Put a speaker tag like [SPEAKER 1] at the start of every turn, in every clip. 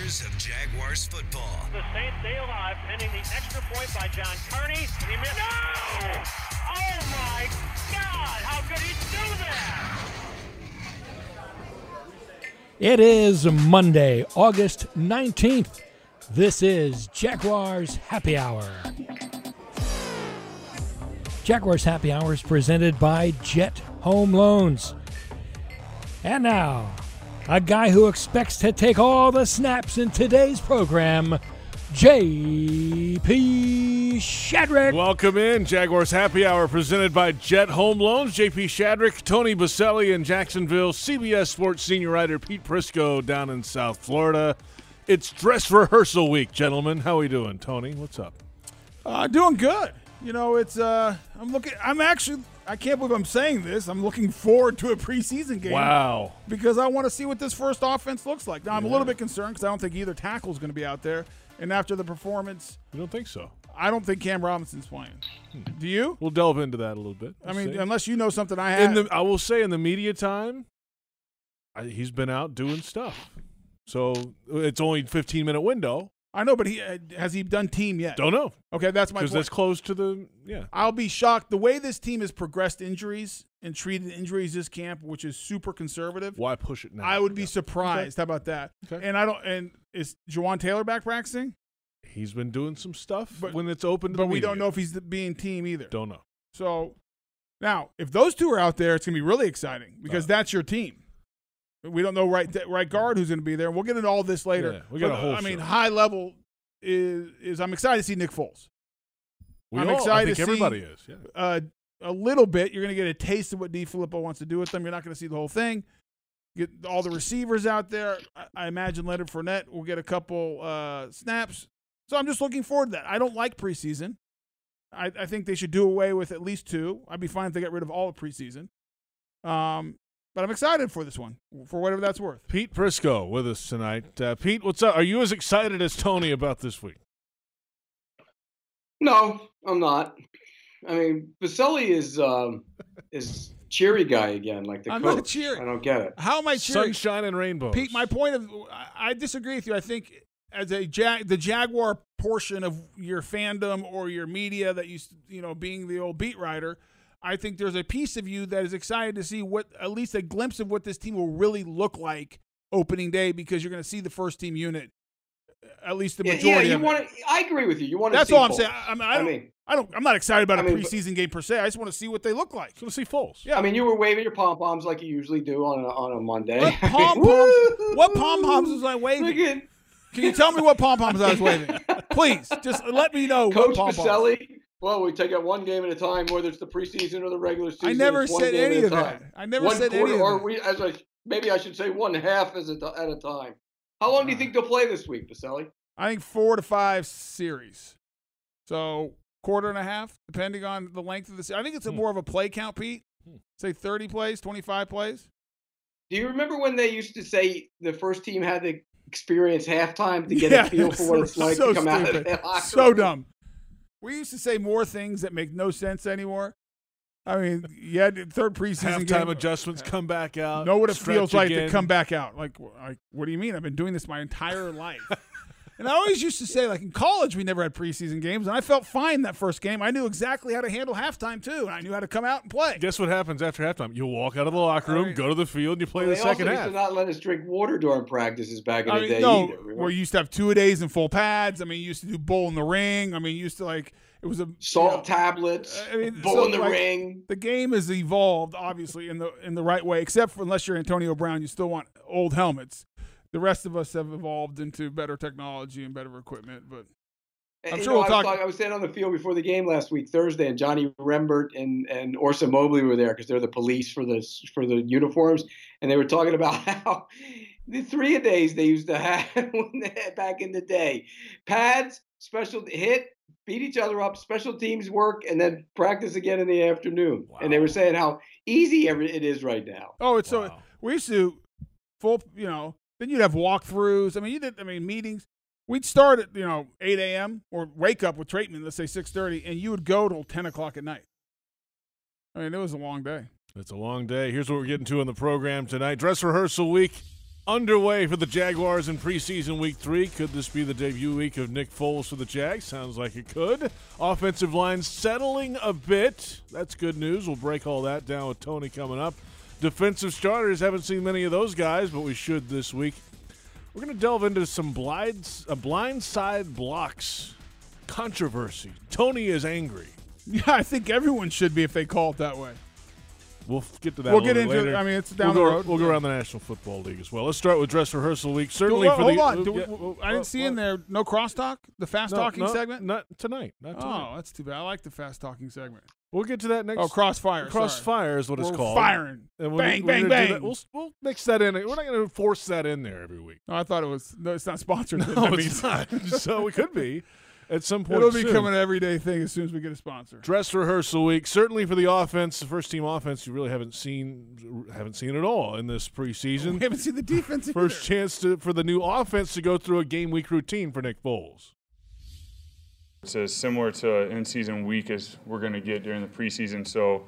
[SPEAKER 1] news of Jaguars football
[SPEAKER 2] The Saints stay alive, pending the extra point by John Kearney. And he missed. No! Oh my God! How could he do that?
[SPEAKER 3] It is Monday, August 19th. This is Jaguars Happy Hour. Jaguars Happy Hour is presented by Jet Home Loans. And now, a guy who expects to take all the snaps in today's program, JP Shadrick.
[SPEAKER 4] Welcome in, Jaguars Happy Hour, presented by Jet Home Loans. JP Shadrick, Tony Baselli in Jacksonville, CBS Sports senior writer Pete Prisco down in South Florida. It's dress rehearsal week, gentlemen. How we doing, Tony? What's up?
[SPEAKER 5] Uh, doing good. You know, it's uh, I'm looking. I'm actually. I can't believe I'm saying this. I'm looking forward to a preseason game.
[SPEAKER 4] Wow.
[SPEAKER 5] Because I want to see what this first offense looks like. Now I'm a little bit concerned because I don't think either tackle is going to be out there. And after the performance,
[SPEAKER 4] You don't think so?
[SPEAKER 5] I don't think Cam Robinson's playing. Do you?
[SPEAKER 4] We'll delve into that a little bit.
[SPEAKER 5] I
[SPEAKER 4] We'll
[SPEAKER 5] mean,
[SPEAKER 4] see.
[SPEAKER 5] unless you know something I
[SPEAKER 4] in
[SPEAKER 5] have.
[SPEAKER 4] the I will say in the media time, I, he's been out doing stuff. So it's only 15 minute window.
[SPEAKER 5] I know, but he uh, has he done team yet?
[SPEAKER 4] Don't know
[SPEAKER 5] Okay, that's my
[SPEAKER 4] because
[SPEAKER 5] point.
[SPEAKER 4] that's close to the yeah.
[SPEAKER 5] I'll be shocked the way this team has progressed injuries and treated injuries this camp, which is super conservative.
[SPEAKER 4] Why push it now?
[SPEAKER 5] I would be
[SPEAKER 4] Yeah.
[SPEAKER 5] surprised. How about that?
[SPEAKER 4] Okay.
[SPEAKER 5] And I don't. And is Jawan Taylor back practicing?
[SPEAKER 4] He's been doing some stuff
[SPEAKER 5] But-
[SPEAKER 4] when it's open. To
[SPEAKER 5] But
[SPEAKER 4] the
[SPEAKER 5] we don't
[SPEAKER 4] media.
[SPEAKER 5] know if he's th- being team either.
[SPEAKER 4] Don't know.
[SPEAKER 5] So now, if those two are out there, it's gonna be really exciting
[SPEAKER 4] Uh.
[SPEAKER 5] because that's your team. We don't know right th- right guard who's gonna be there. We'll get into all this later.
[SPEAKER 4] Yeah, we got
[SPEAKER 5] But, uh,
[SPEAKER 4] a whole
[SPEAKER 5] I mean,
[SPEAKER 4] show.
[SPEAKER 5] high level is is I'm excited to see Nick Foles.
[SPEAKER 4] We
[SPEAKER 5] I'm
[SPEAKER 4] all-
[SPEAKER 5] excited
[SPEAKER 4] I
[SPEAKER 5] to
[SPEAKER 4] think
[SPEAKER 5] see-
[SPEAKER 4] everybody is. Yeah.
[SPEAKER 5] uh, a little bit. You're going to get a taste of what D. Filippo wants to do with them. You're not going to see the whole thing. Get all the receivers out there. I, I imagine Leonard Fournette will get a couple uh, snaps. So I'm just looking forward to that. I don't like preseason. I, I think they should do away with at least two. I'd be fine if they got rid of all of preseason. Um, but I'm excited for this one, for whatever that's worth.
[SPEAKER 4] Pete Prisco with us tonight. Uh, Pete, what's up? Are you as excited as Tony about this week?
[SPEAKER 6] No, I'm not. I mean, Baselli is um, is cheery guy again, like the
[SPEAKER 5] I'm
[SPEAKER 6] coach.
[SPEAKER 5] not cheery.
[SPEAKER 6] I don't get it.
[SPEAKER 5] How am I cheering?
[SPEAKER 4] Sunshine and rainbows.
[SPEAKER 5] Pete, my point of I- I disagree with you. I think as a jag, the Jaguar portion of your fandom or your media that you s- you know being the old beat writer, I think there's a piece of you that is excited to see what at least a glimpse of what this team will really look like opening day because you're going to see the first team unit, at least the
[SPEAKER 6] Yeah,
[SPEAKER 5] majority.
[SPEAKER 6] yeah, you
[SPEAKER 5] of it.
[SPEAKER 6] want. I agree with you. You want to.
[SPEAKER 5] That's
[SPEAKER 6] see
[SPEAKER 5] all I'm
[SPEAKER 6] Foles.
[SPEAKER 5] saying. I, I mean, I,
[SPEAKER 6] I
[SPEAKER 5] don't, I,
[SPEAKER 6] mean-
[SPEAKER 5] don't. I'm not excited about a
[SPEAKER 6] I mean, but-
[SPEAKER 5] preseason game per se. I just want to see what they look like.
[SPEAKER 4] So let's see Foles.
[SPEAKER 5] Yeah.
[SPEAKER 6] I mean, you were waving your pom poms like you usually do on a, on a Monday.
[SPEAKER 5] What
[SPEAKER 6] I mean,
[SPEAKER 5] pom poms? What pom poms was
[SPEAKER 6] woo!
[SPEAKER 5] I
[SPEAKER 6] Look
[SPEAKER 5] waving?
[SPEAKER 6] at
[SPEAKER 5] Can you tell me what pom poms I was waving? Please, just let me know.
[SPEAKER 6] Coach
[SPEAKER 5] what pom-poms.
[SPEAKER 6] Baselli. Well, we take it one game at a time, whether it's the preseason or the regular season.
[SPEAKER 5] I never
[SPEAKER 6] it's one
[SPEAKER 5] said
[SPEAKER 6] game
[SPEAKER 5] any
[SPEAKER 6] at a
[SPEAKER 5] of that.
[SPEAKER 6] time.
[SPEAKER 5] I never
[SPEAKER 6] one
[SPEAKER 5] said
[SPEAKER 6] quarter,
[SPEAKER 5] any of
[SPEAKER 6] or
[SPEAKER 5] that.
[SPEAKER 6] we, as I, maybe I should say one half as a, at a time. How long
[SPEAKER 5] Uh.
[SPEAKER 6] do you think they'll play this week, Baselli?
[SPEAKER 5] I think four to five series, so quarter and a half, depending on the length of the. se- I think it's a
[SPEAKER 4] Hmm.
[SPEAKER 5] more of a play count, Pete. Say thirty plays, twenty-five plays.
[SPEAKER 6] Do you remember when they used to say the first team had to experience halftime to get
[SPEAKER 5] Yeah,
[SPEAKER 6] a feel for what it's like
[SPEAKER 5] so
[SPEAKER 6] to come out of
[SPEAKER 5] stupid.
[SPEAKER 6] that locker
[SPEAKER 5] So
[SPEAKER 6] room?
[SPEAKER 5] dumb. We used to say more things that make no sense anymore. I mean, yeah, the third preseason
[SPEAKER 4] Halftime
[SPEAKER 5] game,
[SPEAKER 4] adjustments come back out.
[SPEAKER 5] know what it
[SPEAKER 4] stretch
[SPEAKER 5] feels like
[SPEAKER 4] again.
[SPEAKER 5] to come back out. Like, wh- like, what do you mean? I've been doing this my entire life. and I always used to say, like in college, we never had preseason games, and I felt fine that first game. I knew exactly how to handle halftime too, and I knew how to come out and play.
[SPEAKER 4] Guess what happens after halftime? You walk out of the locker room,
[SPEAKER 5] mean-
[SPEAKER 4] go to the field, and you play
[SPEAKER 6] They
[SPEAKER 4] the second
[SPEAKER 6] also used to
[SPEAKER 4] half.
[SPEAKER 6] not let us drink water during practices back in
[SPEAKER 5] I
[SPEAKER 6] the
[SPEAKER 5] mean,
[SPEAKER 6] day
[SPEAKER 5] no,
[SPEAKER 6] either.
[SPEAKER 5] well, you used to have two a days and full pads. I mean, you used to do bowl in the ring. I mean, you used to like it was a
[SPEAKER 6] Salt
[SPEAKER 5] you know,
[SPEAKER 6] tablets,
[SPEAKER 5] I mean,
[SPEAKER 6] bull
[SPEAKER 5] so,
[SPEAKER 6] in the
[SPEAKER 5] like,
[SPEAKER 6] ring.
[SPEAKER 5] the game has evolved obviously in the in the right way except for unless you're Antonio Brown you still want old helmets the rest of us have evolved into better technology and better equipment but I'm
[SPEAKER 6] You
[SPEAKER 5] sure
[SPEAKER 6] know,
[SPEAKER 5] we'll
[SPEAKER 6] I was,
[SPEAKER 5] talk-
[SPEAKER 6] talking- I was standing on the field before the game last week, Thursday, and Johnny Rembert and, and Orson Mobley were there because they're the police for the for the uniforms, and they were talking about how the three a days they used to have when they had back in the day, pads, special hit, beat each other up, special teams work, and then practice again in the afternoon. And they were saying how easy every, it is right now.
[SPEAKER 5] oh it's so
[SPEAKER 4] Wow.
[SPEAKER 5] we used to full you know then you'd have walkthroughs I mean you did I mean meetings we'd start at you know 8 a.m. or wake up with treatment let's say 6:30 and you would go till 10 o'clock at night I mean it was a long day
[SPEAKER 4] It's a long day. Here's what we're getting to on the program tonight. Dress rehearsal week underway for the Jaguars in preseason week three. Could this be the debut week of Nick Foles for the Jags? Sounds like it could. Offensive line settling a bit. That's good news. We'll break all that down with Tony coming up. Defensive starters, haven't seen many of those guys, but we should this week. We're going to delve into some blind, uh, blindside blocks controversy. Tony is angry.
[SPEAKER 5] Yeah, I think everyone should be if they call it that way.
[SPEAKER 4] We'll f- get to that.
[SPEAKER 5] We'll
[SPEAKER 4] a
[SPEAKER 5] get
[SPEAKER 4] little
[SPEAKER 5] into it.
[SPEAKER 4] later.
[SPEAKER 5] I mean, it's down
[SPEAKER 4] we'll
[SPEAKER 5] the
[SPEAKER 4] go,
[SPEAKER 5] road.
[SPEAKER 4] We'll go around the National Football League as well. Let's start with dress rehearsal week. Certainly
[SPEAKER 5] Well,
[SPEAKER 4] for
[SPEAKER 5] hold
[SPEAKER 4] the. uh,
[SPEAKER 5] on. Do we-
[SPEAKER 4] yeah.
[SPEAKER 5] w- I didn't
[SPEAKER 4] What-
[SPEAKER 5] see
[SPEAKER 4] what-
[SPEAKER 5] in there no crosstalk, the fast
[SPEAKER 4] No,
[SPEAKER 5] talking
[SPEAKER 4] no,
[SPEAKER 5] segment.
[SPEAKER 4] Not tonight. Not tonight.
[SPEAKER 5] Oh, that's too bad. I like the fast talking segment.
[SPEAKER 4] We'll get to that next.
[SPEAKER 5] Oh, crossfire. sorry.
[SPEAKER 4] crossfire is what
[SPEAKER 5] We're
[SPEAKER 4] it's called.
[SPEAKER 5] Firing.
[SPEAKER 4] And we're-
[SPEAKER 5] bang,
[SPEAKER 4] we're
[SPEAKER 5] bang,
[SPEAKER 4] gonna do
[SPEAKER 5] bang.
[SPEAKER 4] that. We'll, s- we'll mix that in. We're not going to force that in there every week.
[SPEAKER 5] No, I thought it was. No, it's not sponsored.
[SPEAKER 4] No,
[SPEAKER 5] That
[SPEAKER 4] it's
[SPEAKER 5] means-
[SPEAKER 4] not. so it could be at some point.
[SPEAKER 5] It'll be
[SPEAKER 4] soon.
[SPEAKER 5] coming an everyday thing as soon as we get a sponsor.
[SPEAKER 4] dress rehearsal week certainly for the offense the first team offense you really haven't seen haven't seen at all in this
[SPEAKER 5] We
[SPEAKER 4] preseason
[SPEAKER 5] haven't seen the defense. either.
[SPEAKER 4] first chance to, for the new offense to go through a game week routine for nick foles
[SPEAKER 7] It's as similar to an in-season week as we're going to get during the preseason. So,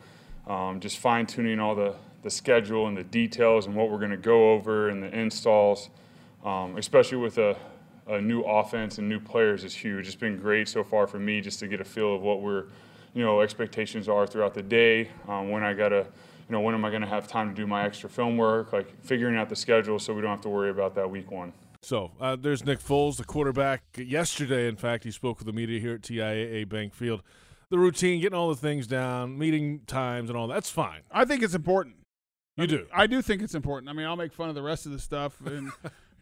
[SPEAKER 7] um, just fine-tuning all the the schedule and the details and what we're going to go over and the installs, um, especially with a, a new offense and new players, is huge. It's been great so far for me just to get a feel of what we're, you know, expectations are throughout the day. Um, when I gotta, you know, when am I going to have time to do my extra film work? Like figuring out the schedule so we don't have to worry about that week one.
[SPEAKER 4] so uh, there's nick foles the quarterback yesterday in fact he spoke with the media here at tiaa bank field the routine getting all the things down meeting times and all that's fine
[SPEAKER 5] I think it's important.
[SPEAKER 4] you do
[SPEAKER 5] I do think it's important. I mean, I'll make fun of the rest of the stuff and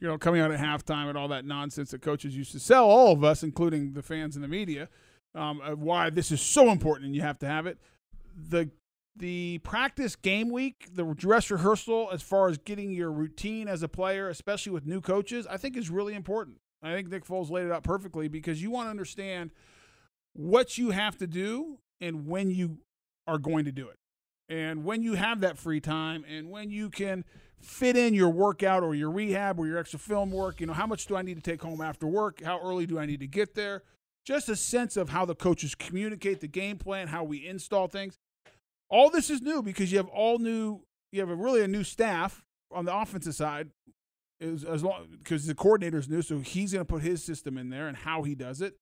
[SPEAKER 5] you know coming out at halftime and all that nonsense that coaches used to sell all of us, including the fans and the media, um, of why this is so important and you have to have it. The the practice game week, the dress rehearsal, as far as getting your routine as a player, especially with new coaches, I think is really important. I think Nick Foles laid it out perfectly because you want to understand what you have to do and when you are going to do it. And when you have that free time and when you can fit in your workout or your rehab or your extra film work, you know, how much do I need to take home after work? How early do I need to get there? Just a sense of how the coaches communicate the game plan, how we install things. All this is new because you have all new, you have a really a new staff on the offensive side as, as long because the coordinator's new, so he's going to put his system in there and how he does it.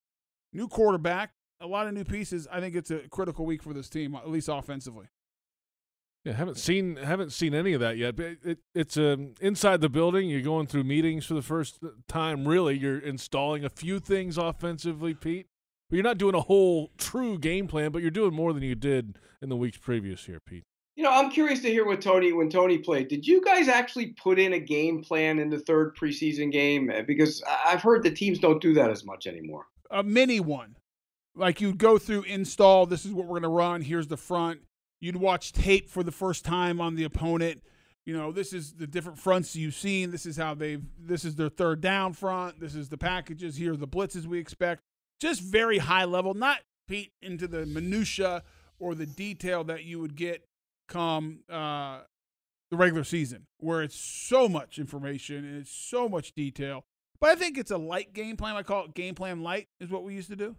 [SPEAKER 5] New quarterback, a lot of new pieces. I think it's a critical week for this team, at least offensively.
[SPEAKER 4] Yeah, haven't seen haven't seen any of that yet. But it, it, it's um, inside the building. You're going through meetings for the first time. Really, you're installing a few things offensively, Pete. But you're not doing a whole true game plan. But you're doing more than you did in the weeks previous here, Pete.
[SPEAKER 6] You know, I'm curious to hear what Tony when Tony played. Did you guys actually put in a game plan in the third preseason game? Uh, Because I- I've heard the teams don't do that as much anymore.
[SPEAKER 5] a mini one. Like you'd go through install, this is what we're going to run, here's the front. You'd watch tape for the first time on the opponent. You know, this is the different fronts you've seen. This is how they've this is their third down front. This is the packages, here are the blitzes we expect. Just very high level, not Pete into the minutia or the detail that you would get come uh the regular season where it's so much information and it's so much detail. But I think it's a light game plan. I call it game plan light, is what we used to do.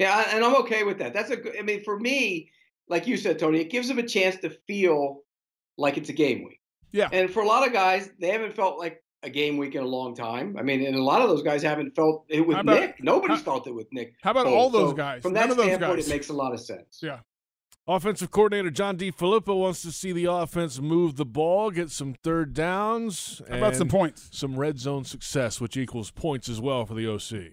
[SPEAKER 6] Yeah, I- and I'm okay with that. That's a good. I mean, for me, like you said, Tony, it gives them a chance to feel like it's a game week.
[SPEAKER 5] Yeah.
[SPEAKER 6] And for a lot of guys, they haven't felt like a game week in a long time. I mean, and a lot of those guys haven't felt it with
[SPEAKER 5] How about-
[SPEAKER 6] Nick. Nobody's
[SPEAKER 5] how-
[SPEAKER 6] felt it with Nick.
[SPEAKER 5] How about
[SPEAKER 6] Foles.
[SPEAKER 5] all those
[SPEAKER 6] So
[SPEAKER 5] guys?
[SPEAKER 6] From
[SPEAKER 5] None
[SPEAKER 6] that
[SPEAKER 5] of those
[SPEAKER 6] standpoint,
[SPEAKER 5] guys.
[SPEAKER 6] it makes a lot of sense.
[SPEAKER 5] yeah.
[SPEAKER 4] Offensive coordinator John D. Filippo wants to see the offense move the ball, get some third downs,
[SPEAKER 5] How about some
[SPEAKER 4] and
[SPEAKER 5] points?
[SPEAKER 4] some red zone success, which equals points as well for the OC.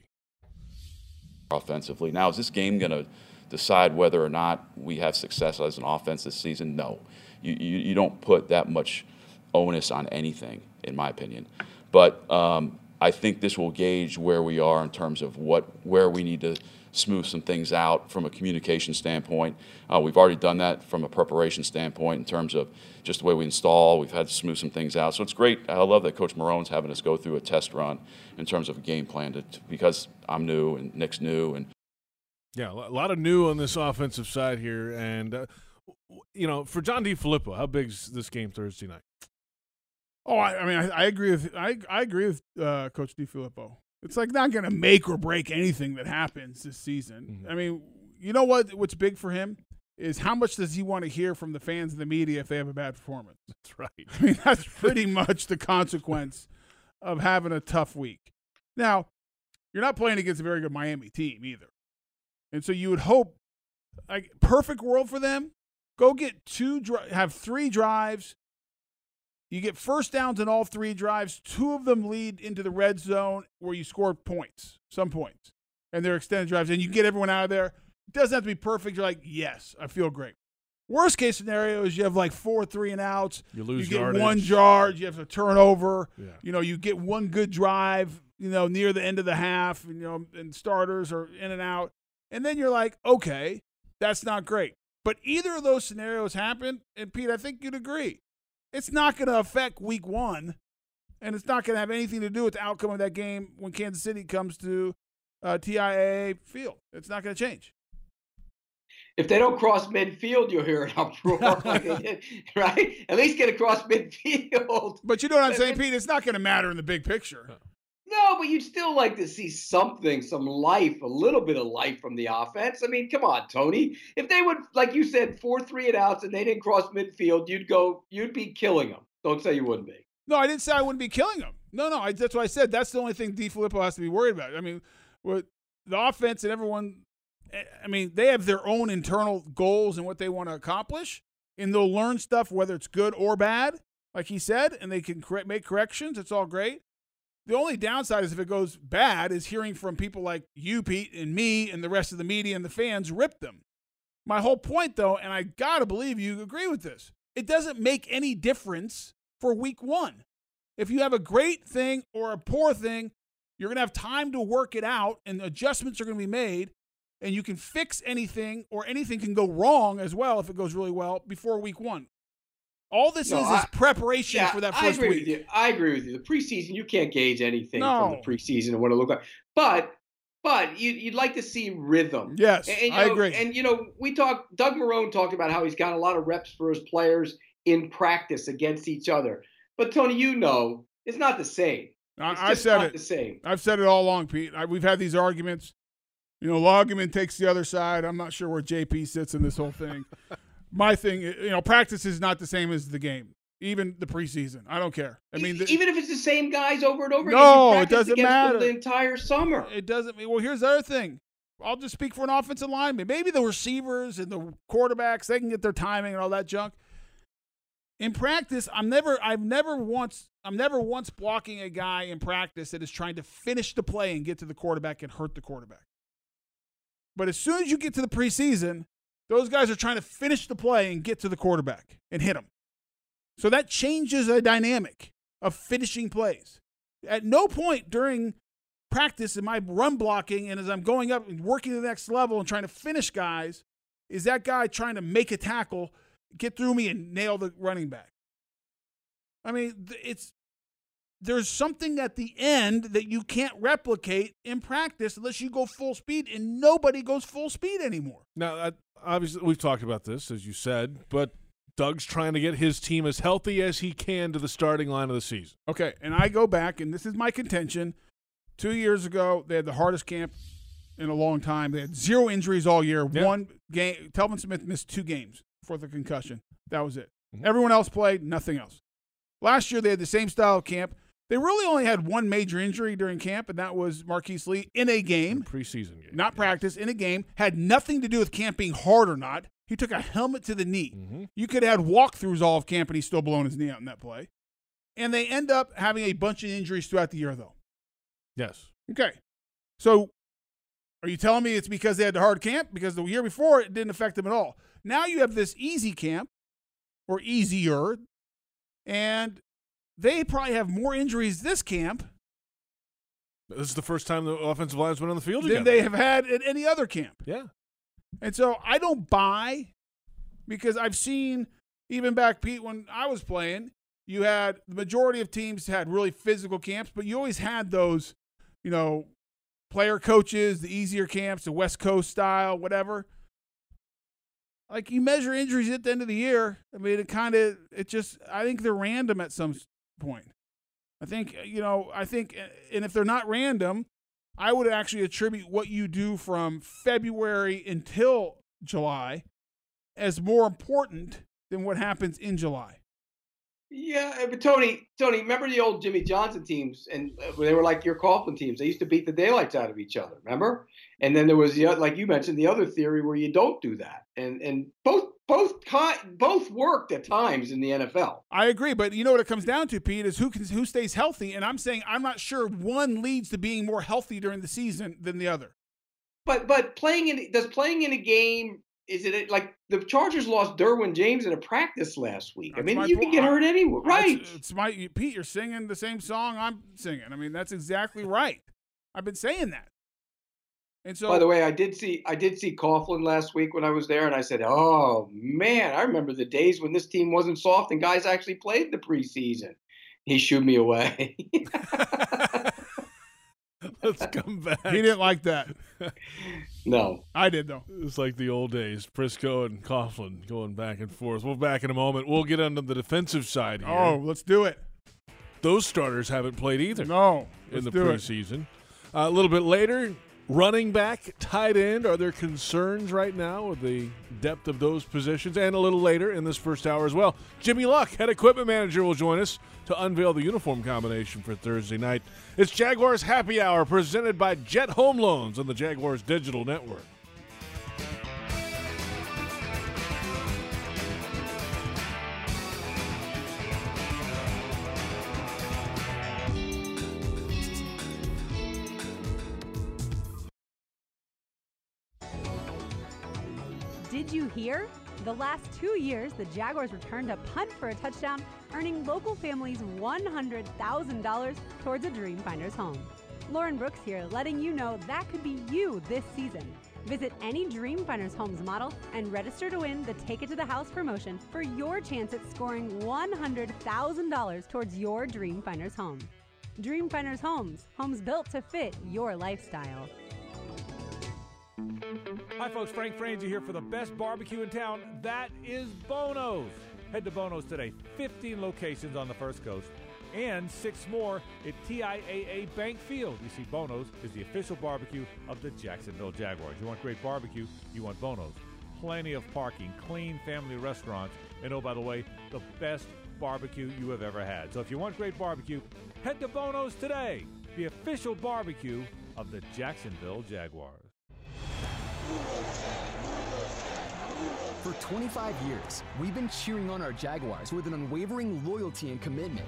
[SPEAKER 8] offensively. Now, is this game going to decide whether or not we have success as an offense this season? No. You, you, you don't put that much onus on anything, in my opinion. But um, I think this will gauge where we are in terms of what where we need to smooth some things out from a communication standpoint. Uh, we've already done that from a preparation standpoint in terms of just the way we install. We've had to smooth some things out. So it's great. I love that Coach Marone's having us go through a test run in terms of a game plan to, because I'm new and Nick's new and
[SPEAKER 4] Yeah, a lot of new on this offensive side here, and uh, w- you know, for John D. Filippo, how big's this game Thursday night?
[SPEAKER 5] Oh, I, I mean, I, I agree with I, I agree with uh, Coach DiFilippo. It's like not going to
[SPEAKER 4] Mm-hmm.
[SPEAKER 5] make or break anything that happens this season. I mean, you know what? What's big for him is how much does he want to hear from the fans and the media if they have a bad performance?
[SPEAKER 4] That's right.
[SPEAKER 5] I mean, that's pretty much the consequence of having a tough week. Now, you're not playing against a very good Miami team either. And so you would hope, like, perfect world for them, go get two, dri- have three drives. You get first downs in all three drives. Two of them lead into the red zone where you score points, some points, and they're extended drives, and you get everyone out of there. It doesn't have to be perfect. You're like, yes, I feel great. Worst case scenario is you have like four three and outs.
[SPEAKER 4] You lose
[SPEAKER 5] You get
[SPEAKER 4] yardage.
[SPEAKER 5] one yard. You have a turnover.
[SPEAKER 4] Yeah.
[SPEAKER 5] You know, you get one good drive. You know, near the end of the half. You know, and starters are in and out, and then you're like, okay, that's not great. But either of those scenarios happen, and Pete, I think you'd agree, it's not going to affect Week One, and it's not going to have anything to do with the outcome of that game when Kansas City comes to uh, TIAA field. It's not going to change.
[SPEAKER 6] If they don't cross midfield, you'll hear an uproar, like they did, right? At least get across midfield.
[SPEAKER 5] But you know what I'm
[SPEAKER 6] But-
[SPEAKER 5] saying,
[SPEAKER 6] but-
[SPEAKER 5] Pete? It's not going to matter in the big picture.
[SPEAKER 6] No, but you'd still like to see something, some life, a little bit of life from the offense. I mean, come on, Tony. If they would, like you said, four three and outs, and they didn't cross midfield, you'd go, you'd be killing them. Don't say you wouldn't be.
[SPEAKER 5] No, I didn't say I wouldn't be killing them. No, no, I, that's what I said. That's the only thing DiFilippo has to be worried about. I mean, with the offense and everyone, I- I mean, they have their own internal goals and what they want to accomplish, and they'll learn stuff whether it's good or bad, like he said, and they can correct, make corrections. It's all great. The only downside is if it goes bad, is hearing from people like you, Pete, and me, and the rest of the media and the fans rip them. My whole point, though, and I gotta believe you agree with this, it doesn't make any difference for week one. If you have a great thing or a poor thing, you're gonna have time to work it out, and adjustments are gonna be made, and you can fix anything or anything can go wrong as well if it goes really well before week one. All this
[SPEAKER 6] No,
[SPEAKER 5] is
[SPEAKER 6] I-
[SPEAKER 5] is preparation for that
[SPEAKER 6] I
[SPEAKER 5] first
[SPEAKER 6] agree
[SPEAKER 5] week.
[SPEAKER 6] With you. I agree with you. The preseason, you can't gauge anything from
[SPEAKER 5] No.
[SPEAKER 6] the preseason and what it looked like. But but you, you'd like to see rhythm.
[SPEAKER 5] Yes,
[SPEAKER 6] And, you
[SPEAKER 5] I
[SPEAKER 6] know,
[SPEAKER 5] agree.
[SPEAKER 6] And you know, we talked. Doug Marone talked about how he's got a lot of reps for his players in practice against each other. But Tony, you know, it's not the same. It's
[SPEAKER 5] I, I
[SPEAKER 6] just
[SPEAKER 5] said
[SPEAKER 6] not
[SPEAKER 5] it.
[SPEAKER 6] The same.
[SPEAKER 5] I've said it all along, Pete. I, we've had these arguments. You know, Loggeman takes the other side. I'm not sure where JP sits in this whole thing. My thing, you know, practice is not the same as the game, even the preseason. I don't care. I mean,
[SPEAKER 6] E-
[SPEAKER 5] the-
[SPEAKER 6] even if it's the same guys over and over
[SPEAKER 5] No, it
[SPEAKER 6] again, you practiced
[SPEAKER 5] doesn't
[SPEAKER 6] against them
[SPEAKER 5] matter.
[SPEAKER 6] the entire summer.
[SPEAKER 5] it doesn't mean. Well, here's the other thing. I'll just speak for an offensive lineman. Maybe the receivers and the quarterbacks, they can get their timing and all that junk. In practice, I'm never, I've never once, I'm never once blocking a guy in practice that is trying to finish the play and get to the quarterback and hurt the quarterback. But as soon as you get to the preseason, those guys are trying to finish the play and get to the quarterback and hit him. So that changes the dynamic of finishing plays. At no point during practice in my run blocking and as I'm going up and working to the next level and trying to finish guys, is that guy trying to make a tackle, get through me and nail the running back. I mean, th- it's there's something at the end that you can't replicate in practice unless you go full speed and nobody goes full speed anymore.
[SPEAKER 4] Now, I, obviously, we've talked about this, as you said, but Doug's trying to get his team as healthy as he can to the starting line of the season.
[SPEAKER 5] Okay, and I go back, and this is my contention. Two years ago, they had the hardest camp in a long time. They had zero injuries all year.
[SPEAKER 4] Yeah.
[SPEAKER 5] One game, Telvin Smith missed two games for the concussion. That was it.
[SPEAKER 4] Mm-hmm.
[SPEAKER 5] Everyone else played, nothing else. Last year, they had the same style of camp. They really only had one major injury during camp, and that was Marquise Lee in a game,
[SPEAKER 4] Preseason game.
[SPEAKER 5] not practice, in a game. Had nothing to do with camp being hard or not. He took a helmet to the knee.
[SPEAKER 4] Mhm.
[SPEAKER 5] You could have had walkthroughs all of camp, and he's still blowing his knee out in that play. And they end up having a bunch of injuries throughout the year, though.
[SPEAKER 4] Yes.
[SPEAKER 5] Okay. So are you telling me it's because they had the hard camp? Because the year before it didn't affect them at all. Now you have this easy camp or easier, and they probably have more injuries this camp
[SPEAKER 4] This is the first time the offensive lines went on the field
[SPEAKER 5] than
[SPEAKER 4] again.
[SPEAKER 5] they have had at any other camp.
[SPEAKER 4] yeah.
[SPEAKER 5] And so I don't buy because I've seen even back Pete when I was playing, you had the majority of teams had really physical camps, but you always had those, you know, player coaches, the easier camps, the West Coast style, whatever. Like you measure injuries at the end of the year. I mean, it kind of it just I think they're random at some s- point. I think uh, you know, I think uh, and if they're not random, I would actually attribute what you do from February until July as more important than what happens in July.
[SPEAKER 6] Yeah, uh, but Tony, Tony, remember the old Jimmy Johnson teams, and uh, they were like your Coughlin teams. They used to beat the daylights out of each other. Remember? And then there was the oth- like you mentioned the other theory where you don't do that, and and both both con- both worked at times in the NFL.
[SPEAKER 5] I agree, but you know what it comes down to, Pete, is who can who stays healthy, and I'm saying I'm not sure one leads to being more healthy during the season than the other.
[SPEAKER 6] But but playing in does playing in a game is it like the Chargers lost Derwin James in a practice last week? I
[SPEAKER 5] That's
[SPEAKER 6] mean,
[SPEAKER 5] my
[SPEAKER 6] you can
[SPEAKER 5] point.
[SPEAKER 6] get hurt anywhere, right?
[SPEAKER 5] It's, it's my you- Pete. You're singing the same song I'm singing. I mean, that's exactly right. I've been saying that. And so,
[SPEAKER 6] By the way, I did see I did see Coughlin last week when I was there, and I said, "Oh man, I remember the days when this team wasn't soft and guys actually played the preseason." He shooed me away.
[SPEAKER 4] Let's come back.
[SPEAKER 5] he didn't like that.
[SPEAKER 6] no,
[SPEAKER 5] I did though.
[SPEAKER 4] It's like the old days, Prisco and Coughlin going back and forth. We'll back in a moment. We'll get onto the defensive side here.
[SPEAKER 5] Oh, let's do it.
[SPEAKER 4] Those starters haven't played either
[SPEAKER 5] No,
[SPEAKER 4] in
[SPEAKER 5] let's
[SPEAKER 4] the
[SPEAKER 5] do it.
[SPEAKER 4] preseason. Uh, a little bit later, running back, tight end. Are there concerns right now with the depth of those positions? And a little later in this first hour as well, Jimmy Luck, head equipment manager, will join us to unveil the uniform combination for Thursday night. It's Jaguars Happy Hour presented by Jet Home Loans on the Jaguars Digital Network.
[SPEAKER 9] Did you hear? The last two years, the Jaguars returned a punt for a touchdown, earning local families $100,000 towards a Dreamfinders home. Lauren Brooks here, letting you know that could be you this season. Visit any Dreamfinders Homes model and register to win the Take It to the House promotion for your chance at scoring $100,000 towards your Dreamfinders home. Dreamfinders Homes, homes built to fit your lifestyle.
[SPEAKER 10] Hi, folks. Frank Franzi here for the best barbecue in town. That is Bono's. Head to Bono's today. 15 locations on the First Coast and six more at TIAA Bank Field. You see, Bono's is the official barbecue of the Jacksonville Jaguars. You want great barbecue, you want Bono's. Plenty of parking, clean family restaurants, and oh, by the way, the best barbecue you have ever had. So if you want great barbecue, head to Bono's today, the official barbecue of the Jacksonville Jaguars.
[SPEAKER 11] For 25 years, we've been cheering on our Jaguars with an unwavering loyalty and commitment.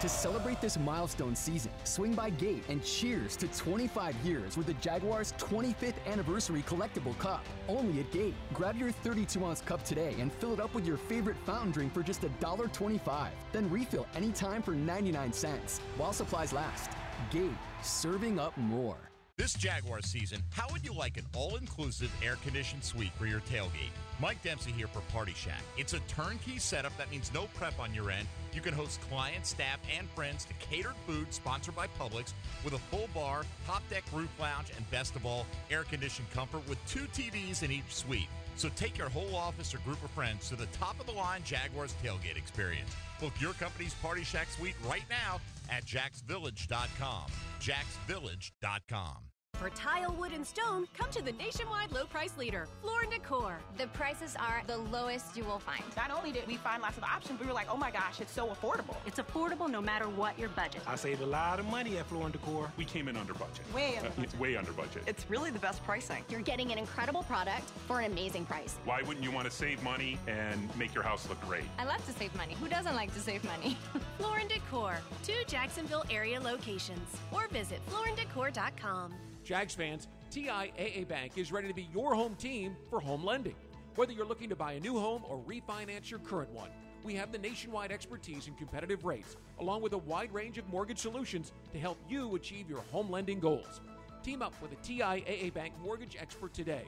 [SPEAKER 11] To celebrate this milestone season, swing by Gate and cheers to 25 years with the Jaguars' 25th Anniversary Collectible Cup. Only at Gate. Grab your 32 ounce cup today and fill it up with your favorite fountain drink for just $1.25. Then refill anytime for 99 cents while supplies last. Gate, serving up more.
[SPEAKER 12] This Jaguar season, how would you like an all inclusive air conditioned suite for your tailgate? Mike Dempsey here for Party Shack. It's a turnkey setup that means no prep on your end. You can host clients, staff, and friends to catered food sponsored by Publix with a full bar, top deck roof lounge, and best of all, air conditioned comfort with two TVs in each suite. So take your whole office or group of friends to the top of the line Jaguars tailgate experience. Book your company's Party Shack suite right now at jacksvillage.com. jacksvillage.com.
[SPEAKER 9] For tile, wood, and stone, come to the nationwide low price leader, Floor and Decor.
[SPEAKER 13] The prices are the lowest you will find.
[SPEAKER 14] Not only did we find lots of options, we were like, oh my gosh, it's so affordable.
[SPEAKER 9] It's affordable no matter what your budget.
[SPEAKER 10] I saved a lot of money at Floor and Decor. We came in under budget.
[SPEAKER 15] Uh,
[SPEAKER 14] Way under
[SPEAKER 10] budget. way under budget.
[SPEAKER 14] It's really the best pricing.
[SPEAKER 13] You're getting an incredible product for an amazing price.
[SPEAKER 10] Why wouldn't you want to save money and make your house look great?
[SPEAKER 13] I love to save money. Who doesn't like to save money?
[SPEAKER 9] Floor and Decor, two Jacksonville area locations, or visit flooranddecor.com.
[SPEAKER 10] Jags fans, TIAA Bank is ready to be your home team for home lending. Whether you're looking to buy a new home or refinance your current one, we have the nationwide expertise and competitive rates, along with a wide range of mortgage solutions to help you achieve your home lending goals. Team up with a TIAA Bank mortgage expert today.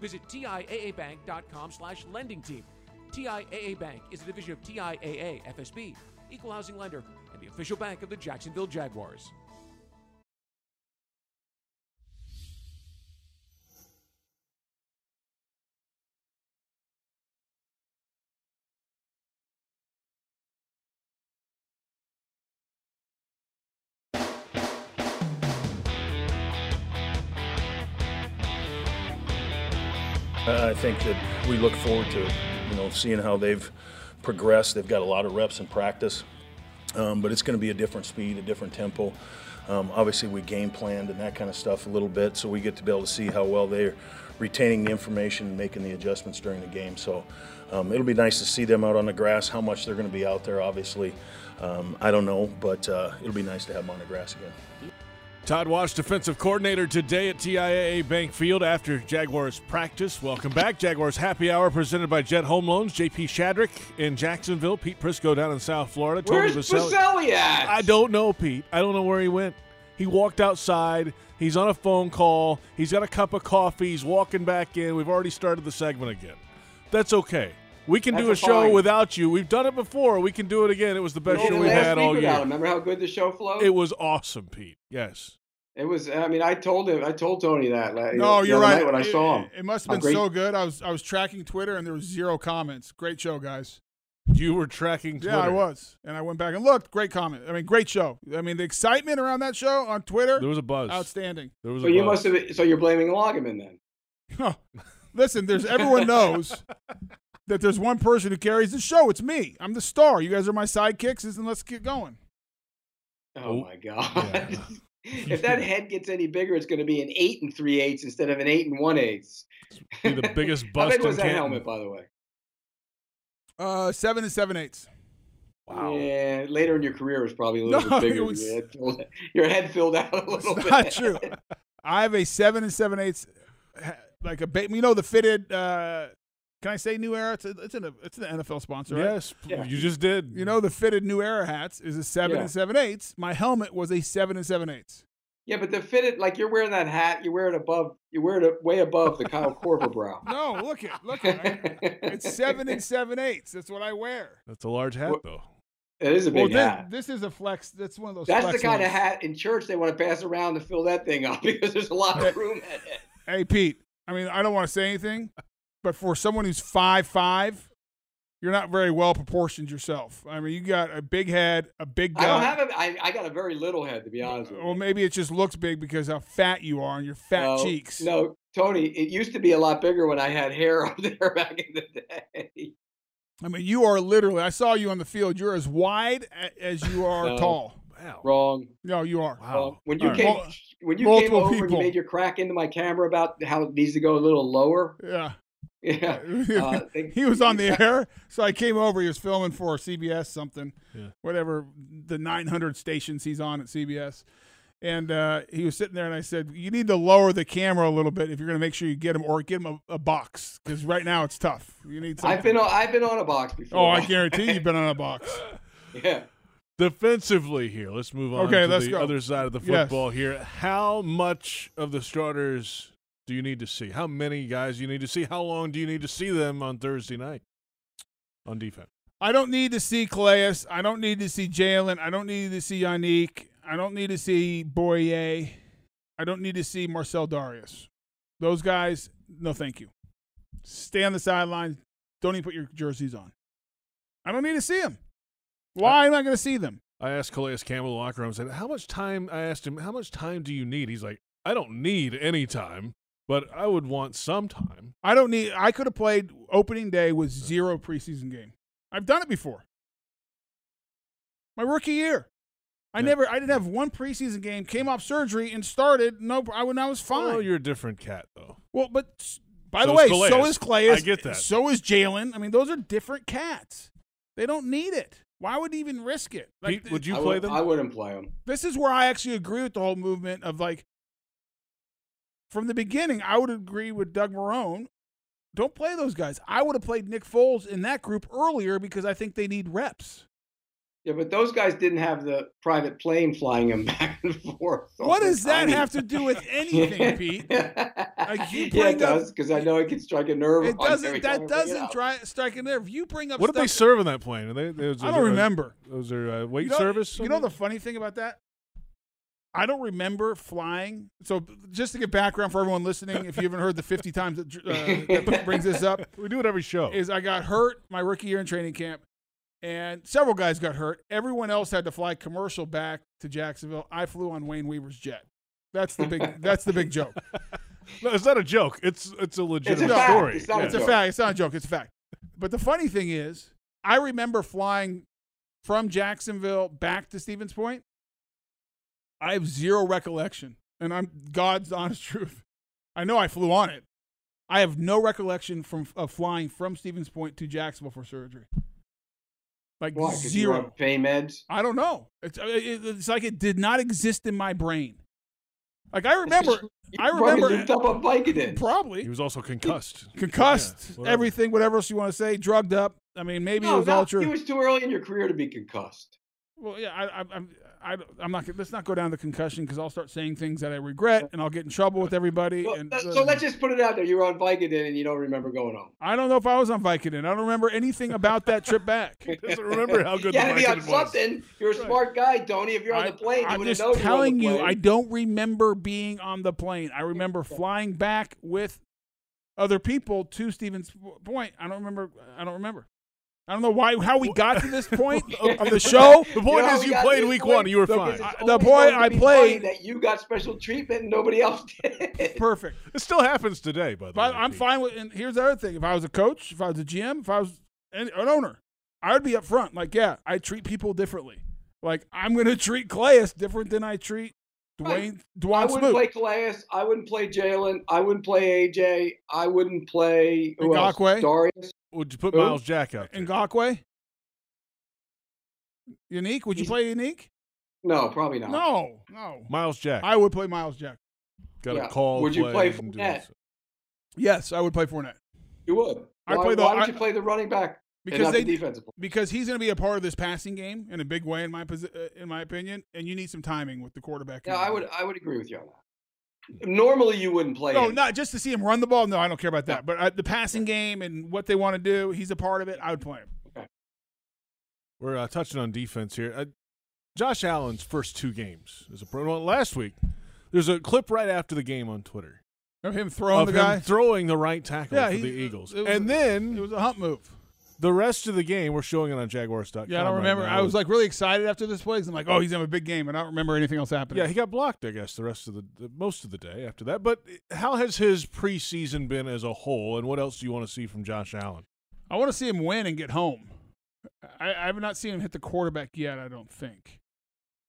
[SPEAKER 10] Visit TIAABank.com slash lending team. TIAA Bank is a division of TIAA FSB, Equal Housing Lender, and the official bank of the Jacksonville Jaguars.
[SPEAKER 16] Uh, I think that we look forward to, you know, seeing how they've progressed. They've got a lot of reps in practice, um, but it's going to be a different speed, a different tempo. Um, obviously, we game planned and that kind of stuff a little bit, so we get to be able to see how well they're retaining the information and making the adjustments during the game. So um, it'll be nice to see them out on the grass. How much they're going to be out there, obviously, um, I don't know, but uh, it'll be nice to have them on the grass again.
[SPEAKER 4] Todd Wash, defensive coordinator today at TIAA Bank Field after Jaguars practice. Welcome back. Jaguars Happy Hour presented by Jet Home Loans. JP Shadrick in Jacksonville. Pete Prisco down in South Florida.
[SPEAKER 6] Where's Boselli at?
[SPEAKER 4] I don't know, Pete. I don't know where he went. He walked outside. He's on a phone call. He's got a cup of coffee. He's walking back in. We've already started the segment again. That's okay. We can do a
[SPEAKER 6] That's
[SPEAKER 4] show
[SPEAKER 6] fine.
[SPEAKER 4] without you. We've done it before. We can do it again. It was the
[SPEAKER 6] We
[SPEAKER 4] best
[SPEAKER 6] did
[SPEAKER 4] show
[SPEAKER 6] it
[SPEAKER 4] we've
[SPEAKER 6] last
[SPEAKER 4] had
[SPEAKER 6] week
[SPEAKER 4] all
[SPEAKER 6] without
[SPEAKER 4] year.
[SPEAKER 6] him. Remember how good the show flowed?
[SPEAKER 4] It was awesome, Pete. Yes.
[SPEAKER 6] It was. I mean, I told him. I told Tony that. Like,
[SPEAKER 5] No,
[SPEAKER 6] the
[SPEAKER 5] you're
[SPEAKER 6] other
[SPEAKER 5] right.
[SPEAKER 6] night When I
[SPEAKER 5] It-
[SPEAKER 6] saw him,
[SPEAKER 5] it, it must
[SPEAKER 6] How
[SPEAKER 5] have been
[SPEAKER 6] great-
[SPEAKER 5] so good. I was I was tracking Twitter and there was zero comments. Great show, guys.
[SPEAKER 4] You were tracking Twitter.
[SPEAKER 5] Yeah, I was, and I went back and looked. Great comment. I mean, great show. I mean, the excitement around that show on Twitter.
[SPEAKER 4] There was a buzz.
[SPEAKER 5] Outstanding.
[SPEAKER 4] There was
[SPEAKER 6] So you must have. So you're blaming Loggeman then?
[SPEAKER 5] Listen, there's everyone knows that there's one person who carries the show. It's me. I'm the star. You guys are my sidekicks. Isn't let's get going.
[SPEAKER 6] Oh my god! if that head gets any bigger, it's going to be an eight and three eighths instead of an eight and one eighths.
[SPEAKER 4] Be the biggest
[SPEAKER 6] How
[SPEAKER 4] bust
[SPEAKER 6] big
[SPEAKER 4] in
[SPEAKER 6] was that
[SPEAKER 4] Canton.
[SPEAKER 6] helmet, by the way?
[SPEAKER 5] Uh, seven and seven eighths.
[SPEAKER 6] Wow. Yeah, later in your career, it was probably a little
[SPEAKER 5] No,
[SPEAKER 6] bit bigger.
[SPEAKER 5] it
[SPEAKER 6] than
[SPEAKER 5] was-
[SPEAKER 6] your, head filled, your head filled out a little
[SPEAKER 5] It's
[SPEAKER 6] bit.
[SPEAKER 5] not true. I have a seven and seven eighths, ha- like a ba- you know the fitted. uh Can I say New Era? It's, a, it's an it's an NFL sponsor. right?
[SPEAKER 4] Yes, Yeah. you just did.
[SPEAKER 5] You know the fitted New Era hats is a seven
[SPEAKER 6] Yeah.
[SPEAKER 5] and seven eighths. My helmet was a seven and seven eighths.
[SPEAKER 6] Yeah, but the fitted, like you're wearing that hat, you wear it above, you wear it way above the Kyle Korver brow.
[SPEAKER 5] No, look at look at I- it's seven and seven eighths. That's what I wear.
[SPEAKER 4] That's a large hat, though.
[SPEAKER 6] It is a
[SPEAKER 5] Well,
[SPEAKER 6] big
[SPEAKER 5] then,
[SPEAKER 6] hat.
[SPEAKER 5] This is a flex. That's one of those.
[SPEAKER 6] That's the
[SPEAKER 5] flex
[SPEAKER 6] kind of
[SPEAKER 5] ones.
[SPEAKER 6] hat in church they want to pass around to fill that thing up because there's a lot of room.
[SPEAKER 5] Hey Pete, I mean I don't want to say anything, but for someone who's five five, you're not very well proportioned yourself. I mean you got a big head, a big gut.
[SPEAKER 6] I don't have a, I, I got a very little head to be honest with you.
[SPEAKER 5] Well, maybe it just looks big because how fat you are and your fat
[SPEAKER 6] No,
[SPEAKER 5] cheeks.
[SPEAKER 6] No, Tony, it used to be a lot bigger when I had hair up there back in the day.
[SPEAKER 5] I mean, you are literally. I saw you on the field. You're as wide a- as you are
[SPEAKER 6] No.
[SPEAKER 5] tall.
[SPEAKER 6] Wrong.
[SPEAKER 5] No, you are.
[SPEAKER 6] Wrong. When you
[SPEAKER 5] All right.
[SPEAKER 6] came,
[SPEAKER 5] Mul-
[SPEAKER 6] when you came
[SPEAKER 5] multiple
[SPEAKER 6] over and you
[SPEAKER 5] people.
[SPEAKER 6] made your crack into my camera about how it needs to go a little lower.
[SPEAKER 5] Yeah.
[SPEAKER 6] Yeah. Uh, they-
[SPEAKER 5] he was on the air, so I came over. He was filming for CBS something,
[SPEAKER 4] Yeah.
[SPEAKER 5] whatever the 900 stations he's on at CBS. And uh, he was sitting there, and I said, "You need to lower the camera a little bit if you're going to make sure you get him, or get him a, a box because right now it's tough. You need." Something.
[SPEAKER 6] I've been on, I've been on a box before.
[SPEAKER 5] Oh, I guarantee you've been on a box.
[SPEAKER 6] Yeah.
[SPEAKER 4] Defensively here, let's move on
[SPEAKER 5] Okay,
[SPEAKER 4] to
[SPEAKER 5] let's
[SPEAKER 4] the
[SPEAKER 5] go.
[SPEAKER 4] other side of the
[SPEAKER 5] Yes.
[SPEAKER 4] football here. How much of the starters do you need to see? How many guys you need to see? How long do you need to see them on Thursday night on defense?
[SPEAKER 5] I don't need to see Calais. I don't need to see Jalen. I don't need to see Yannick. I don't need to see Boyer. I don't need to see Marcel Darius. Those guys, no thank you. Stay on the sidelines. Don't even put your jerseys on. I don't need to see them. Why am I going to see them?
[SPEAKER 4] I asked Calais Campbell in the locker room, said, How much time? I asked him, How much time do you need? He's like, I don't need any time, but I would want some time.
[SPEAKER 5] I don't need. I could have played opening day with zero preseason game. I've done it before. My rookie year, I never. I didn't have one preseason game. Came off surgery and started. No, I when I was fine.
[SPEAKER 4] Oh, you're a different cat, though.
[SPEAKER 5] Well, but s- by
[SPEAKER 4] So
[SPEAKER 5] the
[SPEAKER 4] is
[SPEAKER 5] way,
[SPEAKER 4] Calais.
[SPEAKER 5] so is Clay.
[SPEAKER 4] I get that.
[SPEAKER 5] So is Jalen. I mean, those are different cats. They don't need it. Why would he even risk it? Like,
[SPEAKER 4] Pete, would
[SPEAKER 6] I
[SPEAKER 4] you play
[SPEAKER 6] would-
[SPEAKER 4] them?
[SPEAKER 6] I wouldn't play them.
[SPEAKER 5] this is where I actually agree with the whole movement of like from the beginning, I would agree with Doug Marone. Don't play those guys. I would have played Nick Foles in that group earlier because I think they need reps.
[SPEAKER 6] Yeah, but those guys didn't have the private plane flying them back and forth. all
[SPEAKER 5] What
[SPEAKER 6] the
[SPEAKER 5] does that
[SPEAKER 6] time.
[SPEAKER 5] have to do with anything, Pete?
[SPEAKER 6] Oh,
[SPEAKER 5] Like you
[SPEAKER 6] Yeah, it
[SPEAKER 5] bring up,
[SPEAKER 6] does because I know it can strike a nerve.
[SPEAKER 5] it
[SPEAKER 6] on you every
[SPEAKER 5] doesn't.
[SPEAKER 6] time I bring
[SPEAKER 5] That
[SPEAKER 6] it
[SPEAKER 5] doesn't
[SPEAKER 6] up.
[SPEAKER 5] try, strike a nerve. You bring up
[SPEAKER 4] What did
[SPEAKER 5] stuff
[SPEAKER 4] they serve in that plane? Are they, was-
[SPEAKER 5] I don't
[SPEAKER 4] was-
[SPEAKER 5] remember.
[SPEAKER 4] Was there uh, weight
[SPEAKER 5] You know-
[SPEAKER 4] service?
[SPEAKER 5] You know the funny thing about that? I don't remember flying. So just to get background for everyone listening, if you haven't heard the 50 times that, uh, that brings this up,
[SPEAKER 4] we do it every show.
[SPEAKER 5] Is I got hurt my rookie year in training camp, and several guys got hurt. Everyone else had to fly commercial back to Jacksonville. I flew on Wayne Weaver's jet. That's the big. that's the big joke.
[SPEAKER 4] No, it's not a joke. It's it's a legitimate
[SPEAKER 5] No,
[SPEAKER 4] story. Yeah.
[SPEAKER 5] It's a fact. It's not a joke. It's a fact. But the funny thing is, I remember flying from Jacksonville back to Stevens Point. I have zero recollection, and I'm God's honest truth. I know I flew on it. I have no recollection from of flying from Stevens Point to Jacksonville for surgery. Like
[SPEAKER 6] Why? 'Cause you were
[SPEAKER 5] zero.
[SPEAKER 6] on pain meds.
[SPEAKER 5] I don't know. It's uh, it- it's like it did not exist in my brain. Like I remember, I
[SPEAKER 6] probably
[SPEAKER 5] remember
[SPEAKER 6] looked up on Vicodin.
[SPEAKER 5] Probably
[SPEAKER 4] He was also concussed.
[SPEAKER 5] concussed,
[SPEAKER 4] Yeah, whatever.
[SPEAKER 5] everything, whatever else you want to say, drugged up. I mean, maybe
[SPEAKER 6] No,
[SPEAKER 5] it was
[SPEAKER 6] no,
[SPEAKER 5] all true.
[SPEAKER 6] It was too early in your career to be concussed.
[SPEAKER 5] well, yeah, I, I, I'm, I, I'm not. Let's not go down the concussion because I'll start saying things that I regret, and I'll get in trouble with everybody. and
[SPEAKER 6] Let- so let's just put it out there. You were on Vicodin and you don't remember going home.
[SPEAKER 5] I don't know if I was on Vicodin. I don't remember anything about that trip back.
[SPEAKER 4] doesn't
[SPEAKER 6] you had to be on something. You're a smart guy, Tony. If you're on the plane, you
[SPEAKER 5] I'm
[SPEAKER 6] would
[SPEAKER 5] just
[SPEAKER 6] have known.
[SPEAKER 5] telling
[SPEAKER 6] you,
[SPEAKER 5] you,
[SPEAKER 6] were on
[SPEAKER 5] I
[SPEAKER 6] the plane.
[SPEAKER 5] don't remember being on the plane. I remember flying back with other people to Stevens Point. I don't remember. I don't remember. I don't know why how we got to this point of of the show.
[SPEAKER 4] The point is, you played week one. You were
[SPEAKER 5] The-
[SPEAKER 4] fine.
[SPEAKER 5] I- The point I played.
[SPEAKER 6] that you got special treatment and nobody else did.
[SPEAKER 5] Perfect.
[SPEAKER 4] It still happens today, by the
[SPEAKER 5] But I'm fine with. And here's the other thing: if I was a coach, if I was a GM, if I was an, an owner, I would be upfront. Like, yeah, I treat people differently. Like, I'm gonna treat Clayus different than I treat Dwayne
[SPEAKER 6] I
[SPEAKER 5] Dwan
[SPEAKER 6] wouldn't
[SPEAKER 5] Smoot.
[SPEAKER 6] play Calais. I wouldn't play Jalen. I wouldn't play AJ. I wouldn't play who else?
[SPEAKER 5] Ngakwe?
[SPEAKER 6] Darius.
[SPEAKER 4] Would you put
[SPEAKER 6] Who?
[SPEAKER 4] Miles Jack out?
[SPEAKER 5] Ngakwe? Unique? Would you play Unique?
[SPEAKER 6] No, probably not.
[SPEAKER 5] No, no.
[SPEAKER 4] Miles Jack.
[SPEAKER 5] I would play Miles Jack.
[SPEAKER 4] Got
[SPEAKER 6] Yeah.
[SPEAKER 4] a call.
[SPEAKER 6] Would you
[SPEAKER 4] play
[SPEAKER 6] play
[SPEAKER 4] and do
[SPEAKER 6] Fournette?
[SPEAKER 4] this.
[SPEAKER 5] Yes, I would play Fournette
[SPEAKER 6] You would.
[SPEAKER 5] I'd
[SPEAKER 6] why,
[SPEAKER 5] play the-
[SPEAKER 6] why would
[SPEAKER 5] I-
[SPEAKER 6] you play the running back and
[SPEAKER 5] because
[SPEAKER 6] not
[SPEAKER 5] they
[SPEAKER 6] the defensive? player?
[SPEAKER 5] because he's going to be a part of this passing game in a big way in my posi- uh, in my opinion, and you need some timing with the quarterback.
[SPEAKER 6] Yeah, I would. I would agree with you on that. Normally, you wouldn't play.
[SPEAKER 5] No,
[SPEAKER 6] him.
[SPEAKER 5] not just to see him run the ball. No, I don't care about that. But uh, the passing game and what they want to do, he's a part of it. I would play him.
[SPEAKER 4] We're uh, touching on defense here. Uh, Josh Allen's first two games as a pro. Well, last week, there's a clip right after the game on Twitter
[SPEAKER 5] Of him throwing
[SPEAKER 4] of
[SPEAKER 5] the
[SPEAKER 4] him
[SPEAKER 5] guy.
[SPEAKER 4] throwing the right tackle
[SPEAKER 5] Yeah,
[SPEAKER 4] for
[SPEAKER 5] he-
[SPEAKER 4] the Eagles,
[SPEAKER 5] it was
[SPEAKER 4] and
[SPEAKER 5] a-
[SPEAKER 4] then
[SPEAKER 5] it was a hump move.
[SPEAKER 4] the rest of the game we're showing it on Jaguars.com.
[SPEAKER 5] Yeah, I don't
[SPEAKER 4] right
[SPEAKER 5] remember.
[SPEAKER 4] now.
[SPEAKER 5] I was like really excited after this play. 'cause I'm like, oh, he's having a big game, and I don't remember anything else happening.
[SPEAKER 4] yeah, he got blocked, I guess, the rest of the, the most of the day after that. But how has his preseason been as a whole, and what else do you want to see from Josh Allen?
[SPEAKER 5] I want to see him win and get home. I, I have not seen him hit the quarterback yet. I don't think.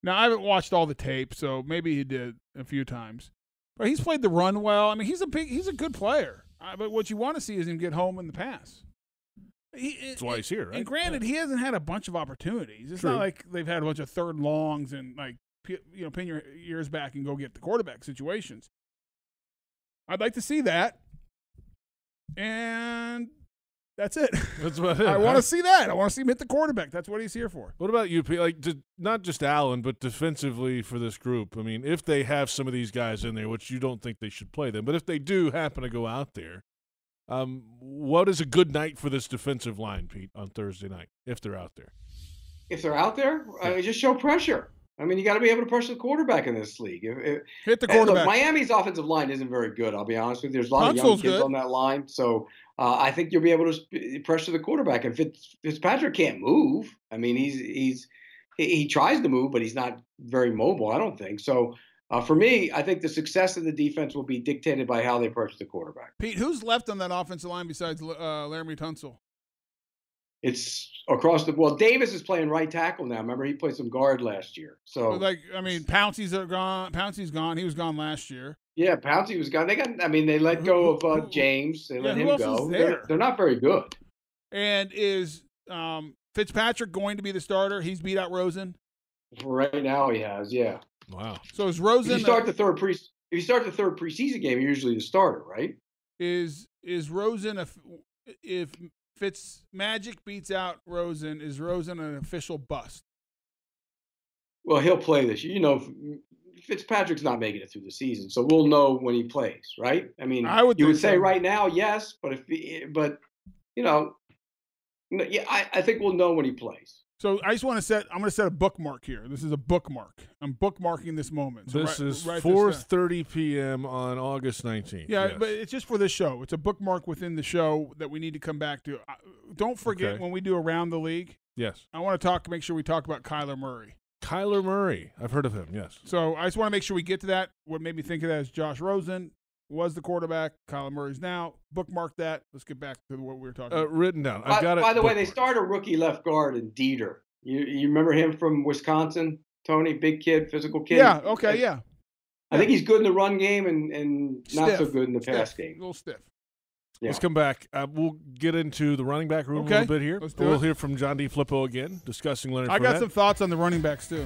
[SPEAKER 5] Now I haven't watched all the tape, so maybe he did a few times. But he's played the run well. I mean, he's a big, he's a good player. Uh, but what you want to see is him get home in the pass. He, That's
[SPEAKER 4] why he's here, right?
[SPEAKER 5] And granted, he hasn't had a bunch of opportunities. It's
[SPEAKER 4] True.
[SPEAKER 5] not like they've had a bunch of third and longs and like p- you know pin your ears back and go get the quarterback situations. I'd like to see that. And that's it.
[SPEAKER 4] That's about it,
[SPEAKER 5] I want
[SPEAKER 4] huh?
[SPEAKER 5] to see that. I want to see him hit the quarterback. That's what he's here for.
[SPEAKER 4] What about you, Pete? Like, d not just Allen, but defensively for this group. I mean, if they have some of these guys in there, which you don't think they should play them, but if they do happen to go out there, um, what is a good night for this defensive line, Pete, on Thursday night if they're out there?
[SPEAKER 6] if they're out there, uh, just show pressure. I mean, you got to be able to pressure the quarterback in this league. If, if,
[SPEAKER 5] Hit the
[SPEAKER 6] and look,
[SPEAKER 5] quarterback.
[SPEAKER 6] Miami's offensive line isn't very good. I'll be honest with you. There's a lot
[SPEAKER 5] Tunsil's
[SPEAKER 6] of young kids
[SPEAKER 5] good.
[SPEAKER 6] on that line, so uh, I think you'll be able to sp- pressure the quarterback. And Fitz, Fitzpatrick can't move. I mean, he's he's he he tries to move, but he's not very mobile. I don't think so. Uh, for me, I think the success of the defense will be dictated by how they pressure the quarterback.
[SPEAKER 5] Pete, who's left on that offensive line besides uh, Laramie Tunsil?
[SPEAKER 6] It's across the well. Davis is playing right tackle now. Remember, he played some guard last year. So
[SPEAKER 5] Like, I mean, Pouncey's are gone. Pouncey's gone. He was gone last year.
[SPEAKER 6] Yeah, Pouncey was gone. They got. I mean, they let go of uh, James. They let
[SPEAKER 5] who
[SPEAKER 6] him
[SPEAKER 5] else
[SPEAKER 6] go.
[SPEAKER 5] is
[SPEAKER 6] They're,
[SPEAKER 5] there?
[SPEAKER 6] they're not very good.
[SPEAKER 5] And is um, Fitzpatrick going to be the starter? He's beat out Rosen.
[SPEAKER 6] For right now, he has. Yeah.
[SPEAKER 4] Wow.
[SPEAKER 5] So is
[SPEAKER 6] If you
[SPEAKER 5] Rosen uh,
[SPEAKER 6] start the third pre, if you start the third preseason game, you're usually the starter, right?
[SPEAKER 5] is is Rosen if if Fitz Magic beats out Rosen, is Rosen an official bust?
[SPEAKER 6] Well, he'll play this. year. You know, Fitzpatrick's not making it through the season, so we'll know when he plays, right? I mean,
[SPEAKER 5] I would
[SPEAKER 6] you would
[SPEAKER 5] think
[SPEAKER 6] say
[SPEAKER 5] so.
[SPEAKER 6] right now, yes, but if, he- but you know, no, yeah, I, I think we'll know when he plays.
[SPEAKER 5] So I just want to set. I'm going to set a bookmark here. This is a bookmark. I'm bookmarking this moment. So
[SPEAKER 4] this
[SPEAKER 5] write-
[SPEAKER 4] is
[SPEAKER 5] write this down.
[SPEAKER 4] 4:30 p.m. on August 19th.
[SPEAKER 5] Yeah,
[SPEAKER 4] Yes.
[SPEAKER 5] but it's just for this show. It's a bookmark within the show that we need to come back to. I- Don't forget
[SPEAKER 4] Okay.
[SPEAKER 5] when we do around the league.
[SPEAKER 4] yes.
[SPEAKER 5] I want to talk. Make sure we talk about Kyler Murray.
[SPEAKER 4] Kyler Murray. I've heard of him. Yes.
[SPEAKER 5] So I just want to make sure we get to that. What made me think of that is Josh Rosen. was the quarterback. Kyler Murray's now. Bookmark that. Let's get back to what we were talking
[SPEAKER 4] Uh,
[SPEAKER 5] about.
[SPEAKER 4] written down.
[SPEAKER 6] By,
[SPEAKER 4] I've got it.
[SPEAKER 6] by the way, they
[SPEAKER 4] bookmarked.
[SPEAKER 6] start a rookie left guard in Dieter. You you remember him from Wisconsin? Tony, big kid, physical kid.
[SPEAKER 5] Yeah, okay, yeah.
[SPEAKER 6] I think he's good in the run game and, and not so
[SPEAKER 5] Stiff.
[SPEAKER 6] good in the
[SPEAKER 5] Stiff.
[SPEAKER 6] pass game.
[SPEAKER 5] A little stiff.
[SPEAKER 4] Let's come back. Uh, we'll get into the running back room
[SPEAKER 5] Okay,
[SPEAKER 4] a little bit here.
[SPEAKER 5] let's do
[SPEAKER 4] We'll
[SPEAKER 5] it.
[SPEAKER 4] hear from John D. Flippo again, discussing Leonard.
[SPEAKER 5] I got
[SPEAKER 4] Fournette.
[SPEAKER 5] some thoughts on the running backs too.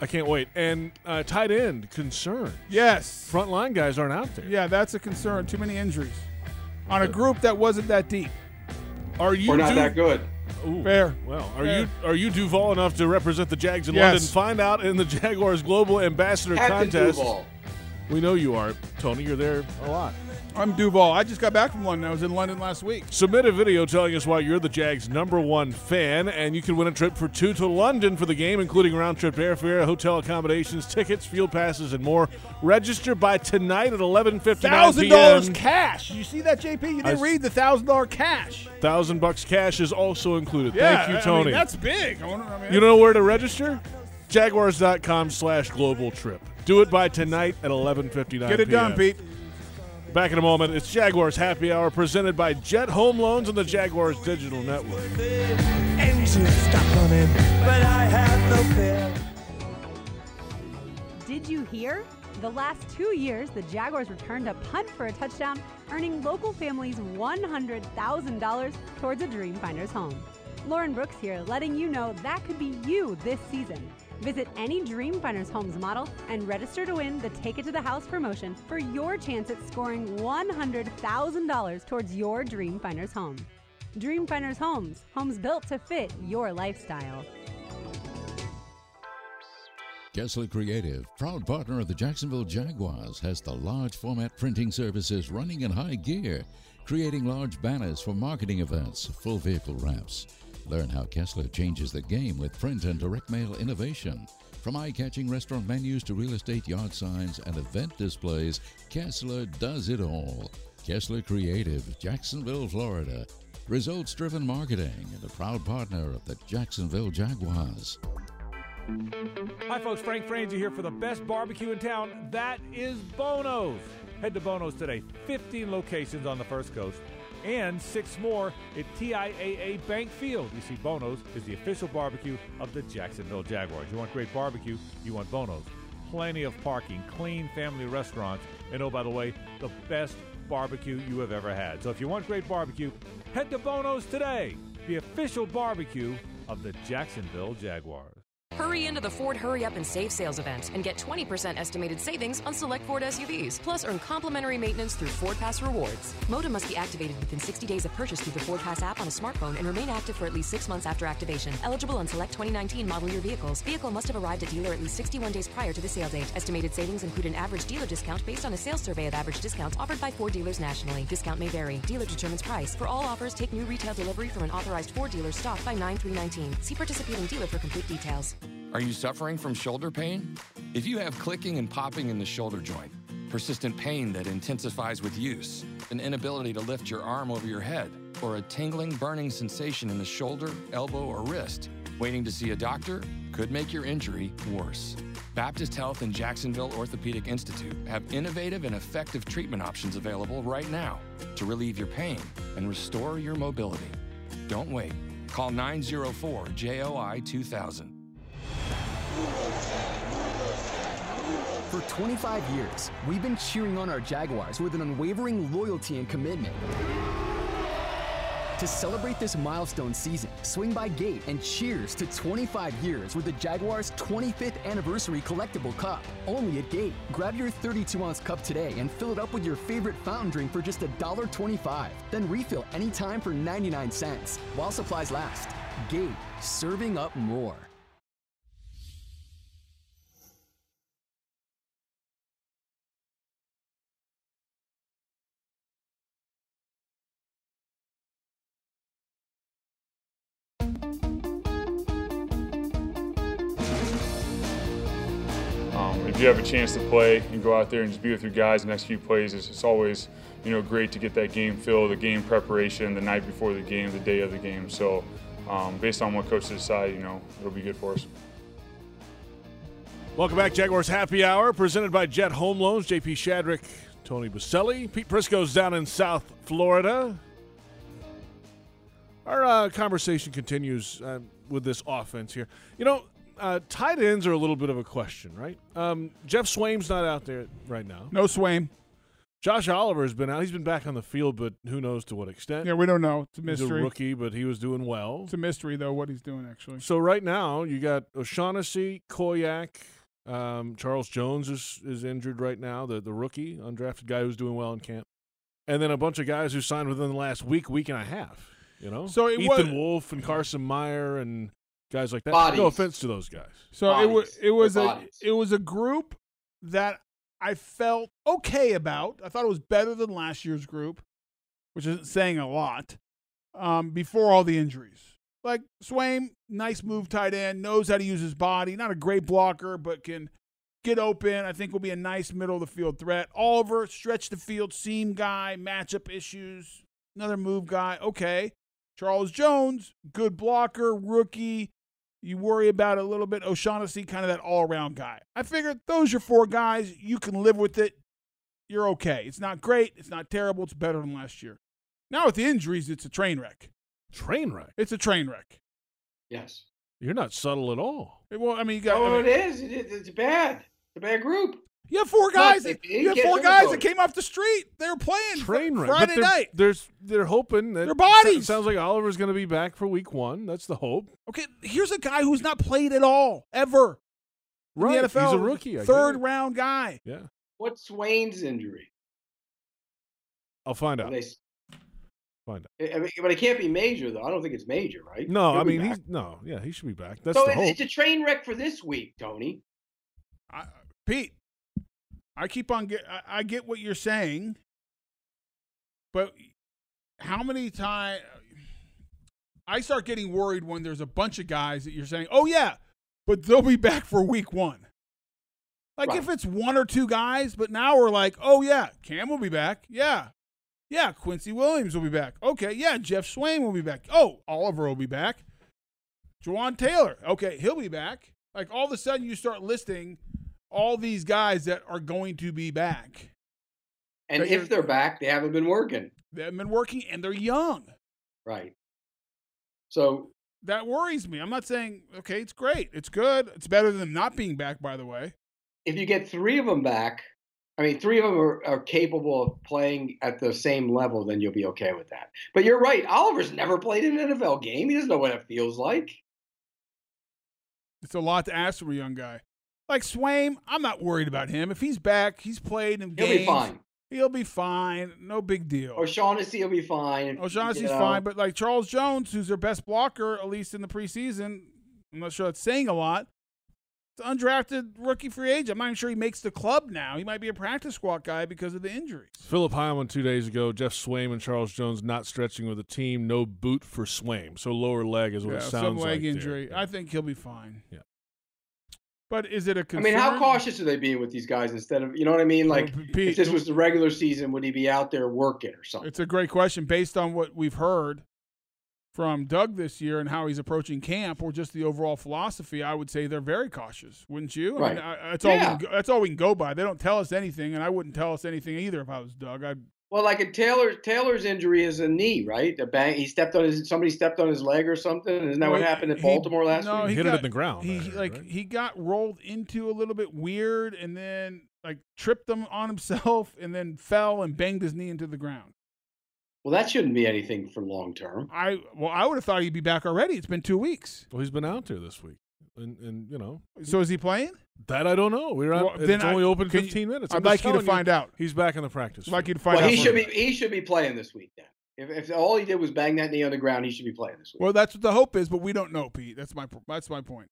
[SPEAKER 4] I can't wait. And uh, tight end concern.
[SPEAKER 5] Yes.
[SPEAKER 4] Front line guys aren't out there.
[SPEAKER 5] Yeah, that's a concern. Too many injuries on a group that wasn't that deep.
[SPEAKER 4] Are you
[SPEAKER 6] We're not
[SPEAKER 4] Du-
[SPEAKER 6] that good.
[SPEAKER 4] Ooh,
[SPEAKER 5] Fair.
[SPEAKER 4] Well, are
[SPEAKER 5] Fair.
[SPEAKER 4] you are you Duval enough to represent the Jags in
[SPEAKER 5] Yes.
[SPEAKER 4] London? Find out in the Jaguars Global Ambassador
[SPEAKER 5] Captain
[SPEAKER 4] Contest.
[SPEAKER 5] Duval.
[SPEAKER 4] We know you are, Tony. You're there a lot.
[SPEAKER 5] I'm Duval. I just got back from London. I was in London last week.
[SPEAKER 4] Submit a video telling us why you're the Jags' number one fan, and you can win a trip for two to London for the game, including round trip airfare, hotel accommodations, tickets, field passes, and more. Register by tonight at 11:59
[SPEAKER 5] Thousand dollars
[SPEAKER 4] p.m.
[SPEAKER 5] cash. You see that, JP? You
[SPEAKER 4] I
[SPEAKER 5] didn't
[SPEAKER 4] s-
[SPEAKER 5] read the thousand dollar cash.
[SPEAKER 4] Thousand bucks cash is also included.
[SPEAKER 5] Yeah,
[SPEAKER 4] Thank you,
[SPEAKER 5] I mean,
[SPEAKER 4] Tony.
[SPEAKER 5] that's big. I wonder- I mean,
[SPEAKER 4] You know where to register? Jaguars.com slash global trip. Do it by tonight at 11.59
[SPEAKER 5] Get it done,
[SPEAKER 4] PM. Back in a moment. It's Jaguars Happy Hour presented by Jet Home Loans and the Jaguars Digital Network.
[SPEAKER 3] And you stopped on him, but I had no fear.
[SPEAKER 9] Did you hear? The last two years, the Jaguars returned a punt for a touchdown, earning local families $100,000 towards a Dreamfinders home. Lauren Brooks here, letting you know that could be you this season. Visit any Dreamfinders Homes model and register to win the Take It to the House promotion for your chance at scoring $100,000 towards your Dreamfinders home. Dreamfinders Homes, homes built to fit your lifestyle.
[SPEAKER 17] Kessler Creative, proud partner of the Jacksonville Jaguars, has the large format printing services running in high gear, creating large banners for marketing events, full vehicle wraps. Learn how Kessler changes the game with print and direct mail innovation. From eye catching restaurant menus to real estate yard signs and event displays, Kessler does it all. Kessler Creative, Jacksonville, Florida. Results driven marketing and a proud partner of the Jacksonville Jaguars.
[SPEAKER 10] Hi, folks. Frank Franzi here for the best barbecue in town. That is Bono's. Head to Bono's today. 15 locations on the First Coast and six more at TIAA Bank Field. You see, Bono's is the official barbecue of the Jacksonville Jaguars. You want great barbecue, you want Bono's. Plenty of parking, clean family restaurants, and oh, by the way, the best barbecue you have ever had. So if you want great barbecue, head to Bono's today, the official barbecue of the Jacksonville Jaguars.
[SPEAKER 7] Hurry into the Ford Hurry Up and Save sales event and get 20% estimated savings on select Ford SUVs. Plus, earn complimentary maintenance through Ford Pass Rewards. Modem must be activated within 60 days of purchase through the Ford Pass app on a smartphone and remain active for at least six months after activation. Eligible on select 2019 model year vehicles. Vehicle must have arrived at dealer at least 61 days prior to the sale date. Estimated savings include an average dealer discount based on a sales survey of average discounts offered by Ford dealers nationally. Discount may vary. Dealer determines price. For all offers, take new retail delivery from an authorized Ford dealer stock by 9319. See participating dealer for complete details.
[SPEAKER 18] Are you suffering from shoulder pain? If you have clicking and popping in the shoulder joint, persistent pain that intensifies with use, an inability to lift your arm over your head, or a tingling, burning sensation in the shoulder, elbow, or wrist, waiting to see a doctor could make your injury worse. Baptist Health and Jacksonville Orthopedic Institute have innovative and effective treatment options available right now to relieve your pain and restore your mobility. Don't wait. Call 904 JOI 2000.
[SPEAKER 11] For 25 years, we've been cheering on our Jaguars with an unwavering loyalty and commitment. To celebrate this milestone season, swing by Gate and cheers to 25 years with the Jaguars' 25th anniversary collectible cup. Only at Gate. Grab your 32 ounce cup today and fill it up with your favorite fountain drink for just $1.25. Then refill anytime for 99 cents while supplies last. Gate, serving up more.
[SPEAKER 19] Um, if you have a chance to play and go out there and just be with your guys the next few plays, it's, it's always you know great to get that game feel, the game preparation, the night before the game, the day of the game. So um, based on what coaches decide, you know it'll be good for us.
[SPEAKER 4] Welcome back, Jaguars Happy Hour presented by Jet Home Loans. JP Shadrick, Tony Baselli. Pete Prisco's down in South Florida. Our uh, conversation continues uh, with this offense here. You know, uh, tight ends are a little bit of a question, right? Um, Jeff Swaim's not out there right now.
[SPEAKER 5] No Swaim.
[SPEAKER 4] Josh Oliver's been out. He's been back on the field, but who knows to what extent.
[SPEAKER 5] Yeah, we don't know. It's a
[SPEAKER 4] He's
[SPEAKER 5] mystery.
[SPEAKER 4] rookie, but he was doing well.
[SPEAKER 5] It's a mystery though what he's doing actually.
[SPEAKER 4] So right now you got O'Shaughnessy, Koyak, um, Charles Jones is is injured right now, the the rookie undrafted guy who's doing well in camp, and then a bunch of guys who signed within the last week, week and a half. You know,
[SPEAKER 5] So it
[SPEAKER 4] Ethan
[SPEAKER 5] was-
[SPEAKER 4] Wolf and Carson Meyer and guys like that.
[SPEAKER 5] Bodies.
[SPEAKER 4] No offense to those guys.
[SPEAKER 5] So it was
[SPEAKER 4] Bodies.
[SPEAKER 5] it was
[SPEAKER 4] They're
[SPEAKER 5] a
[SPEAKER 4] bodies.
[SPEAKER 5] it was a group that I felt okay about. I thought it was better than last year's group, which isn't saying a lot. Um, before all the injuries, like Swaim, nice move, tight end, knows how to use his body. Not a great blocker, but can get open. I think will be a nice middle of the field threat. Oliver, stretch the field, seam guy, matchup issues, another move guy. Okay, Charles Jones, good blocker, rookie. You worry about it a little bit. O'Shaughnessy, kind of that all around guy. I figured those are four guys. You can live with it. You're okay. It's not great. It's not terrible. It's better than last year. Now with the injuries, it's a train wreck.
[SPEAKER 4] Train wreck?
[SPEAKER 5] It's a train wreck.
[SPEAKER 6] Yes.
[SPEAKER 4] You're not subtle at all.
[SPEAKER 5] Well, I mean, you got.
[SPEAKER 6] Oh,
[SPEAKER 5] I mean-
[SPEAKER 6] it is. It is. It's bad. It's a bad group.
[SPEAKER 5] You have four
[SPEAKER 6] Look,
[SPEAKER 5] guys.
[SPEAKER 6] if he
[SPEAKER 5] you have
[SPEAKER 6] gets
[SPEAKER 5] four
[SPEAKER 6] rid of
[SPEAKER 5] guys
[SPEAKER 6] those-
[SPEAKER 5] that came off the street. They were playing fr-
[SPEAKER 4] Train wreck.
[SPEAKER 5] Friday
[SPEAKER 4] but they're,
[SPEAKER 5] night.
[SPEAKER 4] There's they're hoping that
[SPEAKER 5] Their bodies!
[SPEAKER 4] it sounds like Oliver's going to be back for week one. That's the hope.
[SPEAKER 5] Okay, here's a guy who's not played at all ever. in the
[SPEAKER 4] Right, he's
[SPEAKER 5] NFL.
[SPEAKER 4] a rookie, I get
[SPEAKER 5] third
[SPEAKER 4] it.
[SPEAKER 5] round guy.
[SPEAKER 4] Yeah,
[SPEAKER 6] What's Swain's injury?
[SPEAKER 4] I'll find out.
[SPEAKER 6] They,
[SPEAKER 4] Find out.
[SPEAKER 6] I mean, but it can't be major, though. I don't think it's major, right?
[SPEAKER 4] No,
[SPEAKER 6] He'll
[SPEAKER 4] I
[SPEAKER 6] be
[SPEAKER 4] mean
[SPEAKER 6] back.
[SPEAKER 4] he's no. Yeah, he should be back. That's
[SPEAKER 6] so
[SPEAKER 4] the
[SPEAKER 6] it's,
[SPEAKER 4] hope.
[SPEAKER 6] it's a train wreck for this week, Tony.
[SPEAKER 5] Pete, I keep on get. I, I get what you're saying, but how many times I start getting worried when there's a bunch of guys that you're saying, "Oh yeah, but they'll be back for week one." Like if it's one or two guys, but now we're like, "Oh yeah, Cam will be back. Yeah, yeah, Quincy Williams will be back. Okay, yeah, Jeff Swain will be back. Oh, Oliver will be back. Juwan Taylor. Okay, he'll be back. Like all of a sudden, you start listing all these guys that are going to be back.
[SPEAKER 6] And
[SPEAKER 5] But you're-
[SPEAKER 6] if they're back, they haven't been working.
[SPEAKER 5] They haven't been working, and they're young.
[SPEAKER 6] Right. So
[SPEAKER 5] that worries me. I'm not saying okay, it's great, it's good, it's better than not being back. By the way,
[SPEAKER 6] if you get three of them back, I mean, three of them are, are capable of playing at the same level, then you'll be okay with that. But you're right. Oliver's never played an NFL game. He doesn't know what it feels like.
[SPEAKER 5] it's a lot to ask for a young guy. Like Swaim, I'm not worried about him. If he's back, he's played in
[SPEAKER 6] He'll be
[SPEAKER 5] games.
[SPEAKER 6] fine.
[SPEAKER 5] He'll be fine. No big deal.
[SPEAKER 6] O'Shaughnessy will be fine.
[SPEAKER 5] O'Shaughnessy's
[SPEAKER 6] you know.
[SPEAKER 5] fine, but like Charles Jones, who's their best blocker, at least in the preseason, I'm not sure that's saying a lot. It's an undrafted rookie free agent. I'm not even sure he makes the club now. He might be a practice squad guy because of the injury.
[SPEAKER 4] Philip Hyman two days ago, Jeff Swaim and Charles Jones not stretching with the team, no boot for Swaim. So lower leg is what it sounds
[SPEAKER 5] some
[SPEAKER 4] like.
[SPEAKER 5] leg
[SPEAKER 4] there.
[SPEAKER 5] injury. I think he'll be fine.
[SPEAKER 4] Yeah.
[SPEAKER 5] But is it a
[SPEAKER 6] I
[SPEAKER 5] concern?
[SPEAKER 6] mean, how cautious are they being with these guys instead of, you know what I mean? Like,
[SPEAKER 5] Pete,
[SPEAKER 6] if this was the regular season, would he be out there working or something?
[SPEAKER 5] It's a great question based on what we've heard from Doug this year and how he's approaching camp or just the overall philosophy. I would say they're very cautious, wouldn't you? I
[SPEAKER 6] Right.
[SPEAKER 5] mean, I, that's all. we
[SPEAKER 6] Yeah.
[SPEAKER 5] can go, that's all we can go by. They don't tell us anything, and I wouldn't tell us anything either if I was Doug. I'd
[SPEAKER 6] Well, like a Taylor Taylor's injury is a knee, right? A bang. He stepped on his somebody stepped on his leg or something. Isn't that
[SPEAKER 5] Well,
[SPEAKER 6] what happened in
[SPEAKER 5] he-
[SPEAKER 6] Baltimore last
[SPEAKER 5] no,
[SPEAKER 6] week?
[SPEAKER 5] he Hit it got- in the
[SPEAKER 4] ground.
[SPEAKER 5] he he- like he got rolled into a little bit weird, and then like tripped him on himself, and then fell and banged his knee into the ground.
[SPEAKER 6] Well, that shouldn't be anything for long term.
[SPEAKER 5] I well, I would have thought he'd be back already. It's been two weeks.
[SPEAKER 4] Well, he's been out there this week, and and you know.
[SPEAKER 5] So is he playing?
[SPEAKER 4] That I don't know. We're
[SPEAKER 5] Well,
[SPEAKER 4] not.
[SPEAKER 5] then
[SPEAKER 4] it's
[SPEAKER 5] I-
[SPEAKER 4] only open
[SPEAKER 5] can you-
[SPEAKER 4] fifteen minutes.
[SPEAKER 5] I'd
[SPEAKER 4] I'm just
[SPEAKER 5] like you to
[SPEAKER 4] telling
[SPEAKER 5] find out.
[SPEAKER 4] He's back in the practice.
[SPEAKER 5] I'd like you to find
[SPEAKER 6] Well,
[SPEAKER 5] out.
[SPEAKER 6] he
[SPEAKER 5] for
[SPEAKER 6] should
[SPEAKER 5] me.
[SPEAKER 6] be he should be playing this week then. If, if all he did was bang that knee on the ground, he should be playing this week.
[SPEAKER 5] Well, that's what the hope is, but we don't know, Pete. That's my that's my point.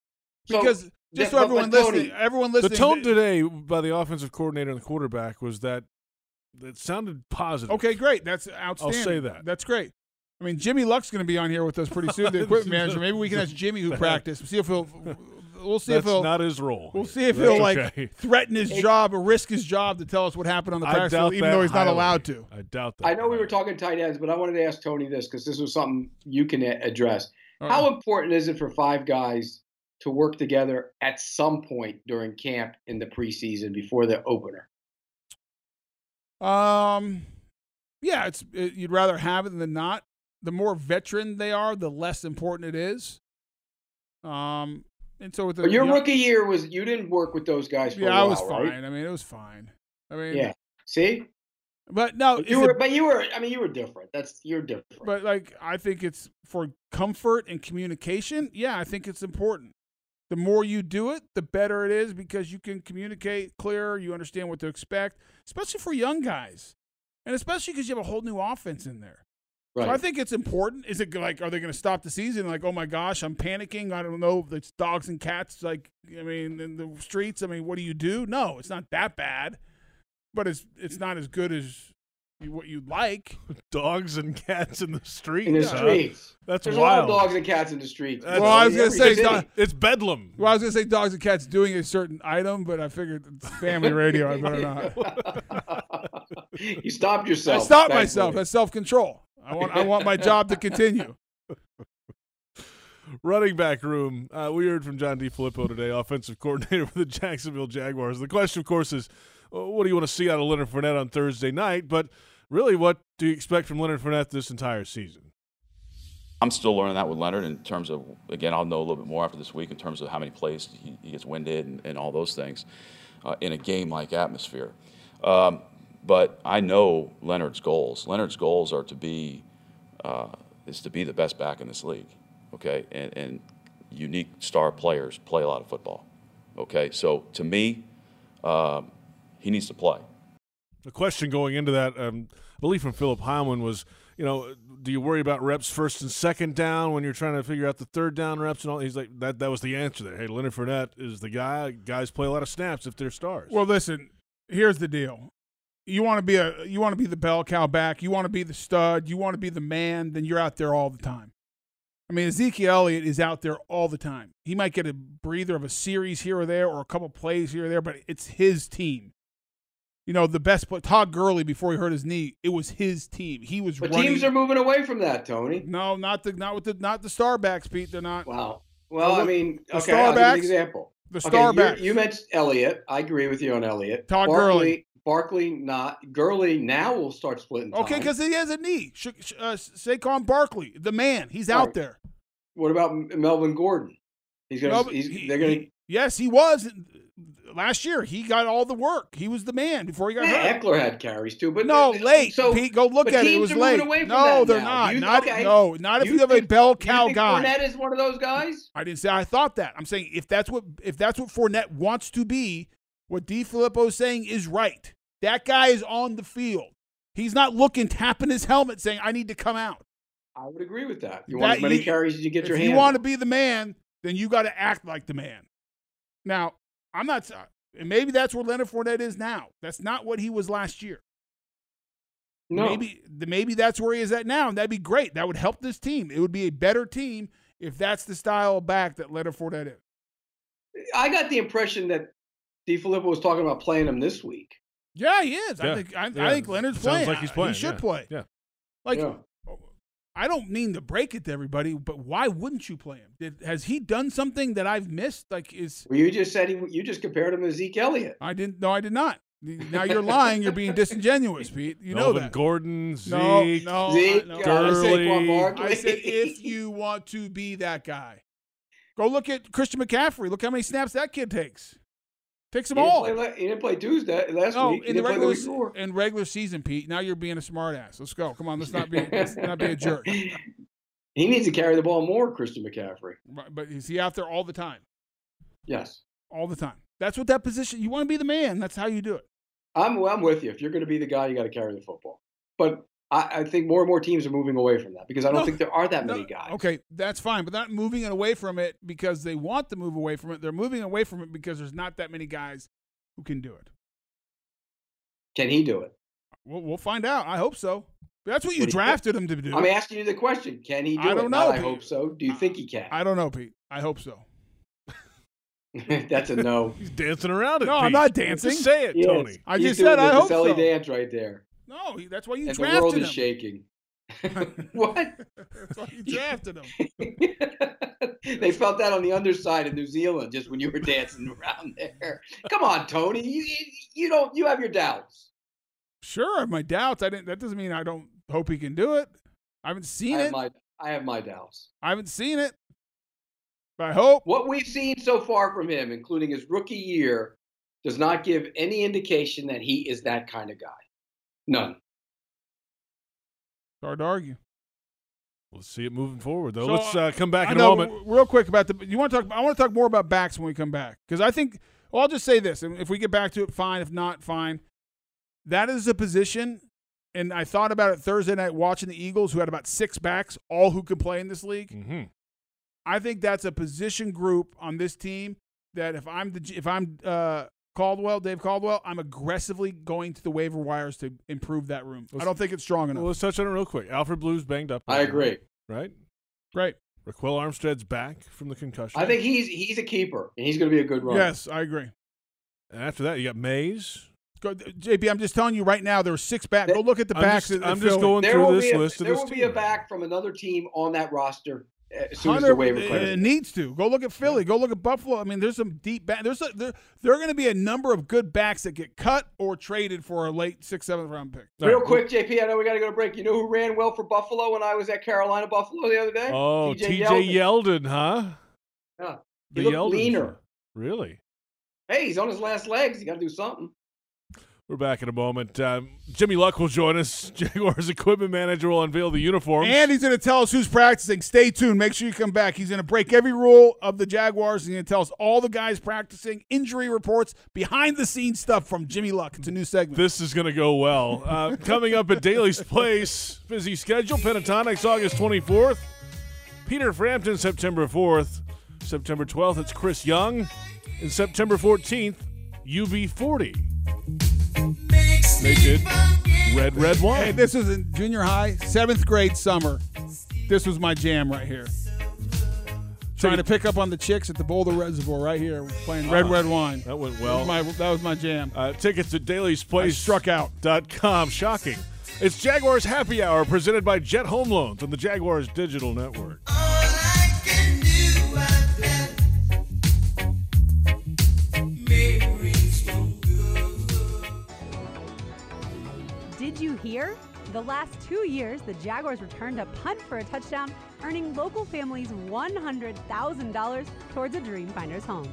[SPEAKER 6] So,
[SPEAKER 5] Because
[SPEAKER 6] yeah,
[SPEAKER 5] just so
[SPEAKER 6] but-
[SPEAKER 5] everyone
[SPEAKER 6] but Tony-
[SPEAKER 5] listening, everyone
[SPEAKER 4] The
[SPEAKER 5] listening,
[SPEAKER 4] tone today by the offensive coordinator and the quarterback was that that sounded positive.
[SPEAKER 5] okay, great. That's outstanding.
[SPEAKER 4] say that.
[SPEAKER 5] That's great. I mean, Jimmy Luck's going to be on here with us pretty soon. The equipment manager. Maybe we can ask Jimmy who practiced. See if he'll. We'll see if
[SPEAKER 4] That's
[SPEAKER 5] he'll.
[SPEAKER 4] not his role.
[SPEAKER 5] We'll see if
[SPEAKER 4] That's
[SPEAKER 5] he'll like
[SPEAKER 4] okay.
[SPEAKER 5] threaten his
[SPEAKER 6] It-
[SPEAKER 5] job or risk his job to tell us what happened on the
[SPEAKER 4] I
[SPEAKER 5] practice
[SPEAKER 4] doubt
[SPEAKER 5] field, even
[SPEAKER 4] that
[SPEAKER 5] though he's not
[SPEAKER 4] highly.
[SPEAKER 5] allowed to.
[SPEAKER 4] I doubt that.
[SPEAKER 6] I know we were talking tight ends, but I wanted to ask Tony this because this was something you can a- address.
[SPEAKER 5] Uh-oh.
[SPEAKER 6] How important is it for five guys to work together at some point during camp in the preseason before the opener?
[SPEAKER 5] Um, yeah, it's it, you'd rather have it than not. The more veteran they are, the less important it is. Um, and so with the
[SPEAKER 6] But your
[SPEAKER 5] you know-
[SPEAKER 6] rookie year was you didn't work with those guys for a
[SPEAKER 5] yeah,
[SPEAKER 6] while,
[SPEAKER 5] I was fine.
[SPEAKER 6] right?
[SPEAKER 5] I mean, it was fine. I mean,
[SPEAKER 6] Yeah. See,
[SPEAKER 5] but no,
[SPEAKER 6] you
[SPEAKER 5] is it-
[SPEAKER 6] were, but you were. I mean, you were different. That's you're different.
[SPEAKER 5] But like, I think it's for comfort and communication. Yeah, I think it's important. The more you do it, the better it is because you can communicate clearer. You understand what to expect, especially for young guys, and especially because you have a whole new offense in there. So I
[SPEAKER 6] Right.
[SPEAKER 5] think it's important. Is it like, are they going to stop the season? Like, oh my gosh, I'm panicking. I don't know. It's dogs and cats. Like, I mean, in the streets. I mean, what do you do? No, it's not that bad, but it's it's not as good as you, what you'd like.
[SPEAKER 4] Dogs and cats in the streets.
[SPEAKER 6] In the
[SPEAKER 4] huh?
[SPEAKER 6] streets.
[SPEAKER 4] That's
[SPEAKER 6] There's
[SPEAKER 4] wild.
[SPEAKER 6] a lot of dogs and cats in the streets.
[SPEAKER 4] That's-
[SPEAKER 5] well, I was gonna
[SPEAKER 6] every
[SPEAKER 5] say
[SPEAKER 6] city.
[SPEAKER 5] dog-
[SPEAKER 4] it's bedlam.
[SPEAKER 5] Well, I was gonna say dogs and cats doing a certain item, but I figured it's family radio. I better not.
[SPEAKER 6] you stopped yourself.
[SPEAKER 5] I stopped
[SPEAKER 6] thankfully.
[SPEAKER 5] myself. That's self control. I want. I want my job to continue.
[SPEAKER 4] Running back room. Uh, we heard from John D. Filippo today, offensive coordinator for the Jacksonville Jaguars. The question, of course, is uh, what do you want to see out of Leonard Fournette on Thursday night? But really, what do you expect from Leonard Fournette this entire season?
[SPEAKER 8] I'm still learning that with Leonard in terms of, again, I'll know a little bit more after this week in terms of how many plays he, he gets winded and, and all those things uh, in a game like atmosphere. Um, but I know Leonard's goals. Leonard's goals are to be uh, is to be the best back in this league. Okay, and, and unique star players play a lot of football. Okay, so to me, um, he needs to play.
[SPEAKER 4] The question going into that, um, I believe from Philip Heilman was, you know, do you worry about reps first and second down when you're trying to figure out the third down reps and all? He's like, that that was the answer there. Hey, Leonard Fournette is the guy. Guys play a lot of snaps if they're stars.
[SPEAKER 5] Well, listen. Here's the deal. You want to be a. You want to be the bell cow back. You want to be the stud. You want to be the man. Then you're out there all the time. I mean, Ezekiel Elliott is out there all the time. He might get a breather of a series here or there, or a couple plays here or there, but it's his team. You know, the best. But Todd Gurley, before he hurt his knee, it was his team. He was.
[SPEAKER 6] But
[SPEAKER 5] running.
[SPEAKER 6] teams are moving away from that, Tony.
[SPEAKER 5] No, not the not with the not the star backs, Pete. They're not.
[SPEAKER 6] Wow. Well, I mean,
[SPEAKER 5] the
[SPEAKER 6] okay, I'll
[SPEAKER 5] star
[SPEAKER 6] give you an
[SPEAKER 5] backs.
[SPEAKER 6] example.
[SPEAKER 5] The
[SPEAKER 6] Okay,
[SPEAKER 5] star
[SPEAKER 6] you-
[SPEAKER 5] backs.
[SPEAKER 6] You mentioned Elliott. I agree with you on Elliott.
[SPEAKER 5] Todd Gurley.
[SPEAKER 6] Barkley, not Gurley. Now will start splitting.
[SPEAKER 5] Okay,
[SPEAKER 6] time.
[SPEAKER 5] because he has a knee. Sha- Sha- uh, Saquon Barkley, the man, he's out
[SPEAKER 6] Right.
[SPEAKER 5] there.
[SPEAKER 6] what about M- Melvin Gordon? He's gonna.
[SPEAKER 5] Melvin-
[SPEAKER 6] he's, they're gonna.
[SPEAKER 5] Yes, he was last year. He got all the work. He was the man before he got
[SPEAKER 6] yeah,
[SPEAKER 5] hurt.
[SPEAKER 6] Eckler had carries too, but
[SPEAKER 5] no, late.
[SPEAKER 6] So
[SPEAKER 5] Pete, go look
[SPEAKER 6] but
[SPEAKER 5] at it. It
[SPEAKER 6] teams
[SPEAKER 5] was
[SPEAKER 6] are moving
[SPEAKER 5] late.
[SPEAKER 6] away from
[SPEAKER 5] no,
[SPEAKER 6] that
[SPEAKER 5] they're
[SPEAKER 6] now.
[SPEAKER 5] not.
[SPEAKER 6] You-
[SPEAKER 5] not
[SPEAKER 6] okay.
[SPEAKER 5] no, not if you, have a bell cow
[SPEAKER 6] think
[SPEAKER 5] guy.
[SPEAKER 6] Fournette is one of those guys.
[SPEAKER 5] I didn't say I thought that. I'm saying if that's what if that's what Fournette wants to be, what D. Filippo's saying is right. That guy is on the field. He's not looking, tapping his helmet, saying, "I need to come out."
[SPEAKER 6] I would agree with that. You
[SPEAKER 5] That
[SPEAKER 6] want as many
[SPEAKER 5] you-
[SPEAKER 6] carries as you get
[SPEAKER 5] if
[SPEAKER 6] your
[SPEAKER 5] you
[SPEAKER 6] hands.
[SPEAKER 5] want to be the man, then you got to act like the man. Now, I'm not, s- and maybe that's where Leonard Fournette is now. That's not what he was last year.
[SPEAKER 6] No.
[SPEAKER 5] Maybe, th- maybe that's where he is at now, and that'd be great. That would help this team. It would be a better team if that's the style of back that Leonard Fournette is.
[SPEAKER 6] I got the impression that DiFilippo was talking about playing him this week.
[SPEAKER 5] Yeah, he is. I
[SPEAKER 6] Yeah.
[SPEAKER 5] think I,
[SPEAKER 6] Yeah.
[SPEAKER 5] I think Leonard's
[SPEAKER 6] Sounds
[SPEAKER 5] playing.
[SPEAKER 6] like he's playing,
[SPEAKER 5] He should
[SPEAKER 6] yeah.
[SPEAKER 5] play.
[SPEAKER 4] Yeah.
[SPEAKER 5] Like
[SPEAKER 6] Yeah.
[SPEAKER 5] I don't mean to break it to everybody, but why wouldn't you play him? Did, has he done something that I've missed? Like is
[SPEAKER 6] Well, you just said he, you just compared him to Zeke Elliott.
[SPEAKER 5] I didn't. No, I did not. Now you're lying. You're being disingenuous, Pete. You know
[SPEAKER 4] Melvin
[SPEAKER 5] that.
[SPEAKER 4] Gordon, Zeke,
[SPEAKER 5] no, no, I-
[SPEAKER 4] Zeke,
[SPEAKER 5] no.
[SPEAKER 4] Gurley.
[SPEAKER 5] I said if you want to be that guy, go look at Christian McCaffrey. Look how many snaps that kid takes. Takes
[SPEAKER 6] He
[SPEAKER 5] them
[SPEAKER 6] didn't,
[SPEAKER 5] all.
[SPEAKER 6] play, la- he didn't play Tuesday last
[SPEAKER 5] no,
[SPEAKER 6] week. He
[SPEAKER 5] in the
[SPEAKER 6] didn't play
[SPEAKER 5] regular
[SPEAKER 6] week
[SPEAKER 5] se-
[SPEAKER 6] before.
[SPEAKER 5] in regular season, Pete. Now you're being a smart ass. Let's go. Come on. Let's not be. let's not be a jerk.
[SPEAKER 6] He needs to carry the ball more, Christian McCaffrey.
[SPEAKER 5] But but is he out there all the time?
[SPEAKER 6] Yes,
[SPEAKER 5] All the time. That's what that position. You want to be the man. That's how you do it.
[SPEAKER 6] I'm. I'm with you. If you're going to be the guy, you got to carry the football. But I, I think more and more teams are moving away from that because I don't
[SPEAKER 5] No,
[SPEAKER 6] think there are that many
[SPEAKER 5] no,
[SPEAKER 6] guys.
[SPEAKER 5] Okay, that's fine, but they're not moving it away from it because they want to move away from it. They're moving away from it because there's not that many guys who can do it.
[SPEAKER 6] Can he do it?
[SPEAKER 5] We'll, we'll find out. I hope so. That's what you
[SPEAKER 6] But he-
[SPEAKER 5] drafted him to do.
[SPEAKER 6] I'm asking you the question. Can he do
[SPEAKER 5] I
[SPEAKER 6] it?
[SPEAKER 5] don't
[SPEAKER 6] Not
[SPEAKER 5] know,
[SPEAKER 6] I
[SPEAKER 5] Pete.
[SPEAKER 6] hope so. Do you think he can?
[SPEAKER 5] I don't know, Pete. I hope so.
[SPEAKER 6] That's a no.
[SPEAKER 4] He's dancing around it.
[SPEAKER 5] No, I'm
[SPEAKER 4] Pete.
[SPEAKER 5] not dancing.
[SPEAKER 4] Just say it,
[SPEAKER 6] Yes.
[SPEAKER 4] Tony.
[SPEAKER 5] I
[SPEAKER 6] He's
[SPEAKER 5] just
[SPEAKER 6] doing
[SPEAKER 5] said I
[SPEAKER 6] the
[SPEAKER 5] hope
[SPEAKER 6] Decelli
[SPEAKER 5] so.
[SPEAKER 6] dance right there.
[SPEAKER 5] No, he- that's why you
[SPEAKER 6] and the world
[SPEAKER 5] drafted
[SPEAKER 6] is
[SPEAKER 5] him.
[SPEAKER 6] shaking.
[SPEAKER 5] That's why you drafted him.
[SPEAKER 6] They felt that on the underside of New Zealand just when you were dancing around there. Come on, Tony. You, you- you don't. You have your doubts.
[SPEAKER 5] Sure, I have my doubts. I didn't. That doesn't mean I don't hope he can do it. I haven't seen
[SPEAKER 6] I
[SPEAKER 5] it.
[SPEAKER 6] have my I have my doubts.
[SPEAKER 5] I haven't seen it. But I hope
[SPEAKER 6] what we've seen so far from him, including his rookie year, does not give any indication that he is that kind of guy. None.
[SPEAKER 5] Hard to argue.
[SPEAKER 4] Let's see it moving forward, though.
[SPEAKER 5] So,
[SPEAKER 4] Let's uh, come back
[SPEAKER 5] I
[SPEAKER 4] in a
[SPEAKER 5] know,
[SPEAKER 4] moment.
[SPEAKER 5] w- Real quick about the you want to talk. I want to talk more about backs when we come back because I think. Well, I'll just say this, and if we get back to it, fine. If not, fine. That is a position, and I thought about it Thursday night watching the Eagles, who had about six backs, all who could play in this league.
[SPEAKER 4] Mm-hmm.
[SPEAKER 5] I think that's a position group on this team that if I'm the G- if I'm uh, Caldwell, Dave Caldwell, I'm aggressively going to the waiver wires to improve that room. I don't think it's strong enough.
[SPEAKER 4] Well, let's touch on it real quick. Alfred Blue's banged up.
[SPEAKER 6] I agree.
[SPEAKER 4] Right?
[SPEAKER 5] Right.
[SPEAKER 4] Raquel Armstead's back from the concussion.
[SPEAKER 6] I think he's he's a keeper, and he's going to be a good runner.
[SPEAKER 5] Yes, I agree.
[SPEAKER 4] And after that, you got Mays.
[SPEAKER 5] Go, uh, JP, I'm just telling you right now, there were six back. Go look at the
[SPEAKER 4] I'm
[SPEAKER 5] backs.
[SPEAKER 4] just-
[SPEAKER 5] in- in
[SPEAKER 4] I'm just
[SPEAKER 5] Philly.
[SPEAKER 4] going
[SPEAKER 6] There will be a, there will be a back from another team on that roster eh, as soon as the
[SPEAKER 5] Hunter,
[SPEAKER 6] waiver
[SPEAKER 5] it-
[SPEAKER 6] clears.
[SPEAKER 5] It needs to go look at Philly. Go look at Buffalo. I mean, there's some deep back. There's a, there, there are going to be a number of good backs that get cut or traded for a late sixth, seventh round pick.
[SPEAKER 6] Real quick, JP, I know we got to go to break. You know who ran well for Buffalo when I was at Carolina Buffalo the other day?
[SPEAKER 4] Oh, TJ Yeldon, huh?
[SPEAKER 6] Yeah. He
[SPEAKER 4] The
[SPEAKER 6] looked
[SPEAKER 4] Yeldon.
[SPEAKER 6] leaner.
[SPEAKER 4] Really?
[SPEAKER 6] Hey, he's on his last legs. You got to do something.
[SPEAKER 4] We're back in a moment. Um, Jimmy Luck will join us. Jaguars equipment manager will unveil the uniforms.
[SPEAKER 5] And he's going to tell us who's practicing. Stay tuned. Make sure you come back. He's going to break every rule of the Jaguars. He's going to tell us all the guys practicing, injury reports, behind the scenes stuff from Jimmy Luck. It's a new segment.
[SPEAKER 4] This is going to go well. Uh, coming up at Daly's Place, busy schedule. Pentatonics August 24th. Peter Frampton September 4th. September 12th, it's Chris Young. And September 14th, UB40. They did Red Red Wine.
[SPEAKER 5] Hey, this was in junior high, seventh grade summer. This was my jam right here. Trying to pick up on the chicks at the Boulder Reservoir right here, playing Red
[SPEAKER 4] Ah,
[SPEAKER 5] Red Wine.
[SPEAKER 4] That went
[SPEAKER 5] That
[SPEAKER 4] well.
[SPEAKER 5] was my, that was my jam.
[SPEAKER 4] Uh, tickets at Daly's Place. Struck out.com. Shocking. It's Jaguars Happy Hour presented by Jet Home Loans on the Jaguars Digital Network.
[SPEAKER 9] Did you hear? The last two years, the Jaguars returned a punt for a touchdown, earning local families $100,000 towards a Dreamfinders home.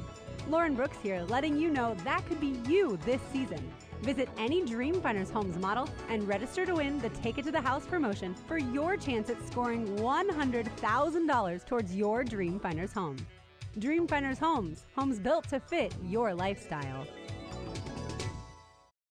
[SPEAKER 9] Lauren Brooks here, letting you know that could be you this season. Visit any Dreamfinders Homes model and register to win the Take It to the House promotion for your chance at scoring $100,000 towards your Dreamfinders home. Dreamfinders Homes, homes built to fit your lifestyle.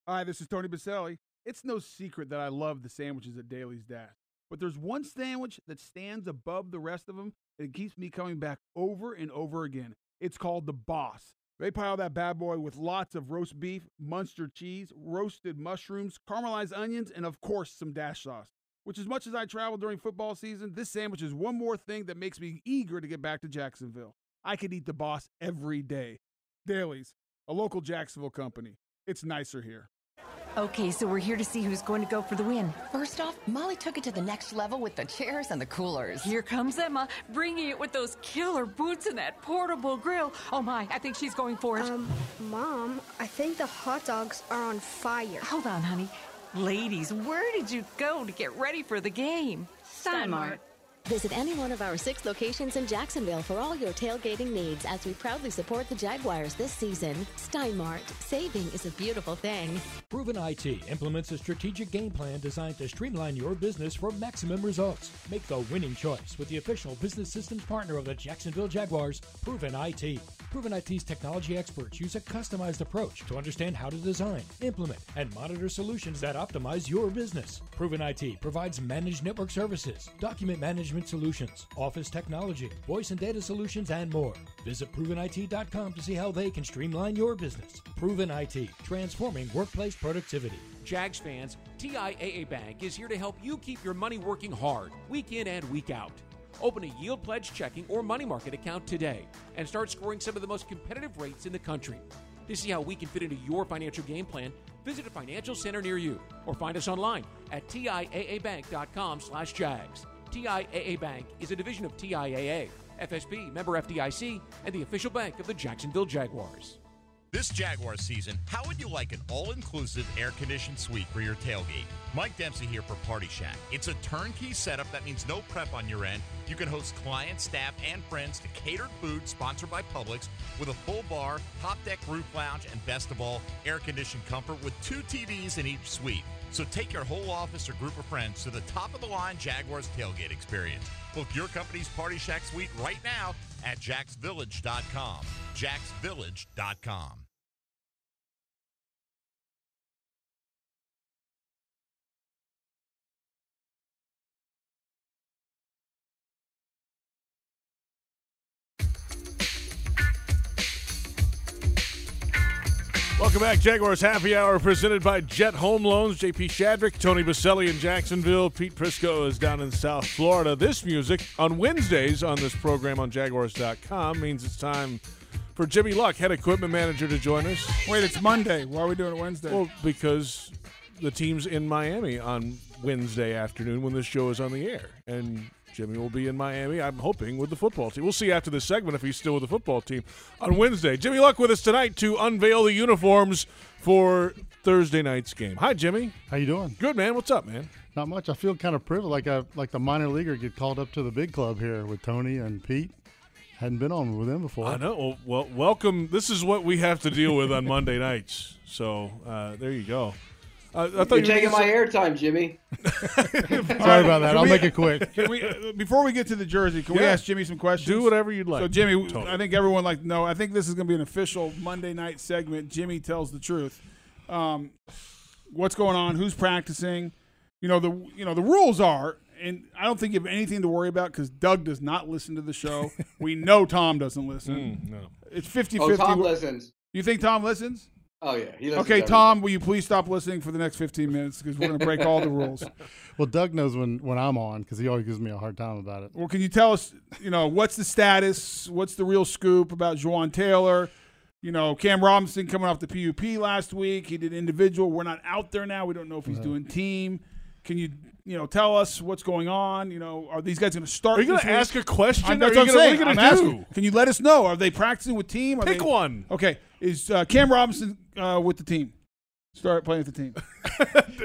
[SPEAKER 5] Hi, this is Tony Baselli. It's no secret that I love the sandwiches at Daly's Dash, but there's one sandwich that stands above the rest of them and it keeps me coming back over and over again. It's called the Boss. They pile that bad boy with lots of roast beef, Munster cheese, roasted mushrooms, caramelized onions, and of course, some Dash sauce. Which, as much as I travel during football season, this sandwich is one more thing that makes me eager to get back to Jacksonville. I could eat the Boss every day. Daly's, a local Jacksonville company. It's nicer here.
[SPEAKER 20] Okay, so we're here to see who's going to go for the win. First off, Molly took it to the next level with the chairs and the coolers.
[SPEAKER 21] Here comes Emma, bringing it with those killer boots and that portable grill. Oh my, I think she's going for it.
[SPEAKER 22] Um, Mom, I think the hot dogs are on fire.
[SPEAKER 20] Hold on, honey.
[SPEAKER 21] Ladies, where did you go to get ready for the game? Steinmart.
[SPEAKER 23] Visit any one of our six locations in Jacksonville for all your tailgating needs as we proudly support the Jaguars this season. Steinmart, saving is a beautiful thing.
[SPEAKER 3] Proven IT implements a strategic game plan designed to streamline your business for maximum results. Make the winning choice with the official business systems partner of the Jacksonville Jaguars, Proven IT. Proven IT's technology experts use a customized approach to understand how to design, implement, and monitor solutions that optimize your business. Proven IT provides managed network services, document management solutions, office technology, voice and data solutions, and more. Visit provenit.com to see how they can streamline your business. Proven IT, transforming workplace productivity.
[SPEAKER 24] Jags fans, TIAA Bank is here to help you keep your money working hard, week in and week out. Open a yield pledge checking or money market account today and start scoring some of the most competitive rates in the country. To see how we can fit into your financial game plan, visit a financial center near you or find us online at tiaabank.com slash jags. TIAA Bank is a division of TIAA, FSB, member FDIC, and the official bank of the Jacksonville Jaguars.
[SPEAKER 1] This Jaguar season, how would you like an all inclusive air conditioned suite for your tailgate? Mike Dempsey here for Party Shack. It's a turnkey setup that means no prep on your end. You can host clients, staff, and friends to catered food sponsored by Publix with a full bar, top deck roof lounge, and best of all, air conditioned comfort with two TVs in each suite. So take your whole office or group of friends to the top of the line Jaguars tailgate experience. Book your company's Party Shack suite right now at jacksvillage.com. jacksvillage.com.
[SPEAKER 4] Welcome back, Jaguars Happy Hour, presented by Jet Home Loans. JP Shadrick, Tony Baselli in Jacksonville, Pete Prisco is down in South Florida. This music on Wednesdays on this program on Jaguars.com means it's time for Jimmy Luck, head equipment manager, to join us.
[SPEAKER 5] Wait, it's Monday. Why are we doing it Wednesday?
[SPEAKER 4] Well, because the team's in Miami on Wednesday afternoon when this show is on the air, and Jimmy will be in Miami. I'm hoping with the football team. We'll see after this segment if he's still with the football team on Wednesday. Jimmy Luck with us tonight to unveil the uniforms for Thursday night's game. Hi, Jimmy.
[SPEAKER 2] How you doing?
[SPEAKER 4] Good man. What's up, man?
[SPEAKER 2] Not much. I feel kind of privileged, like I like the minor leaguer get called up to the big club here with Tony and Pete. Hadn't been on with them before.
[SPEAKER 4] I know. Well, well, welcome. This is what we have to deal with on Monday nights. So uh, there you go. Uh, I thought
[SPEAKER 6] You're
[SPEAKER 4] you were
[SPEAKER 6] taking
[SPEAKER 4] gonna
[SPEAKER 6] my
[SPEAKER 4] say-
[SPEAKER 6] airtime, Jimmy.
[SPEAKER 2] Sorry about that.
[SPEAKER 5] Can
[SPEAKER 2] I'll
[SPEAKER 5] we-
[SPEAKER 2] make it quick.
[SPEAKER 5] Can we, uh, before we get to the jersey, can we
[SPEAKER 4] Yeah.
[SPEAKER 5] ask Jimmy some questions?
[SPEAKER 4] Do whatever you'd like.
[SPEAKER 5] So, Jimmy, w-
[SPEAKER 4] Totally.
[SPEAKER 5] I think everyone like to know. I think this is going to be an official Monday night segment. Jimmy tells the truth. Um, what's going on? Who's practicing? You know the you know the rules are, and I don't think you have anything to worry about because Doug does not listen to the show. we know Tom doesn't listen.
[SPEAKER 2] Mm,
[SPEAKER 4] no,
[SPEAKER 5] it's 50-50.
[SPEAKER 6] Oh, Tom listens.
[SPEAKER 5] You think Tom listens?
[SPEAKER 6] Oh yeah, he listens. to
[SPEAKER 5] Okay,
[SPEAKER 6] everything.
[SPEAKER 5] Tom, will you please stop listening for the next 15 minutes because we're going to break all the rules.
[SPEAKER 2] Well, Doug knows when, when I'm on because he always gives me a hard time about it.
[SPEAKER 5] Well, can you tell us, you know, what's the status? What's the real scoop about Juwan Taylor? You know, Cam Robinson coming off the PUP last week. He did individual. We're not out there now. We don't know if he's
[SPEAKER 2] Right.
[SPEAKER 5] doing team. Can you, you know, tell us what's going on? You know, are these guys going to start?
[SPEAKER 4] Are you
[SPEAKER 5] going
[SPEAKER 4] gonna
[SPEAKER 5] to
[SPEAKER 4] ask a question?
[SPEAKER 5] I'm, that's
[SPEAKER 4] Are you
[SPEAKER 5] what I'm
[SPEAKER 4] gonna- what are
[SPEAKER 5] saying.
[SPEAKER 4] you gonna
[SPEAKER 5] I'm
[SPEAKER 4] do?
[SPEAKER 5] asking. Can you let us know? Are they practicing with team? Are
[SPEAKER 4] Pick
[SPEAKER 5] they-
[SPEAKER 4] one.
[SPEAKER 5] Okay. Is uh, Cam Robinson uh, with the team? Start playing with the team.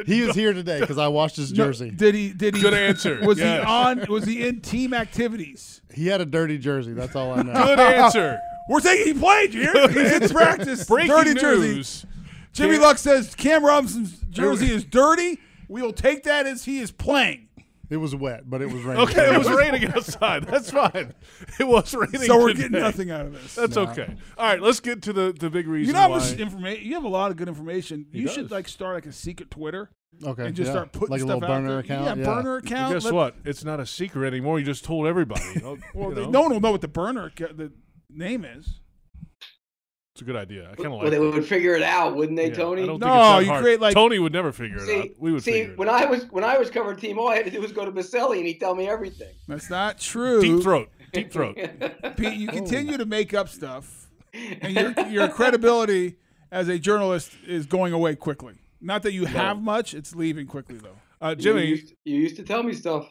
[SPEAKER 2] He is here today because I washed his
[SPEAKER 5] No,
[SPEAKER 2] jersey.
[SPEAKER 5] did he? Did he?
[SPEAKER 2] Good answer.
[SPEAKER 5] Was
[SPEAKER 2] Yes.
[SPEAKER 5] he on? Was he in team activities?
[SPEAKER 2] He had a dirty jersey. That's all I know.
[SPEAKER 5] We're saying he played. You hear? He's in practice.
[SPEAKER 2] Breaking
[SPEAKER 5] dirty
[SPEAKER 2] news.
[SPEAKER 5] jersey. Jimmy
[SPEAKER 2] Cam-
[SPEAKER 5] Luck says Cam Robinson's jersey is dirty. We will take that as he is playing.
[SPEAKER 2] It was wet, but it was raining.
[SPEAKER 4] Okay, it was raining outside. That's fine. It was raining.
[SPEAKER 5] So we're
[SPEAKER 4] today.
[SPEAKER 5] getting nothing out of this.
[SPEAKER 4] That's
[SPEAKER 5] No.
[SPEAKER 4] okay. All right, let's get to the the big reason.
[SPEAKER 5] You know how much
[SPEAKER 4] why.
[SPEAKER 5] information you have a lot of good information.
[SPEAKER 4] He
[SPEAKER 5] you
[SPEAKER 4] does.
[SPEAKER 5] should like start like a secret Twitter.
[SPEAKER 2] Okay,
[SPEAKER 5] And just
[SPEAKER 4] yeah.
[SPEAKER 5] start putting
[SPEAKER 2] Like a
[SPEAKER 5] stuff
[SPEAKER 2] little
[SPEAKER 5] out
[SPEAKER 2] burner
[SPEAKER 5] there.
[SPEAKER 2] account,
[SPEAKER 5] Yeah,
[SPEAKER 2] yeah.
[SPEAKER 5] burner account.
[SPEAKER 4] Guess
[SPEAKER 5] Let-
[SPEAKER 4] what? It's not a secret anymore. You just told everybody. well,
[SPEAKER 5] Well, they- no one will know what the burner ca- the name is.
[SPEAKER 4] It's a good idea. I kind of like.
[SPEAKER 6] Well, they
[SPEAKER 4] that.
[SPEAKER 6] would figure it out, wouldn't they,
[SPEAKER 4] Yeah,
[SPEAKER 6] Tony?
[SPEAKER 4] I don't think it's that hard. Tony would never figure it out.
[SPEAKER 6] See,
[SPEAKER 4] We would
[SPEAKER 6] see,
[SPEAKER 4] figure it.
[SPEAKER 6] when I was when I was covering team, all I had to do was go to Baselli, and he'd tell me everything.
[SPEAKER 5] That's not true.
[SPEAKER 4] Deep throat. Deep throat.
[SPEAKER 5] Pete, you continue to make up stuff, and your, your credibility as a journalist is going away quickly. Not that you have much; it's leaving quickly, though.
[SPEAKER 4] Uh,
[SPEAKER 6] you used, you used to tell me stuff.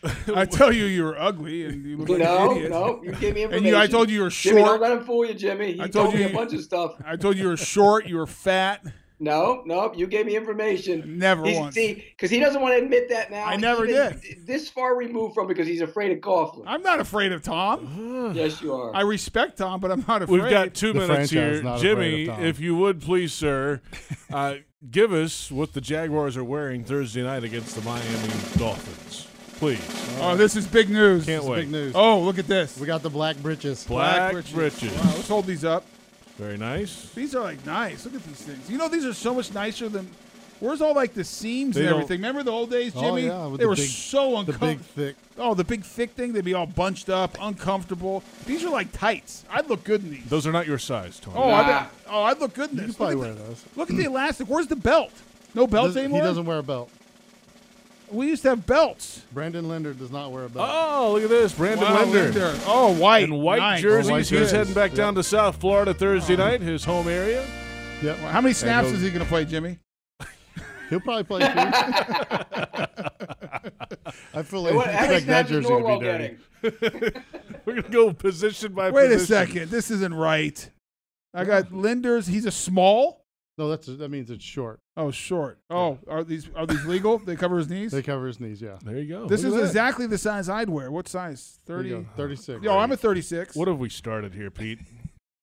[SPEAKER 5] I tell you, you were ugly, and you look like
[SPEAKER 6] no,
[SPEAKER 5] an idiot.
[SPEAKER 6] no, you gave me
[SPEAKER 5] And
[SPEAKER 6] information.
[SPEAKER 5] you, I told you you were short.
[SPEAKER 6] Jimmy, don't let him fool you, Jimmy. He
[SPEAKER 5] I
[SPEAKER 6] told,
[SPEAKER 5] told
[SPEAKER 6] me
[SPEAKER 5] you
[SPEAKER 6] a bunch of stuff.
[SPEAKER 5] I told you you were short. You were fat.
[SPEAKER 6] No, no, you gave me information.
[SPEAKER 5] Never
[SPEAKER 6] He's-
[SPEAKER 5] once.
[SPEAKER 6] See, because he doesn't want to admit that now.
[SPEAKER 5] I never
[SPEAKER 6] did. This far removed from because he's afraid of Coughlin.
[SPEAKER 5] I'm not afraid of Tom.
[SPEAKER 6] Yes, you are.
[SPEAKER 5] I respect Tom, but I'm not afraid.
[SPEAKER 4] We've got two minutes here, Jimmy. If you would please, sir, uh, give us what the Jaguars are wearing Thursday night against the Miami Dolphins, please.
[SPEAKER 5] Oh, this is big news.
[SPEAKER 4] Can't
[SPEAKER 5] This is
[SPEAKER 4] wait.
[SPEAKER 5] big news. Oh, look at this.
[SPEAKER 2] We got the black britches.
[SPEAKER 4] Black britches.
[SPEAKER 5] Wow, let's hold these up.
[SPEAKER 4] Very nice.
[SPEAKER 5] These are like nice. Look at these things. You know, these are so much nicer than. Where's all like the seams
[SPEAKER 2] They
[SPEAKER 5] and
[SPEAKER 2] don't-
[SPEAKER 5] everything? Remember the old days,
[SPEAKER 2] Oh,
[SPEAKER 5] Jimmy?
[SPEAKER 2] yeah, with
[SPEAKER 5] they
[SPEAKER 2] the
[SPEAKER 5] were
[SPEAKER 2] big-
[SPEAKER 5] so
[SPEAKER 2] the
[SPEAKER 5] uncomfortable.
[SPEAKER 2] big thick.
[SPEAKER 5] Oh, the big thick thing. They'd be all bunched up, uncomfortable. These are like tights. I'd look good in these.
[SPEAKER 4] Those are not your size, Tony.
[SPEAKER 5] Oh, I bet, oh, I'd look good in this. You
[SPEAKER 2] probably
[SPEAKER 5] look
[SPEAKER 2] wear
[SPEAKER 5] at the,
[SPEAKER 2] those.
[SPEAKER 5] Look at the elastic. Where's the belt? No belt
[SPEAKER 2] Doesn't- he
[SPEAKER 5] anymore.
[SPEAKER 2] doesn't wear a belt.
[SPEAKER 5] We used to have belts.
[SPEAKER 2] Brandon Leonard does not wear a belt.
[SPEAKER 4] Oh, look at this, Brandon
[SPEAKER 2] Wow,
[SPEAKER 4] Linder.
[SPEAKER 2] Linder.
[SPEAKER 5] Oh, white.
[SPEAKER 4] In white
[SPEAKER 2] Nice.
[SPEAKER 4] jerseys.
[SPEAKER 2] Oh, white
[SPEAKER 4] He's
[SPEAKER 2] jerseys.
[SPEAKER 4] heading back
[SPEAKER 2] Yep.
[SPEAKER 4] down to South Florida Thursday night, his home area.
[SPEAKER 2] Yeah.
[SPEAKER 5] How many snaps is he going to play, Jimmy?
[SPEAKER 2] He'll probably play. Three. I feel like
[SPEAKER 5] What-
[SPEAKER 2] you
[SPEAKER 5] how many
[SPEAKER 2] expect that
[SPEAKER 5] snaps is
[SPEAKER 2] jersey to
[SPEAKER 5] Norwell
[SPEAKER 2] be dirty.
[SPEAKER 4] We're gonna go position by
[SPEAKER 5] Wait a
[SPEAKER 4] position.
[SPEAKER 5] second. This isn't right. I got Linders. He's a small.
[SPEAKER 2] No, that's that means it's short.
[SPEAKER 5] Oh, short. Oh, are these are these legal? they cover his knees.
[SPEAKER 2] They cover his knees. Yeah.
[SPEAKER 4] There you go.
[SPEAKER 5] This is exactly the size I'd wear. What size? 30?
[SPEAKER 2] 36.
[SPEAKER 5] Yo, I'm a 36.
[SPEAKER 4] What have we started here, Pete?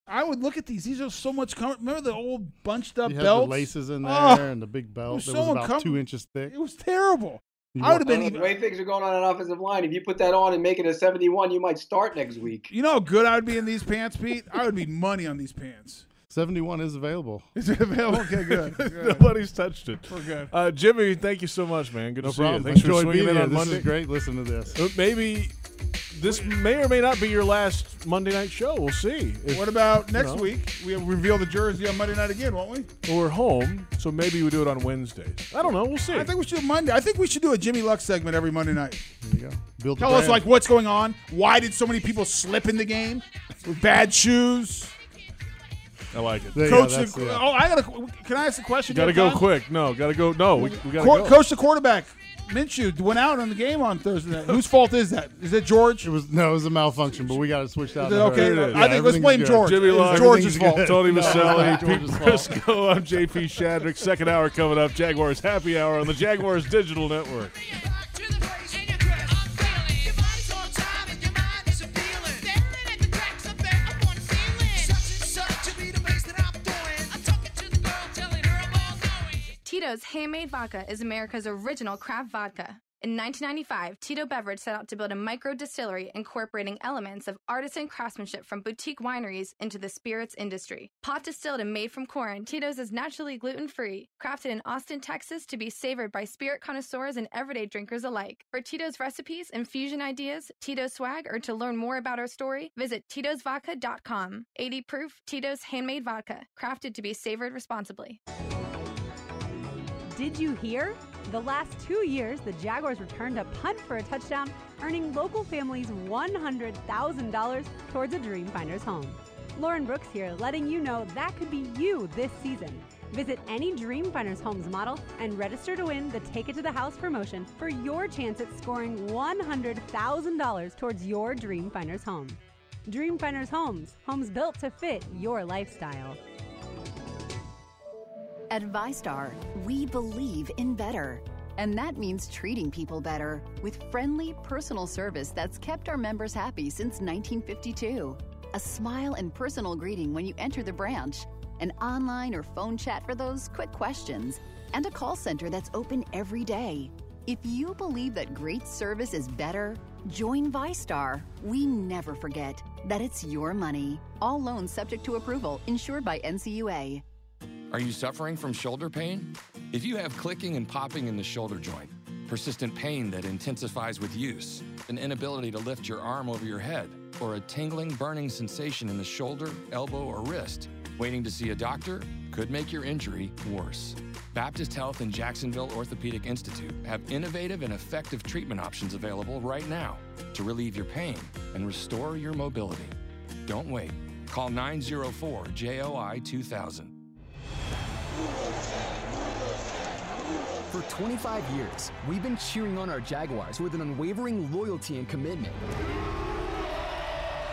[SPEAKER 5] I would look at these. These are so much comfort. Remember the old bunched up
[SPEAKER 2] You had the
[SPEAKER 5] belts?
[SPEAKER 2] laces in there
[SPEAKER 5] Oh,
[SPEAKER 2] and the big belt
[SPEAKER 5] was
[SPEAKER 2] that
[SPEAKER 5] so
[SPEAKER 2] was about
[SPEAKER 5] uncom-
[SPEAKER 2] two inches thick.
[SPEAKER 5] It was terrible.
[SPEAKER 2] You
[SPEAKER 5] I would have been
[SPEAKER 6] know,
[SPEAKER 5] even.
[SPEAKER 6] the way things are going on an offensive line. If you put that on and make it a 71, you might start next week.
[SPEAKER 5] You know how good I would be in these pants, Pete? I would be money on these pants.
[SPEAKER 2] 71 is available.
[SPEAKER 5] Is it available? Okay, good. good.
[SPEAKER 4] Nobody's touched it.
[SPEAKER 5] We're good.
[SPEAKER 4] Uh, Jimmy, thank you so much, man. Good
[SPEAKER 2] No
[SPEAKER 4] to
[SPEAKER 2] problem.
[SPEAKER 4] see you. Thanks
[SPEAKER 2] Enjoyed
[SPEAKER 4] for
[SPEAKER 2] being
[SPEAKER 4] swinging in
[SPEAKER 2] here.
[SPEAKER 4] on
[SPEAKER 2] This
[SPEAKER 4] Monday.
[SPEAKER 2] is great. Listen to this.
[SPEAKER 4] Uh, Maybe this may or may not be your last Monday night show. We'll see. If-
[SPEAKER 5] What about
[SPEAKER 4] you
[SPEAKER 5] next
[SPEAKER 4] know,
[SPEAKER 5] week? We'll reveal the jersey on Monday night again, won't we?
[SPEAKER 4] We're home, so maybe we do it on Wednesdays. I don't know. We'll see.
[SPEAKER 5] I think we should do Monday. I think we should do a Jimmy Luck segment every Monday night.
[SPEAKER 2] There you go. Build
[SPEAKER 5] Tell us like what's going on. Why did so many people slip in the game? With bad shoes.
[SPEAKER 4] I like it. uh,
[SPEAKER 5] Coach, the, oh, I gotta. Can I ask a question?
[SPEAKER 4] Gotta
[SPEAKER 5] here,
[SPEAKER 4] go
[SPEAKER 5] Tom?
[SPEAKER 4] quick. No, gotta go. No, we, we gotta
[SPEAKER 5] Cor-
[SPEAKER 4] go.
[SPEAKER 5] Coach the quarterback, Minshew went out on the game on Thursday night. Whose fault is that? Is it George?
[SPEAKER 2] It was no, it was a malfunction, but we got it switched out.
[SPEAKER 5] Is it
[SPEAKER 2] to her.
[SPEAKER 5] okay?
[SPEAKER 2] Yeah,
[SPEAKER 5] I think let's
[SPEAKER 2] everything's
[SPEAKER 5] blame
[SPEAKER 2] good.
[SPEAKER 5] George.
[SPEAKER 4] Jimmy
[SPEAKER 5] It's
[SPEAKER 4] Locke,
[SPEAKER 5] George's fault.
[SPEAKER 4] Tony
[SPEAKER 5] No,
[SPEAKER 4] Maselli,
[SPEAKER 5] it's
[SPEAKER 4] Pete
[SPEAKER 5] George's fault.
[SPEAKER 4] Briscoe. I'm JP Shadrick. Second hour coming up. Jaguars Happy Hour on the Jaguars Digital Network.
[SPEAKER 25] Tito's Handmade Vodka is America's original craft vodka. In 1995, Tito Beverage set out to build a micro distillery incorporating elements of artisan craftsmanship from boutique wineries into the spirits industry. Pot distilled and made from corn, Tito's is naturally gluten free, crafted in Austin, Texas to be savored by spirit connoisseurs and everyday drinkers alike. For Tito's recipes, infusion ideas, Tito's swag, or to learn more about our story, visit Tito'sVodka.com. 80 proof Tito's Handmade Vodka, crafted to be savored responsibly.
[SPEAKER 9] Did you hear? The last two years, the Jaguars returned a punt for a touchdown, earning local families $100,000 towards a Dream Finders home. Lauren Brooks here, letting you know that could be you this season. Visit any Dream Finders Homes model and register to win the Take It to the House promotion for your chance at scoring $100,000 towards your Dream Finders home. Dream Finders Homes, homes built to fit your lifestyle.
[SPEAKER 26] At ViStar, we believe in better. And that means treating people better with friendly, personal service that's kept our members happy since 1952. A smile and personal greeting when you enter the branch, an online or phone chat for those quick questions, and a call center that's open every day. If you believe that great service is better, join ViStar. We never forget that it's your money. All loans subject to approval, insured by NCUA.
[SPEAKER 18] Are you suffering from shoulder pain? If you have clicking and popping in the shoulder joint, persistent pain that intensifies with use, an inability to lift your arm over your head, or a tingling, burning sensation in the shoulder, elbow, or wrist, waiting to see a doctor could make your injury worse. Baptist Health and Jacksonville Orthopedic Institute have innovative and effective treatment options available right now to relieve your pain and restore your mobility. Don't wait. Call 904 JOI 2000.
[SPEAKER 11] For 25 years, we've been cheering on our Jaguars with an unwavering loyalty and commitment.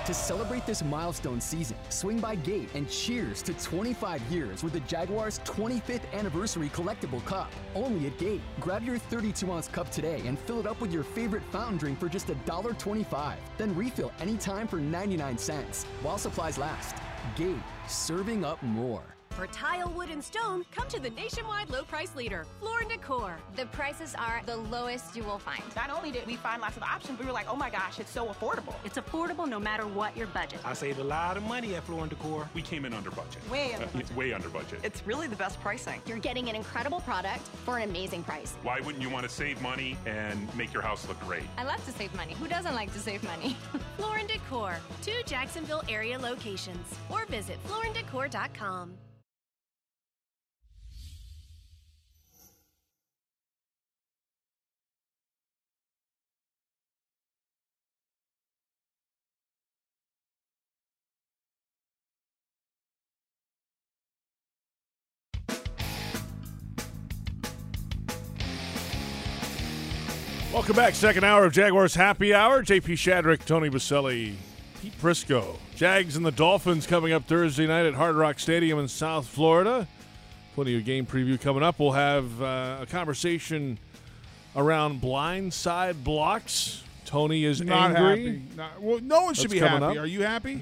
[SPEAKER 11] To celebrate this milestone season, swing by Gate and cheers to 25 years with the Jaguars' 25th anniversary collectible cup. Only at Gate. Grab your 32 ounce cup today and fill it up with your favorite fountain drink for just $1.25. Then refill anytime for 99 cents while supplies last. Gate, serving up more.
[SPEAKER 13] For tile, wood, and stone, come to the nationwide low price leader, Floor and Decor.
[SPEAKER 23] The prices are the lowest you will find.
[SPEAKER 16] Not only did we find lots of options, we were like, oh my gosh, it's so affordable.
[SPEAKER 13] It's affordable no matter what your budget.
[SPEAKER 15] I saved a lot of money at Floor and Decor. We came in under budget.
[SPEAKER 23] Way under
[SPEAKER 15] Uh, yeah, way under budget.
[SPEAKER 23] It's really the best pricing. You're getting an incredible product for an amazing price.
[SPEAKER 15] Why wouldn't you want to save money and make your house look great?
[SPEAKER 23] I love to save money. Who doesn't like to save money?
[SPEAKER 13] Floor and Decor, two Jacksonville area locations, or visit flooranddecor.com.
[SPEAKER 4] Welcome back. Second hour of Jaguars Happy Hour. JP Shadrick, Tony Baselli, Pete Prisco. Jags and the Dolphins coming up Thursday night at Hard Rock Stadium in South Florida. Plenty of game preview coming up. We'll have uh, a conversation around blindside blocks. Tony is
[SPEAKER 5] Not
[SPEAKER 4] angry.
[SPEAKER 5] happy. Not- well, no one should
[SPEAKER 4] That's
[SPEAKER 5] be
[SPEAKER 4] coming
[SPEAKER 5] happy.
[SPEAKER 4] up.
[SPEAKER 5] Are you happy?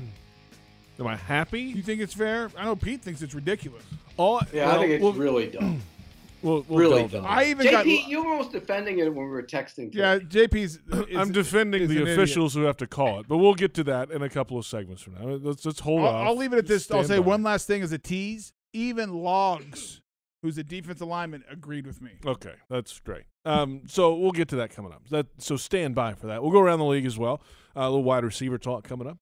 [SPEAKER 4] Am I happy?
[SPEAKER 5] You think it's fair? I know Pete thinks it's ridiculous.
[SPEAKER 4] Oh,
[SPEAKER 6] Yeah, I think it's really dumb.
[SPEAKER 4] Well,
[SPEAKER 6] really
[SPEAKER 5] delve
[SPEAKER 6] dumb.
[SPEAKER 5] into it. I even
[SPEAKER 6] JP,
[SPEAKER 5] got-
[SPEAKER 6] you were almost defending it when we were texting.
[SPEAKER 5] Yeah, JP's.
[SPEAKER 4] I'm defending
[SPEAKER 5] is
[SPEAKER 4] the
[SPEAKER 5] an idiot.
[SPEAKER 4] officials who have to call it, but we'll get to that in a couple of segments from now. Let's, let's hold
[SPEAKER 5] I'll,
[SPEAKER 4] off.
[SPEAKER 5] I'll leave it at this. I'll
[SPEAKER 4] Stand
[SPEAKER 5] say
[SPEAKER 4] by.
[SPEAKER 5] one last thing as a tease. Even Logs, who's a defensive lineman, agreed with me.
[SPEAKER 4] Okay, that's great. Um, so we'll get to that coming up. That so stand by for that. We'll go around the league as well. Uh, a little wide receiver talk coming up.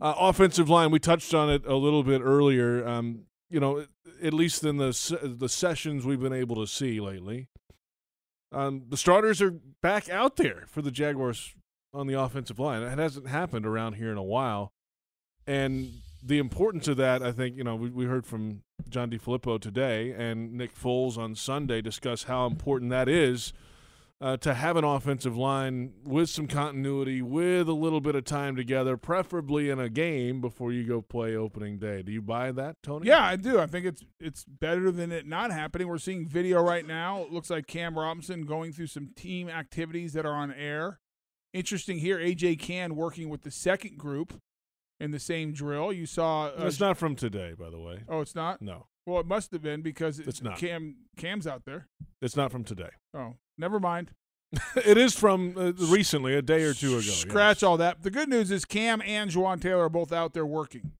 [SPEAKER 4] Uh, offensive line, we touched on it a little bit earlier. Um, you know, at least in the se- the sessions we've been able to see lately, um, the starters are back out there for the Jaguars on the offensive line. It hasn't happened around here in a while, and the importance of that, I think, you know, we, we heard from John D. Filippo today and Nick Foles on Sunday discuss how important that is uh, to have an offensive line with some continuity, with a little bit of time together, preferably in a game before you go play opening day. Do you buy that, Tony?
[SPEAKER 5] Yeah, I do. I think it's it's better than it not happening. We're seeing video right now. It looks like Cam Robinson going through some team activities that are on air. Interesting here, AJ Can working with the second group in the same drill. You saw. Uh,
[SPEAKER 4] That's not from today, by the way.
[SPEAKER 5] Oh, it's not.
[SPEAKER 4] No,
[SPEAKER 5] Well, it must have been because
[SPEAKER 4] It's not.
[SPEAKER 5] Cam Cam's out there.
[SPEAKER 4] it's not from today.
[SPEAKER 5] Oh, never mind.
[SPEAKER 4] it is from uh, recently, a day or two ago. yeah.
[SPEAKER 5] Scratch all that. The good news is Cam and Juwan Taylor are both out there working.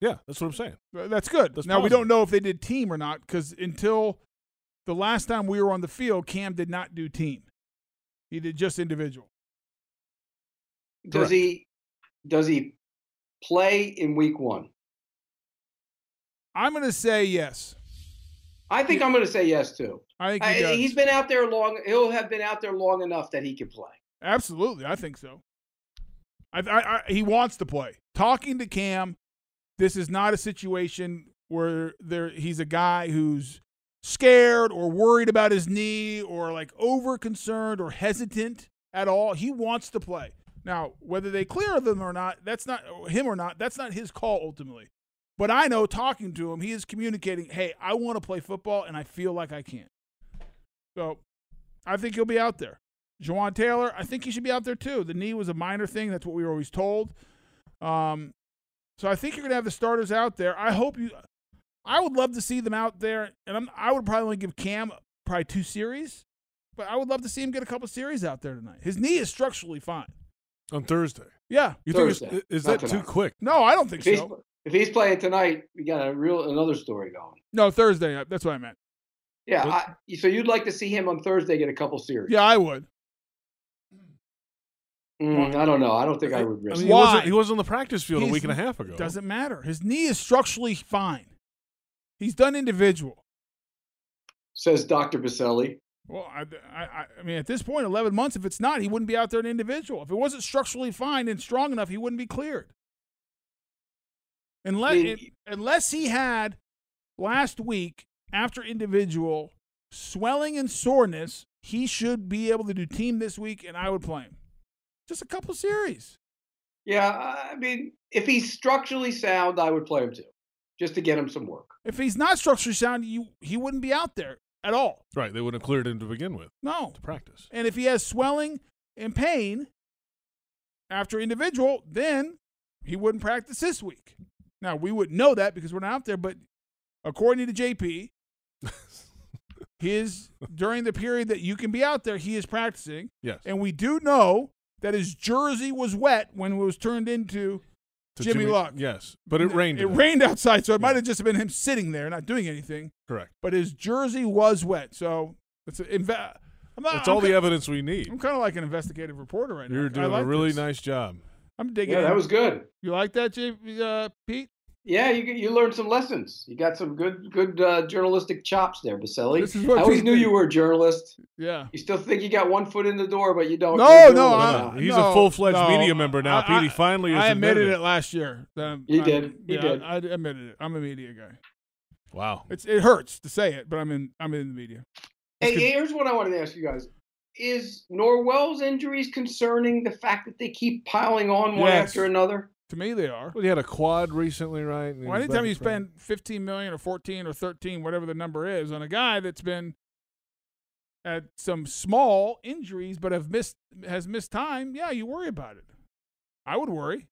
[SPEAKER 4] Yeah, that's what I'm saying.
[SPEAKER 5] Uh, That's good.
[SPEAKER 4] That's
[SPEAKER 5] now we don't know if they did team or not because until the last time we were on the field, Cam did not do team. He did just individual.
[SPEAKER 6] Does he? Does he play in week one?
[SPEAKER 5] I'm going to say yes.
[SPEAKER 6] I think I'm going to say yes too.
[SPEAKER 5] I think he does.
[SPEAKER 6] has been out there long. He'll have been out there long enough that he can play.
[SPEAKER 5] Absolutely, I think so. I, I, I, he wants to play. Talking to Cam, this is not a situation where there he's a guy who's scared or worried about his knee or like over concerned or hesitant at all. He wants to play. Now, whether they clear them or not, that's not him or not. That's not his call ultimately. But I know talking to him, he is communicating, "Hey, I want to play football and I feel like I can't." So, I think he'll be out there. Jawan Taylor, I think he should be out there too. The knee was a minor thing. That's what we were always told. Um, so I think you're going to have the starters out there. I hope you. I would love to see them out there, and I'm, I would probably only give Cam probably two series, but I would love to see him get a couple series out there tonight. His knee is structurally fine.
[SPEAKER 4] On Thursday.
[SPEAKER 5] Yeah,
[SPEAKER 4] You think it's- Thursday, is that not tonight. too quick?
[SPEAKER 5] No, I don't think
[SPEAKER 6] If he's,
[SPEAKER 5] so.
[SPEAKER 6] if he's playing tonight, we got a real another story going.
[SPEAKER 5] No, Thursday. That's what I meant.
[SPEAKER 6] Yeah. I, so you'd like to see him on Thursday get a couple series?
[SPEAKER 5] Yeah, I would.
[SPEAKER 6] Mm, I don't know. I don't think I would
[SPEAKER 4] I
[SPEAKER 6] risk.
[SPEAKER 4] mean,
[SPEAKER 6] it.
[SPEAKER 4] he wasn't, he wasn't on the practice field a
[SPEAKER 5] His
[SPEAKER 4] week and a
[SPEAKER 5] kn-
[SPEAKER 4] half ago.
[SPEAKER 5] Doesn't matter. His knee is structurally fine. He's done individual.
[SPEAKER 6] Says Doctor Baselli.
[SPEAKER 5] Well, I, I, I- I mean, at this point, 11 months, if it's not, he wouldn't be out there an individual. If it wasn't structurally fine and strong enough, he wouldn't be cleared. Unless,
[SPEAKER 6] mean-
[SPEAKER 5] unless he had last week, after individual, swelling and soreness, he should be able to do team this week, and I would play him. Just a couple series.
[SPEAKER 6] Yeah. I mean, if he's structurally sound, I would play him too, just to get him some work.
[SPEAKER 5] If he's not structurally sound, you, he wouldn't be out there at all.
[SPEAKER 4] Right. They wouldn't have cleared him to begin with
[SPEAKER 5] No.
[SPEAKER 4] to practice.
[SPEAKER 5] And if he has swelling and pain after individual, then he wouldn't practice this week. Now, we wouldn't know that because we're not out there, but according to JP, his during the period that you can be out there, he is practicing.
[SPEAKER 4] Yes.
[SPEAKER 5] And we do know that his jersey was wet when it was turned into
[SPEAKER 4] To
[SPEAKER 5] Jimmy, Luck.
[SPEAKER 4] Yes. But it rained.
[SPEAKER 5] It
[SPEAKER 4] today.
[SPEAKER 5] rained outside, so it might have just been him sitting there not doing anything.
[SPEAKER 4] Correct.
[SPEAKER 5] But his jersey was wet, so it's a, inve- I'm not,
[SPEAKER 4] That's
[SPEAKER 5] I'm
[SPEAKER 4] all the
[SPEAKER 5] ki-
[SPEAKER 4] evidence we need.
[SPEAKER 5] I'm kind of like an investigative reporter right now.
[SPEAKER 4] You're doing
[SPEAKER 5] I like
[SPEAKER 4] a really
[SPEAKER 5] this.
[SPEAKER 4] nice job.
[SPEAKER 5] I'm digging.
[SPEAKER 6] Yeah, that
[SPEAKER 5] in.
[SPEAKER 6] was good.
[SPEAKER 5] You like that, JP, uh, Pete?
[SPEAKER 6] Yeah, you you learned some lessons. You got some good good uh, journalistic chops there, Baselli.
[SPEAKER 5] This is what
[SPEAKER 6] I always
[SPEAKER 5] Pete
[SPEAKER 6] knew you
[SPEAKER 5] did.
[SPEAKER 6] were a journalist.
[SPEAKER 5] Yeah.
[SPEAKER 6] You still think you got one foot in the door, but you don't. You're
[SPEAKER 5] No,
[SPEAKER 6] doing
[SPEAKER 5] no,
[SPEAKER 6] it
[SPEAKER 5] I,
[SPEAKER 6] now.
[SPEAKER 4] He's
[SPEAKER 5] no,
[SPEAKER 4] a full-fledged
[SPEAKER 5] no,
[SPEAKER 4] media member
[SPEAKER 5] I-
[SPEAKER 4] now.
[SPEAKER 5] I-
[SPEAKER 4] Petey finally has
[SPEAKER 5] I admitted
[SPEAKER 4] admitted
[SPEAKER 5] it last year. Um,
[SPEAKER 6] He
[SPEAKER 5] I-
[SPEAKER 6] did. He
[SPEAKER 5] yeah,
[SPEAKER 6] did.
[SPEAKER 5] I, I admitted it. I'm a media guy.
[SPEAKER 4] Wow.
[SPEAKER 5] It's it hurts to say it, but I'm in. I'm in the media.
[SPEAKER 6] Hey, here's what I wanted to ask you guys. is Norwell's injuries concerning the fact that they keep piling on one
[SPEAKER 4] Yes.
[SPEAKER 6] after another?
[SPEAKER 5] To me, they are.
[SPEAKER 4] Well, he had a quad recently, right? And he
[SPEAKER 5] Well,
[SPEAKER 4] was
[SPEAKER 5] anytime
[SPEAKER 4] back
[SPEAKER 5] you
[SPEAKER 4] to front.
[SPEAKER 5] spend 15 million or 14 or 13, whatever the number is, on a guy that's been at some small injuries but have missed has missed time, yeah, you worry about it. I would worry.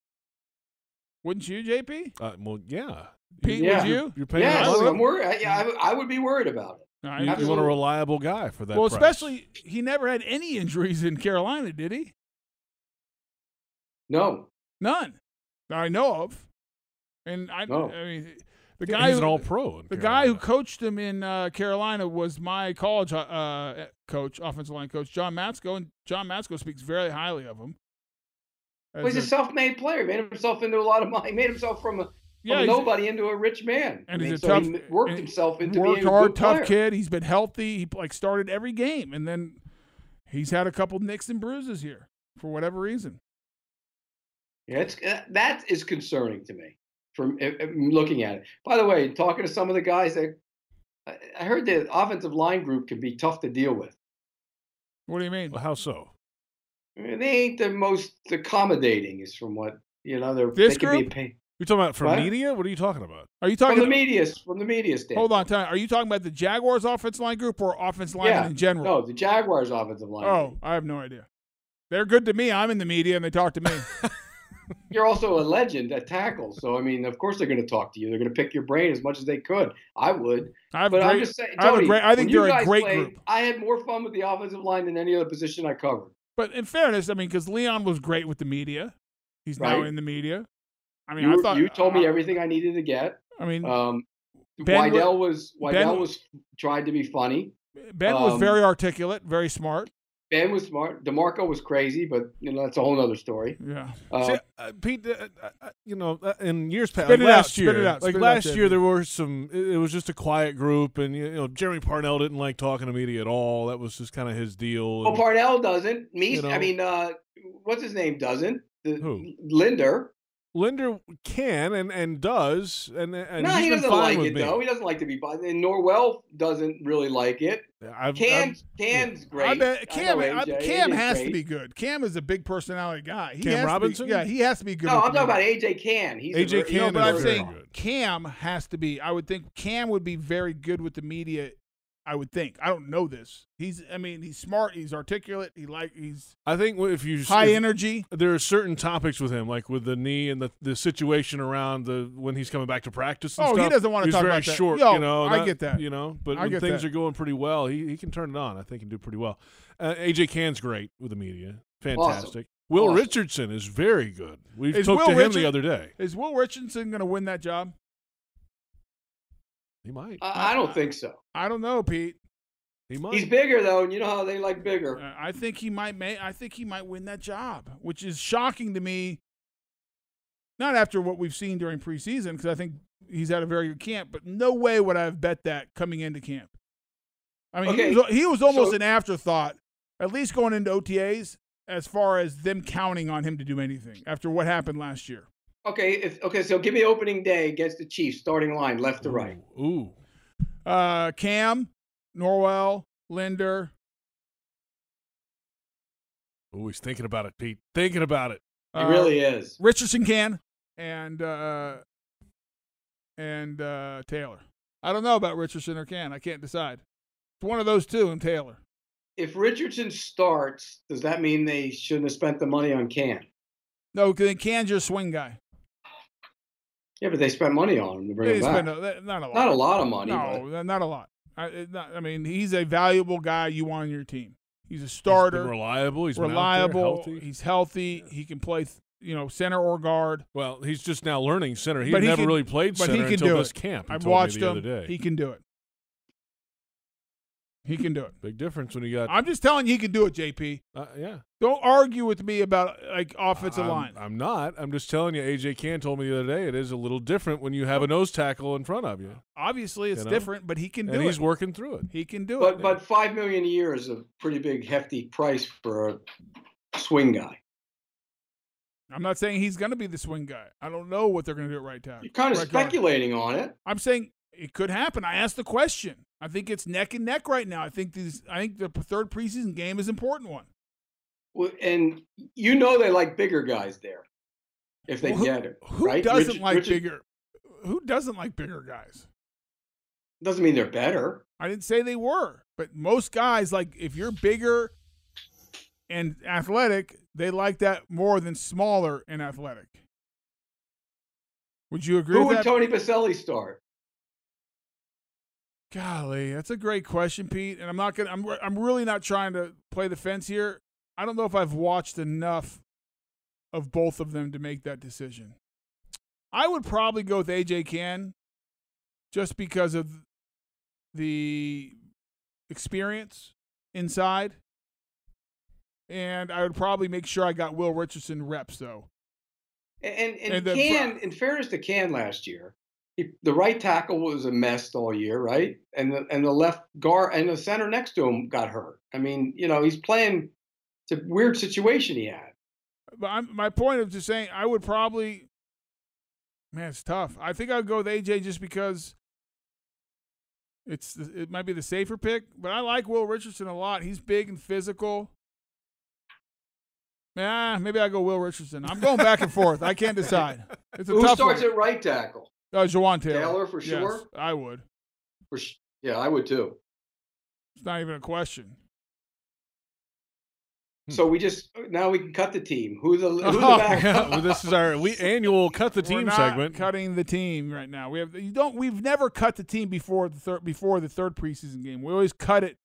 [SPEAKER 5] Wouldn't you, JP?
[SPEAKER 4] Uh, well, yeah.
[SPEAKER 5] Pete,
[SPEAKER 6] Yeah.
[SPEAKER 5] would you?
[SPEAKER 4] You're paying
[SPEAKER 6] yeah,
[SPEAKER 4] a lot of
[SPEAKER 6] I'm
[SPEAKER 4] money.
[SPEAKER 6] worried. I, yeah, I, would- I would be worried about it.
[SPEAKER 5] No, I-
[SPEAKER 4] You, you want a
[SPEAKER 5] Absolutely.
[SPEAKER 4] reliable guy for that.
[SPEAKER 5] Well,
[SPEAKER 4] price.
[SPEAKER 5] especially he never had any injuries in Carolina, did he?
[SPEAKER 6] No.
[SPEAKER 5] None. That I know of. And I,
[SPEAKER 4] No.
[SPEAKER 5] I mean, the
[SPEAKER 4] Yeah,
[SPEAKER 5] guy
[SPEAKER 4] he's
[SPEAKER 5] who,
[SPEAKER 4] an all-pro in
[SPEAKER 5] The guy who coached him in uh, Carolina was my college uh, uh, coach, offensive line coach, John Matsko, and John Matsko speaks very highly of him. As
[SPEAKER 6] Well, he's a
[SPEAKER 5] a-
[SPEAKER 6] self-made player. He made himself into a lot of money. He made himself from a from
[SPEAKER 5] Yeah, he's-
[SPEAKER 6] nobody into a rich man.
[SPEAKER 5] and
[SPEAKER 6] I mean,
[SPEAKER 5] he's a
[SPEAKER 6] so
[SPEAKER 5] tough,
[SPEAKER 6] he worked
[SPEAKER 5] and
[SPEAKER 6] himself into
[SPEAKER 5] worked
[SPEAKER 6] being a
[SPEAKER 5] hard,
[SPEAKER 6] good
[SPEAKER 5] tough
[SPEAKER 6] player.
[SPEAKER 5] kid. He's been healthy. He like started every game, and then he's had a couple nicks and bruises here for whatever reason.
[SPEAKER 6] Yeah, it's uh, that is concerning to me from uh, uh, looking at it. By the way, talking to some of the guys, that I I heard the offensive line group can be tough to deal with.
[SPEAKER 5] What do you mean?
[SPEAKER 4] how so?
[SPEAKER 6] I mean, they ain't the most accommodating, is from what you know. They're
[SPEAKER 5] This
[SPEAKER 6] they can
[SPEAKER 5] group?
[SPEAKER 6] be paid.
[SPEAKER 4] You're talking about for
[SPEAKER 6] What?
[SPEAKER 4] media? What are you talking about?
[SPEAKER 5] Are you talking
[SPEAKER 6] from the media's from the media stand?
[SPEAKER 5] Hold on, time. Are you talking about the Jaguars' offense line group or offense line
[SPEAKER 6] yeah,
[SPEAKER 5] in general?
[SPEAKER 6] No, the Jaguars' offensive line.
[SPEAKER 5] Oh, I have no idea. They're good to me. I'm in the media, and they talk to me.
[SPEAKER 6] You're also a legend at tackle, so I mean, of course they're going to talk to you. They're going to pick your brain as much as they could. I would.
[SPEAKER 5] I have
[SPEAKER 6] but I'm
[SPEAKER 5] great-
[SPEAKER 6] just saying,
[SPEAKER 5] I have a
[SPEAKER 6] Tony,
[SPEAKER 5] great- I think
[SPEAKER 6] when you
[SPEAKER 5] they're a
[SPEAKER 6] guys
[SPEAKER 5] great
[SPEAKER 6] played,
[SPEAKER 5] group.
[SPEAKER 6] I had more fun with the offensive line than any other position I covered.
[SPEAKER 5] But in fairness, I mean, because Leon was great with the media. He's now
[SPEAKER 6] Right.
[SPEAKER 5] in the media. I mean,
[SPEAKER 6] you,
[SPEAKER 5] I
[SPEAKER 6] were-
[SPEAKER 5] thought uh,
[SPEAKER 6] you told me
[SPEAKER 5] I-
[SPEAKER 6] everything I needed to get.
[SPEAKER 5] I mean,
[SPEAKER 6] um,
[SPEAKER 5] Ben wa-
[SPEAKER 6] Wydell was
[SPEAKER 5] Ben
[SPEAKER 6] Wydell
[SPEAKER 5] wa-
[SPEAKER 6] was tried to be funny.
[SPEAKER 5] Ben was
[SPEAKER 6] um,
[SPEAKER 5] very articulate, very smart.
[SPEAKER 6] Ben was smart. Demarco was crazy, but you know that's a whole other story.
[SPEAKER 5] Yeah.
[SPEAKER 6] Uh,
[SPEAKER 4] See, uh, Pete, uh, uh, uh, you know, uh, in years past,
[SPEAKER 5] Spit
[SPEAKER 4] like
[SPEAKER 5] it out,
[SPEAKER 4] last
[SPEAKER 5] spit
[SPEAKER 4] year,
[SPEAKER 5] it out,
[SPEAKER 4] like
[SPEAKER 5] spit it out,
[SPEAKER 4] last year,
[SPEAKER 5] Jeffy.
[SPEAKER 4] there were some. It, it was just a quiet group, and you know, Jeremy Parnell didn't like talking to media at all. That was just kind of his deal.
[SPEAKER 6] well,
[SPEAKER 4] and-
[SPEAKER 6] Oh, Parnell doesn't. Me,
[SPEAKER 4] You know.
[SPEAKER 6] I mean, uh, what's his name? Doesn't the,
[SPEAKER 4] Who?
[SPEAKER 6] Linder?
[SPEAKER 4] Linder can and, and does, and, and
[SPEAKER 6] no,
[SPEAKER 4] he's
[SPEAKER 6] he
[SPEAKER 4] been
[SPEAKER 6] doesn't
[SPEAKER 4] fine
[SPEAKER 6] like
[SPEAKER 4] with
[SPEAKER 6] it
[SPEAKER 4] me.
[SPEAKER 6] though. He doesn't like to be. bi- And Norwell doesn't really like it.
[SPEAKER 4] I've,
[SPEAKER 6] Cam,
[SPEAKER 4] I've-
[SPEAKER 6] Cam's great.
[SPEAKER 5] I bet Cam.
[SPEAKER 6] know
[SPEAKER 5] I-
[SPEAKER 6] AJ,
[SPEAKER 5] Cam
[SPEAKER 6] AJ's
[SPEAKER 5] has to
[SPEAKER 6] great.
[SPEAKER 5] be good. Cam is a big personality guy. He
[SPEAKER 4] Cam
[SPEAKER 5] has to be-
[SPEAKER 4] Robinson?
[SPEAKER 5] yeah, he has to be good.
[SPEAKER 6] No, I'm
[SPEAKER 5] with
[SPEAKER 6] talking
[SPEAKER 5] the
[SPEAKER 6] about
[SPEAKER 5] media.
[SPEAKER 6] AJ Can. He's a
[SPEAKER 4] AJ
[SPEAKER 6] very- you know,
[SPEAKER 4] Can
[SPEAKER 5] No, but
[SPEAKER 4] is
[SPEAKER 5] I'm
[SPEAKER 4] very
[SPEAKER 5] saying
[SPEAKER 4] good.
[SPEAKER 5] Cam has to be. I would think Cam would be very good with the media. I would think. I don't know this. He's. I mean, he's smart. He's articulate. He like. He's
[SPEAKER 4] I think if you
[SPEAKER 5] high
[SPEAKER 4] if-
[SPEAKER 5] energy.
[SPEAKER 4] there are certain topics with him, like with the knee and the, the situation around the when he's coming back to practice. And
[SPEAKER 5] Oh, he
[SPEAKER 4] stuff.
[SPEAKER 5] doesn't wanna
[SPEAKER 4] He's
[SPEAKER 5] talk
[SPEAKER 4] very
[SPEAKER 5] about that.
[SPEAKER 4] short,
[SPEAKER 5] Yo,
[SPEAKER 4] you know.
[SPEAKER 5] I get that.
[SPEAKER 4] you know. But
[SPEAKER 5] I
[SPEAKER 4] when
[SPEAKER 5] get
[SPEAKER 4] things
[SPEAKER 5] that.
[SPEAKER 4] are going pretty well, he, he can turn it on. I think he can do pretty well. Uh, AJ Can's great with the media, fantastic. Will
[SPEAKER 5] Awesome.
[SPEAKER 4] Richardson is very good. We
[SPEAKER 5] Is
[SPEAKER 4] talked
[SPEAKER 5] Will
[SPEAKER 4] to him
[SPEAKER 5] Richard-
[SPEAKER 4] the other day.
[SPEAKER 5] Is Will Richardson going to win that job?
[SPEAKER 4] He might.
[SPEAKER 6] I I don't think so.
[SPEAKER 5] I don't know, Pete.
[SPEAKER 4] He might.
[SPEAKER 6] He's bigger though, and you know how they like bigger.
[SPEAKER 5] Uh, I think he might. May, I think he might win that job, which is shocking to me. Not after what we've seen during preseason, because I think he's had a very good camp. But no way would I have bet that coming into camp. I mean,
[SPEAKER 6] Okay,
[SPEAKER 5] he, was, he was almost
[SPEAKER 6] so-
[SPEAKER 5] an afterthought, at least going into OTAs, as far as them counting on him to do anything after what happened last year.
[SPEAKER 6] Okay, if, okay. So give me opening day against the Chiefs, starting line, left to right.
[SPEAKER 4] Ooh,
[SPEAKER 5] Uh, Cam, Norwell, Linder.
[SPEAKER 4] ooh, Oh, he's thinking about it, Pete. Thinking about it.
[SPEAKER 6] He
[SPEAKER 5] uh,
[SPEAKER 6] really is.
[SPEAKER 5] Richardson can and uh and uh Taylor. I don't know about Richardson or can. I can't decide. It's one of those two and Taylor.
[SPEAKER 6] If Richardson starts, does that mean they shouldn't have spent the money on Can?
[SPEAKER 5] No, 'cause then can just swing guy.
[SPEAKER 6] Yeah, but they spent money on him to bring
[SPEAKER 5] They
[SPEAKER 6] him back.
[SPEAKER 5] spend a- that- not a lot.
[SPEAKER 6] Not a lot of money,
[SPEAKER 5] No, not a lot. I, it- not, I mean, he's a valuable guy you want on your team. He's a starter.
[SPEAKER 4] reliable. He's been out there,
[SPEAKER 5] reliable.
[SPEAKER 4] healthy.
[SPEAKER 5] He's healthy. He can play, th- you know, center or guard.
[SPEAKER 4] Well, he's just now learning center. He
[SPEAKER 5] But
[SPEAKER 4] never
[SPEAKER 5] can-
[SPEAKER 4] really played
[SPEAKER 5] but
[SPEAKER 4] center
[SPEAKER 5] he can
[SPEAKER 4] until
[SPEAKER 5] do
[SPEAKER 4] this
[SPEAKER 5] it.
[SPEAKER 4] camp. he
[SPEAKER 5] I've
[SPEAKER 4] told me
[SPEAKER 5] watched
[SPEAKER 4] the
[SPEAKER 5] him.
[SPEAKER 4] other day.
[SPEAKER 5] He can do it. He can do it.
[SPEAKER 4] Big difference when you got.
[SPEAKER 5] I'm just telling you, he can do it, JP.
[SPEAKER 4] uh, yeah.
[SPEAKER 5] Don't argue with me about like offensive
[SPEAKER 4] I'm,
[SPEAKER 5] line.
[SPEAKER 4] I'm not. I'm just telling you. AJ Can told me the other day it is a little different when you have a nose tackle in front of you.
[SPEAKER 5] Obviously, it's
[SPEAKER 4] You know?
[SPEAKER 5] different, but he can do
[SPEAKER 4] and
[SPEAKER 5] it.
[SPEAKER 4] he's working through it.
[SPEAKER 5] he can do
[SPEAKER 6] but
[SPEAKER 5] it.
[SPEAKER 6] but five million a year is a pretty big hefty price for a swing guy.
[SPEAKER 5] I'm not saying he's going to be the swing guy. I don't know what they're going to do at right tackle.
[SPEAKER 6] You're kind of
[SPEAKER 5] right guard.
[SPEAKER 6] speculating on it.
[SPEAKER 5] I'm saying it could happen. I asked the question. I think it's neck and neck right now. I think these. I think the third preseason game is an important one.
[SPEAKER 6] Well, and you know they like bigger guys there if they
[SPEAKER 5] Well, who-
[SPEAKER 6] get it.
[SPEAKER 5] Who
[SPEAKER 6] right?
[SPEAKER 5] doesn't
[SPEAKER 6] Richard-
[SPEAKER 5] like
[SPEAKER 6] Richard-
[SPEAKER 5] bigger? Who doesn't like bigger guys?
[SPEAKER 6] Doesn't mean they're better.
[SPEAKER 5] I didn't say they were, but most guys like if you're bigger and athletic, they like that more than smaller and athletic. Would you agree
[SPEAKER 6] Who
[SPEAKER 5] with
[SPEAKER 6] would
[SPEAKER 5] that?
[SPEAKER 6] Tony Baselli start?
[SPEAKER 5] Golly, that's a great question, Pete. And I'm not gonna. I'm. re- I'm really not trying to play the fence here. I don't know if I've watched enough of both of them to make that decision. I would probably go with AJ Can, just because of the experience inside, and I would probably make sure I got Will Richardson reps though.
[SPEAKER 6] And and,
[SPEAKER 5] And then
[SPEAKER 6] Can, in fairness to Can last year, he, the right tackle was a mess all year, right? And the and the left guard and the center next to him got hurt. I mean, you know, he's playing. It's a weird situation he had.
[SPEAKER 5] But I'm, my point of just saying, I would probably, man, it's tough. I think I would go with AJ just because it's the- it might be the safer pick. But I like Will Richardson a lot. He's big and physical. Nah, maybe I go Will Richardson. I'm going back and forth. I can't decide. It's a
[SPEAKER 6] Who
[SPEAKER 5] tough
[SPEAKER 6] starts
[SPEAKER 5] one.
[SPEAKER 6] at right tackle?
[SPEAKER 5] Uh, Jawan Taylor.
[SPEAKER 6] Taylor for
[SPEAKER 5] Yes,
[SPEAKER 6] sure?
[SPEAKER 5] I would.
[SPEAKER 6] For sh- yeah, I would too.
[SPEAKER 5] It's not even a question. Hmm.
[SPEAKER 6] So we just now we can cut the team. Who the who the
[SPEAKER 4] Oh,
[SPEAKER 6] back?
[SPEAKER 4] yeah. Well, this is our we annual cut the
[SPEAKER 5] We're
[SPEAKER 4] team
[SPEAKER 5] not
[SPEAKER 4] segment.
[SPEAKER 5] Cutting the team right now. We have you don't. We've never cut the team before the third before the third preseason game. We always cut it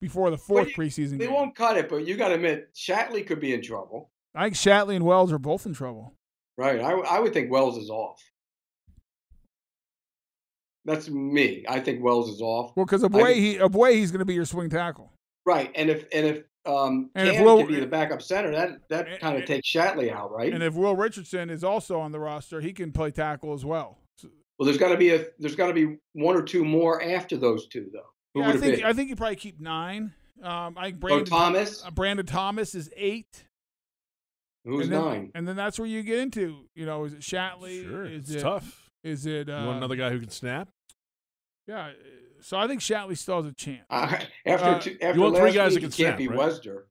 [SPEAKER 5] before the fourth preseason
[SPEAKER 6] They
[SPEAKER 5] game.
[SPEAKER 6] won't cut it, but you got to admit Shatley could be in trouble,
[SPEAKER 5] I think Shatley and Wells are both in trouble.
[SPEAKER 6] right? I I would think Wells is off. That's me. I think Wells is off.
[SPEAKER 5] Well, because
[SPEAKER 6] I
[SPEAKER 5] Abway
[SPEAKER 6] think-
[SPEAKER 5] he Abway he's going to be your swing tackle.
[SPEAKER 6] right, and if and if um and
[SPEAKER 5] And if
[SPEAKER 6] can
[SPEAKER 5] Will-
[SPEAKER 6] could be the backup center, that that kind of takes Shatley out, right?
[SPEAKER 5] And if Will Richardson is also on the roster, he can play tackle as well. So-
[SPEAKER 6] well, there's got to be a there's got to be one or two more after those two though. Who
[SPEAKER 5] Yeah,
[SPEAKER 6] would
[SPEAKER 5] I
[SPEAKER 6] it
[SPEAKER 5] think
[SPEAKER 6] be? Oh,
[SPEAKER 5] I think you probably keep nine. Um, I think Brandon
[SPEAKER 6] Thomas?
[SPEAKER 5] uh, Brandon Thomas is eight.
[SPEAKER 6] Who's
[SPEAKER 5] and then,
[SPEAKER 6] nine?
[SPEAKER 5] And then that's where you get into. You know, is it Shatley?
[SPEAKER 4] Sure,
[SPEAKER 5] is
[SPEAKER 4] it's
[SPEAKER 5] it,
[SPEAKER 4] tough.
[SPEAKER 5] Is it?
[SPEAKER 4] You
[SPEAKER 5] Uh,
[SPEAKER 4] want another guy who can snap?
[SPEAKER 5] Yeah. So I think Shatley still has a chance.
[SPEAKER 6] Uh, after
[SPEAKER 5] Uh,
[SPEAKER 6] two, after
[SPEAKER 4] want
[SPEAKER 6] last
[SPEAKER 4] three guys
[SPEAKER 6] week,
[SPEAKER 4] that
[SPEAKER 6] it
[SPEAKER 4] can
[SPEAKER 6] can't
[SPEAKER 4] snap,
[SPEAKER 6] be
[SPEAKER 4] right?
[SPEAKER 6] Wester.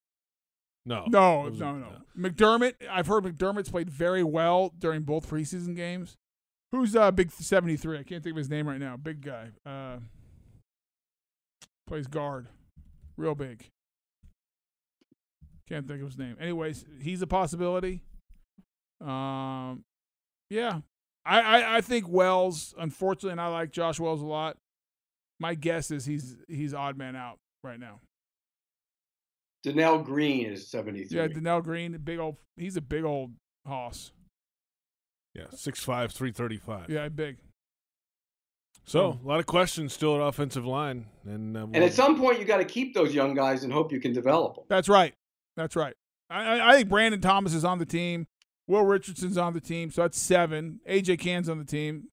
[SPEAKER 4] No,
[SPEAKER 5] no,
[SPEAKER 4] Those-
[SPEAKER 5] no, no. McDermott. I've heard McDermott's played very well during both preseason games. Who's uh big seventy three? I can't think of his name right now. Big guy. Uh, plays guard, real big. Can't think of his name. Anyways, he's a possibility. Um, yeah, I, I I think Wells. Unfortunately, and I like Josh Wells a lot. My guess is he's he's odd man out right now.
[SPEAKER 6] Danelle Green is 73.
[SPEAKER 5] Yeah, Danelle Green, the big old. He's a big old hoss.
[SPEAKER 4] Yeah, six five, three thirty five.
[SPEAKER 5] Yeah, big.
[SPEAKER 4] So
[SPEAKER 5] Hmm.
[SPEAKER 4] a lot of questions still at offensive line, and uh,
[SPEAKER 6] and
[SPEAKER 4] we'll-
[SPEAKER 6] at some point, you got to keep those young guys and hope you can develop them.
[SPEAKER 5] That's right. That's right. I, I, I think Brandon Thomas is on the team. Will Richardson's on the team, so that's seven. AJ Can's on the team.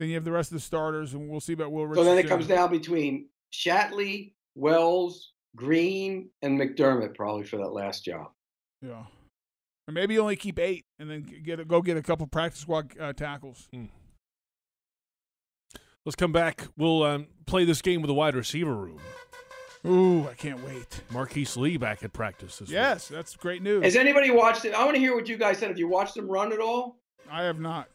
[SPEAKER 5] Then you have the rest of the starters, and we'll see about Will
[SPEAKER 6] So
[SPEAKER 5] Richardson.
[SPEAKER 6] then it comes down between Shatley, Wells, Green, and McDermott probably for that last job.
[SPEAKER 5] Yeah. Or maybe you only keep eight, and then get a, go get a couple practice squad uh, tackles.
[SPEAKER 6] Hmm,
[SPEAKER 4] let's come back. We'll um, play this game with the wide receiver room.
[SPEAKER 5] Ooh, I can't wait.
[SPEAKER 4] Marquise Lee back at practice this week.
[SPEAKER 5] Yes, that's great news.
[SPEAKER 6] Has anybody watched it? I want to hear what you guys said. Have you watched them run at all?
[SPEAKER 5] I have not.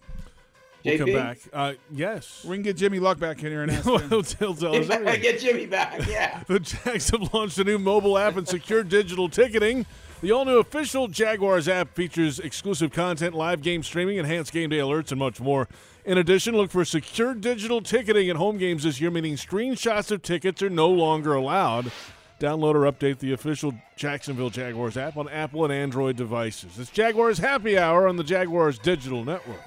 [SPEAKER 4] We'll come
[SPEAKER 6] JP?
[SPEAKER 4] back. Uh, yes.
[SPEAKER 5] We can get Jimmy Luck back in here and ask him.
[SPEAKER 4] He'll tell- tell us everything.
[SPEAKER 6] Get Jimmy back. Yeah.
[SPEAKER 4] The Jags have launched a new mobile app and secure digital ticketing. The all new official Jaguars app features exclusive content, live game streaming, enhanced game day alerts, and much more. In addition, look for secure digital ticketing at home games this year, meaning screenshots of tickets are no longer allowed. Download or update the official Jacksonville Jaguars app on Apple and Android devices. It's Jaguars Happy Hour on the Jaguars Digital Network.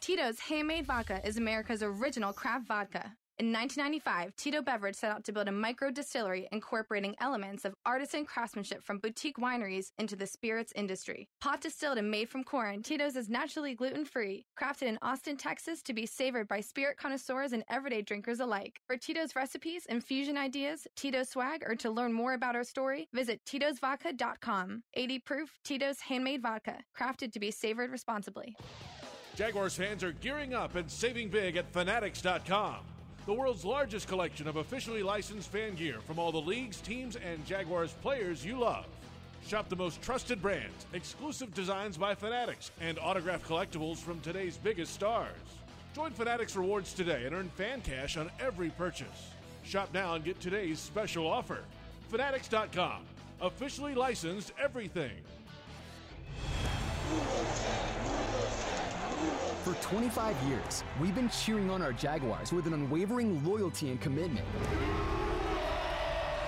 [SPEAKER 25] Tito's Handmade Vodka is America's original craft vodka. In 1995, Tito Beverage set out to build a micro distillery incorporating elements of artisan craftsmanship from boutique wineries into the spirits industry. Pot distilled and made from corn, Tito's is naturally gluten free, crafted in Austin, Texas to be savored by spirit connoisseurs and everyday drinkers alike. For Tito's recipes, infusion ideas, Tito swag, or to learn more about our story, visit Tito'sVodka.com. 80 proof Tito's handmade vodka, crafted to be savored responsibly.
[SPEAKER 4] Jaguars fans are gearing up and saving big at Fanatics.com, the world's largest collection of officially licensed fan gear from all the leagues, teams, and Jaguars players you love. Shop the most trusted brands, exclusive designs by Fanatics, and autographed collectibles from today's biggest stars. Join Fanatics Rewards today and earn fan cash on every purchase. Shop now and get today's special offer. Fanatics.com, officially licensed everything.
[SPEAKER 11] For 25 years, we've been cheering on our Jaguars with an unwavering loyalty and commitment.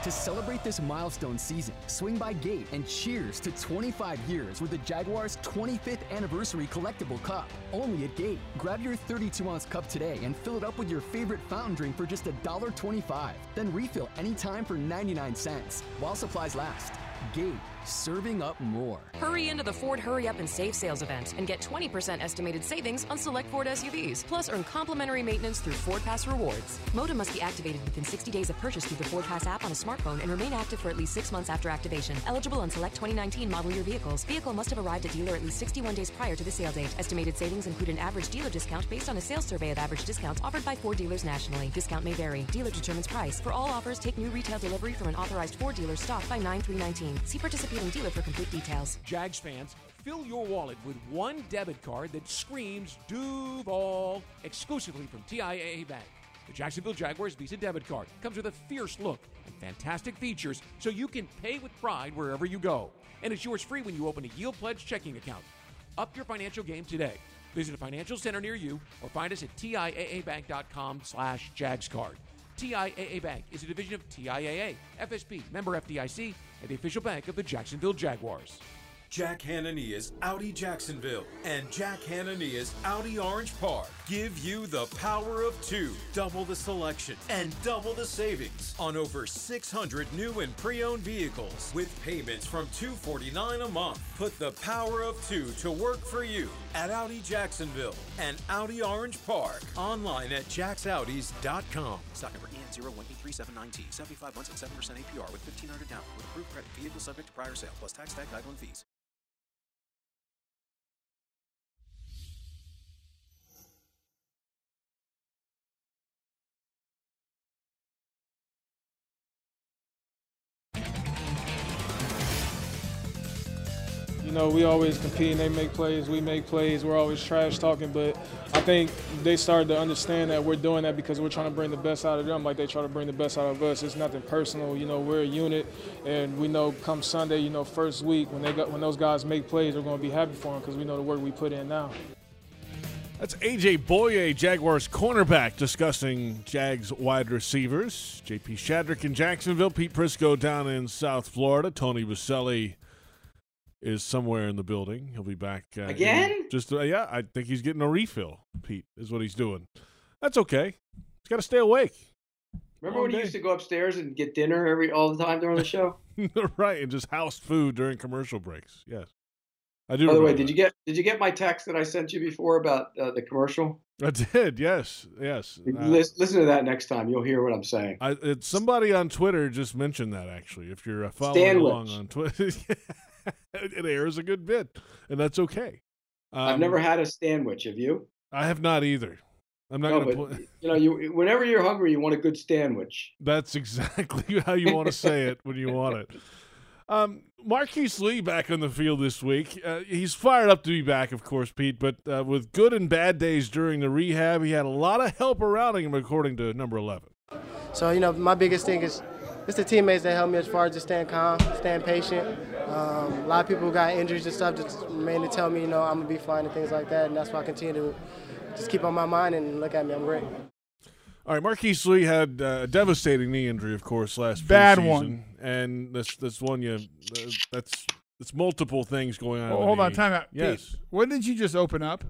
[SPEAKER 11] To celebrate this milestone season, swing by Gate and cheers to 25 years with the Jaguars' 25th Anniversary Collectible Cup. Only at Gate. Grab your 32 ounce cup today and fill it up with your favorite fountain drink for just $1.25. Then refill anytime for 99 cents while supplies last. Gate, serving up more.
[SPEAKER 7] Hurry into the Ford Hurry Up and Save sales event and get 20% estimated savings on select Ford SUVs. Plus, earn complimentary maintenance through Ford Pass Rewards. Modem must be activated within 60 days of purchase through the Ford Pass app on a smartphone and remain active for at least six months after activation. Eligible on select 2019 model year vehicles. Vehicle must have arrived at dealer at least 61 days prior to the sale date. Estimated savings include an average dealer discount based on a sales survey of average discounts offered by Ford dealers nationally. Discount may vary. Dealer determines price. For all offers, take new retail delivery from an authorized Ford dealer stock by 9319. See participating dealer for complete details.
[SPEAKER 24] Jags fans, fill your wallet with one debit card that screams Duval exclusively from TIAA Bank. The Jacksonville Jaguars Visa debit card comes with a fierce look and fantastic features so you can pay with pride wherever you go. And it's yours free when you open a Yield Pledge checking account. Up your financial game today. Visit a financial center near you or find us at TIAABank.com slash JagsCard. TIAA Bank is a division of TIAA, FSB, member FDIC, and the official bank of the Jacksonville Jaguars.
[SPEAKER 10] Jack Hanania's Audi Jacksonville and Jack Hanania's Audi Orange Park give you the power of two. Double the selection and double the savings on over 600 new and pre-owned vehicles with payments from 249 a month. Put the power of two to work for you at Audi Jacksonville and Audi Orange Park. Online at jacksaudis.com.
[SPEAKER 27] Stock number EN018379T, 75.17% APR with 1500 down with approved credit vehicle subject to prior sale plus tax, tag, title, and fees.
[SPEAKER 17] You know, we always compete and they make plays, we make plays, we're always trash talking, but I think they started to understand that we're doing that because we're trying to bring the best out of them like they try to bring the best out of us. It's nothing personal, you know, we're a unit and we know come Sunday, you know, first week when they got when those guys make plays, we're going to be happy for them because we know the work we put in now.
[SPEAKER 4] That's AJ Boye, Jaguars cornerback, discussing Jags wide receivers. JP Shadrick in Jacksonville, Pete Prisco down in South Florida, Tony Baselli is somewhere in the building. He'll be back uh,
[SPEAKER 6] Again?
[SPEAKER 4] in- Just uh, yeah, I think he's getting a refill. Pete is what he's doing. That's okay. He's got to stay awake,
[SPEAKER 6] Remember when he used to go upstairs and get dinner every all the time during the show?
[SPEAKER 4] right? And just house food during commercial breaks. Yes, I do.
[SPEAKER 6] By the way,
[SPEAKER 4] remember
[SPEAKER 6] did you get did you get my text that I sent you before about uh, the commercial?
[SPEAKER 4] that. I did. Yes, yes. Uh,
[SPEAKER 6] Lis- listen to that next time. You'll hear what I'm saying.
[SPEAKER 4] I, it's somebody on Twitter just mentioned that actually. If you're uh, following
[SPEAKER 6] Stanwich.
[SPEAKER 4] along on Twitter, it airs a good bit, and that's okay.
[SPEAKER 6] I've
[SPEAKER 4] Um,
[SPEAKER 6] never had a sandwich. Have you?
[SPEAKER 4] I have not either. I'm not
[SPEAKER 6] No,
[SPEAKER 4] gonna.
[SPEAKER 6] but
[SPEAKER 4] put
[SPEAKER 6] you know, you whenever you're hungry, you want a good sandwich.
[SPEAKER 4] That's exactly how you want to say it when you want it. Um, Marquise Lee back on the field this week. Uh, he's fired up to be back, of course, Pete. But uh, with good and bad days during the rehab, he had a lot of help around him, according to number eleven.
[SPEAKER 28] So you know, my biggest thing is it's the teammates that help me as far as just staying calm, staying patient. Um, a lot of people who got injuries and stuff just mainly tell me, you know, I'm gonna be fine and things like that, and that's why I continue to just keep on my mind and look at me. I'm great.
[SPEAKER 4] All right, Marquise Lee had uh, a devastating knee injury, of course, last
[SPEAKER 5] Bad
[SPEAKER 4] preseason.
[SPEAKER 5] one.
[SPEAKER 4] and this this one you that's that's multiple things going on.
[SPEAKER 5] Oh,
[SPEAKER 4] with
[SPEAKER 5] hold
[SPEAKER 4] the
[SPEAKER 5] on,
[SPEAKER 4] knee.
[SPEAKER 5] time out.
[SPEAKER 4] Yes,
[SPEAKER 5] Pete, what did you just open up?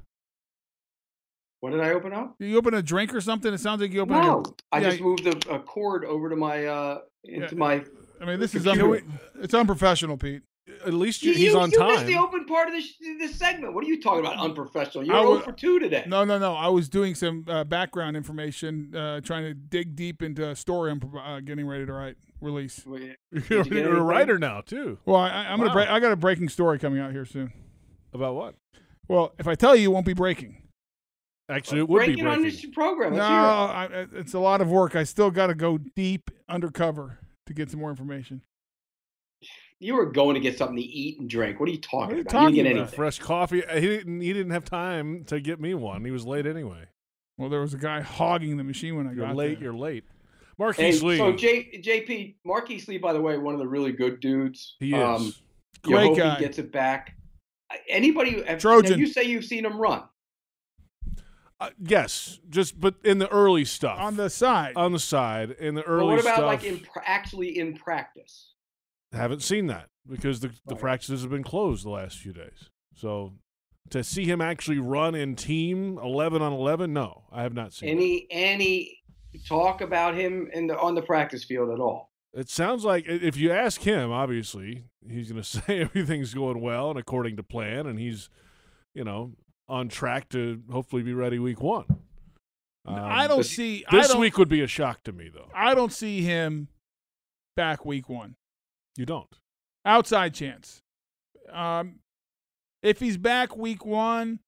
[SPEAKER 6] What did I open up?
[SPEAKER 5] You open a drink or something? It sounds like you open.
[SPEAKER 6] No,
[SPEAKER 5] a,
[SPEAKER 6] I just moved a, a cord over to my uh into
[SPEAKER 5] Yeah.
[SPEAKER 6] my.
[SPEAKER 5] I mean, this is
[SPEAKER 6] computer.
[SPEAKER 5] un- it's unprofessional, Pete. At least
[SPEAKER 6] You- you- you missed the open part of this this segment. What are you talking about? Unprofessional. You're
[SPEAKER 5] I wa-
[SPEAKER 6] over for two today.
[SPEAKER 5] No, no, no. I was doing some uh, background information, uh, trying to dig deep into a story I'm pro- uh, getting ready to write, release.
[SPEAKER 4] You're, you're a writer now too.
[SPEAKER 5] Well, I, I- I'm gonna.
[SPEAKER 4] Wow.
[SPEAKER 5] Break, I got a breaking story coming out here soon.
[SPEAKER 4] About what?
[SPEAKER 5] Well, if I tell you, it won't be breaking.
[SPEAKER 4] Actually, it would
[SPEAKER 6] Breaking
[SPEAKER 4] be
[SPEAKER 6] on
[SPEAKER 4] breaking.
[SPEAKER 6] this program.
[SPEAKER 5] no,
[SPEAKER 6] Let's hear it.
[SPEAKER 5] I, I- it's a lot of work. I still got to go deep undercover to get some more information.
[SPEAKER 6] You were going to get something to eat and drink. What are you talking
[SPEAKER 4] What
[SPEAKER 6] about?
[SPEAKER 4] are you
[SPEAKER 6] you
[SPEAKER 4] talking
[SPEAKER 6] didn't
[SPEAKER 4] about? Fresh coffee. uh, He didn't. He didn't have time to get me one. He was late anyway.
[SPEAKER 5] Well, there was a guy hogging the machine when I
[SPEAKER 4] you're
[SPEAKER 5] got
[SPEAKER 4] late.
[SPEAKER 5] there.
[SPEAKER 4] You're late.
[SPEAKER 6] get
[SPEAKER 4] Marquise
[SPEAKER 6] anything.
[SPEAKER 4] Lee.
[SPEAKER 6] Hey, so J, JP Marquise Lee, by the way, one of the really good dudes. Um,
[SPEAKER 4] He is.
[SPEAKER 6] you
[SPEAKER 5] Great
[SPEAKER 6] hope
[SPEAKER 5] guy.
[SPEAKER 6] he gets it back. Anybody? now,
[SPEAKER 4] Trojan.
[SPEAKER 6] you say you've seen him run.
[SPEAKER 4] Uh, yes, just but in the early stuff. On
[SPEAKER 5] the side.
[SPEAKER 4] On the side. In the
[SPEAKER 6] but
[SPEAKER 4] early
[SPEAKER 6] what about
[SPEAKER 4] stuff.
[SPEAKER 6] like in pr- actually in practice?
[SPEAKER 4] haven't seen that because the, the practices have been closed the last few days. So to see him actually run in team 11 on 11, no, I have not seen
[SPEAKER 6] Any any talk about him in the on the practice field at all?
[SPEAKER 4] it. It sounds like i- if you ask him, obviously, he's going to say everything's going well and according to plan, and he's, you know, on track to hopefully be ready week one.
[SPEAKER 5] I
[SPEAKER 4] Um,
[SPEAKER 5] don't
[SPEAKER 4] this-
[SPEAKER 5] see- I
[SPEAKER 4] This
[SPEAKER 5] don't-
[SPEAKER 4] week would be a shock to me, though.
[SPEAKER 5] I don't see him back week one.
[SPEAKER 4] You don't.
[SPEAKER 5] Outside chance. Um, if he's back week one,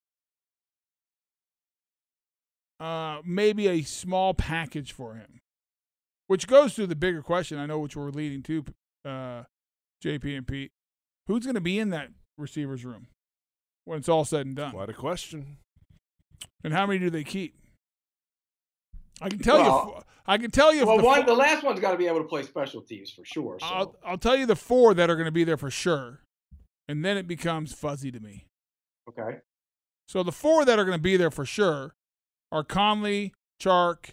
[SPEAKER 5] uh, maybe a small package for him, which goes to the bigger question. I know which we're leading to, uh, JP and Pete. Who's going to be in that receivers room when it's all said and done?
[SPEAKER 4] Quite a question.
[SPEAKER 5] And how many do they keep? I can tell
[SPEAKER 6] Well-
[SPEAKER 5] you. fo- I can tell you. if
[SPEAKER 6] Well,
[SPEAKER 5] the
[SPEAKER 6] one
[SPEAKER 5] fo-
[SPEAKER 6] the last one's got to be able to play special teams for sure. So
[SPEAKER 5] I'll, I'll tell you the four that are going to be there for sure. And then it becomes fuzzy to me.
[SPEAKER 6] okay,
[SPEAKER 5] So the four that are going to be there for sure are Conley, Chark,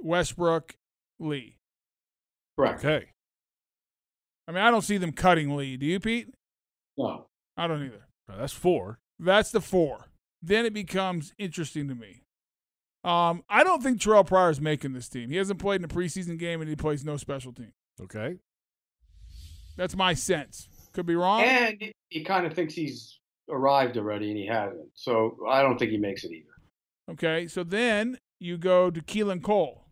[SPEAKER 5] Westbrook, Lee.
[SPEAKER 6] Correct.
[SPEAKER 4] Okay.
[SPEAKER 5] I mean, I don't see them cutting Lee. Do you, Pete?
[SPEAKER 6] No.
[SPEAKER 5] I don't either.
[SPEAKER 4] That's four.
[SPEAKER 5] That's the four. Then it becomes interesting to me. Um, I don't think Terrell Pryor is making this team. He hasn't played in a preseason game and he plays no special team.
[SPEAKER 4] Okay.
[SPEAKER 5] That's my sense. Could be wrong.
[SPEAKER 6] and he- he kind of thinks he's arrived already, and he hasn't. So I don't think he makes it either.
[SPEAKER 5] Okay, so then you go to Keelan Cole.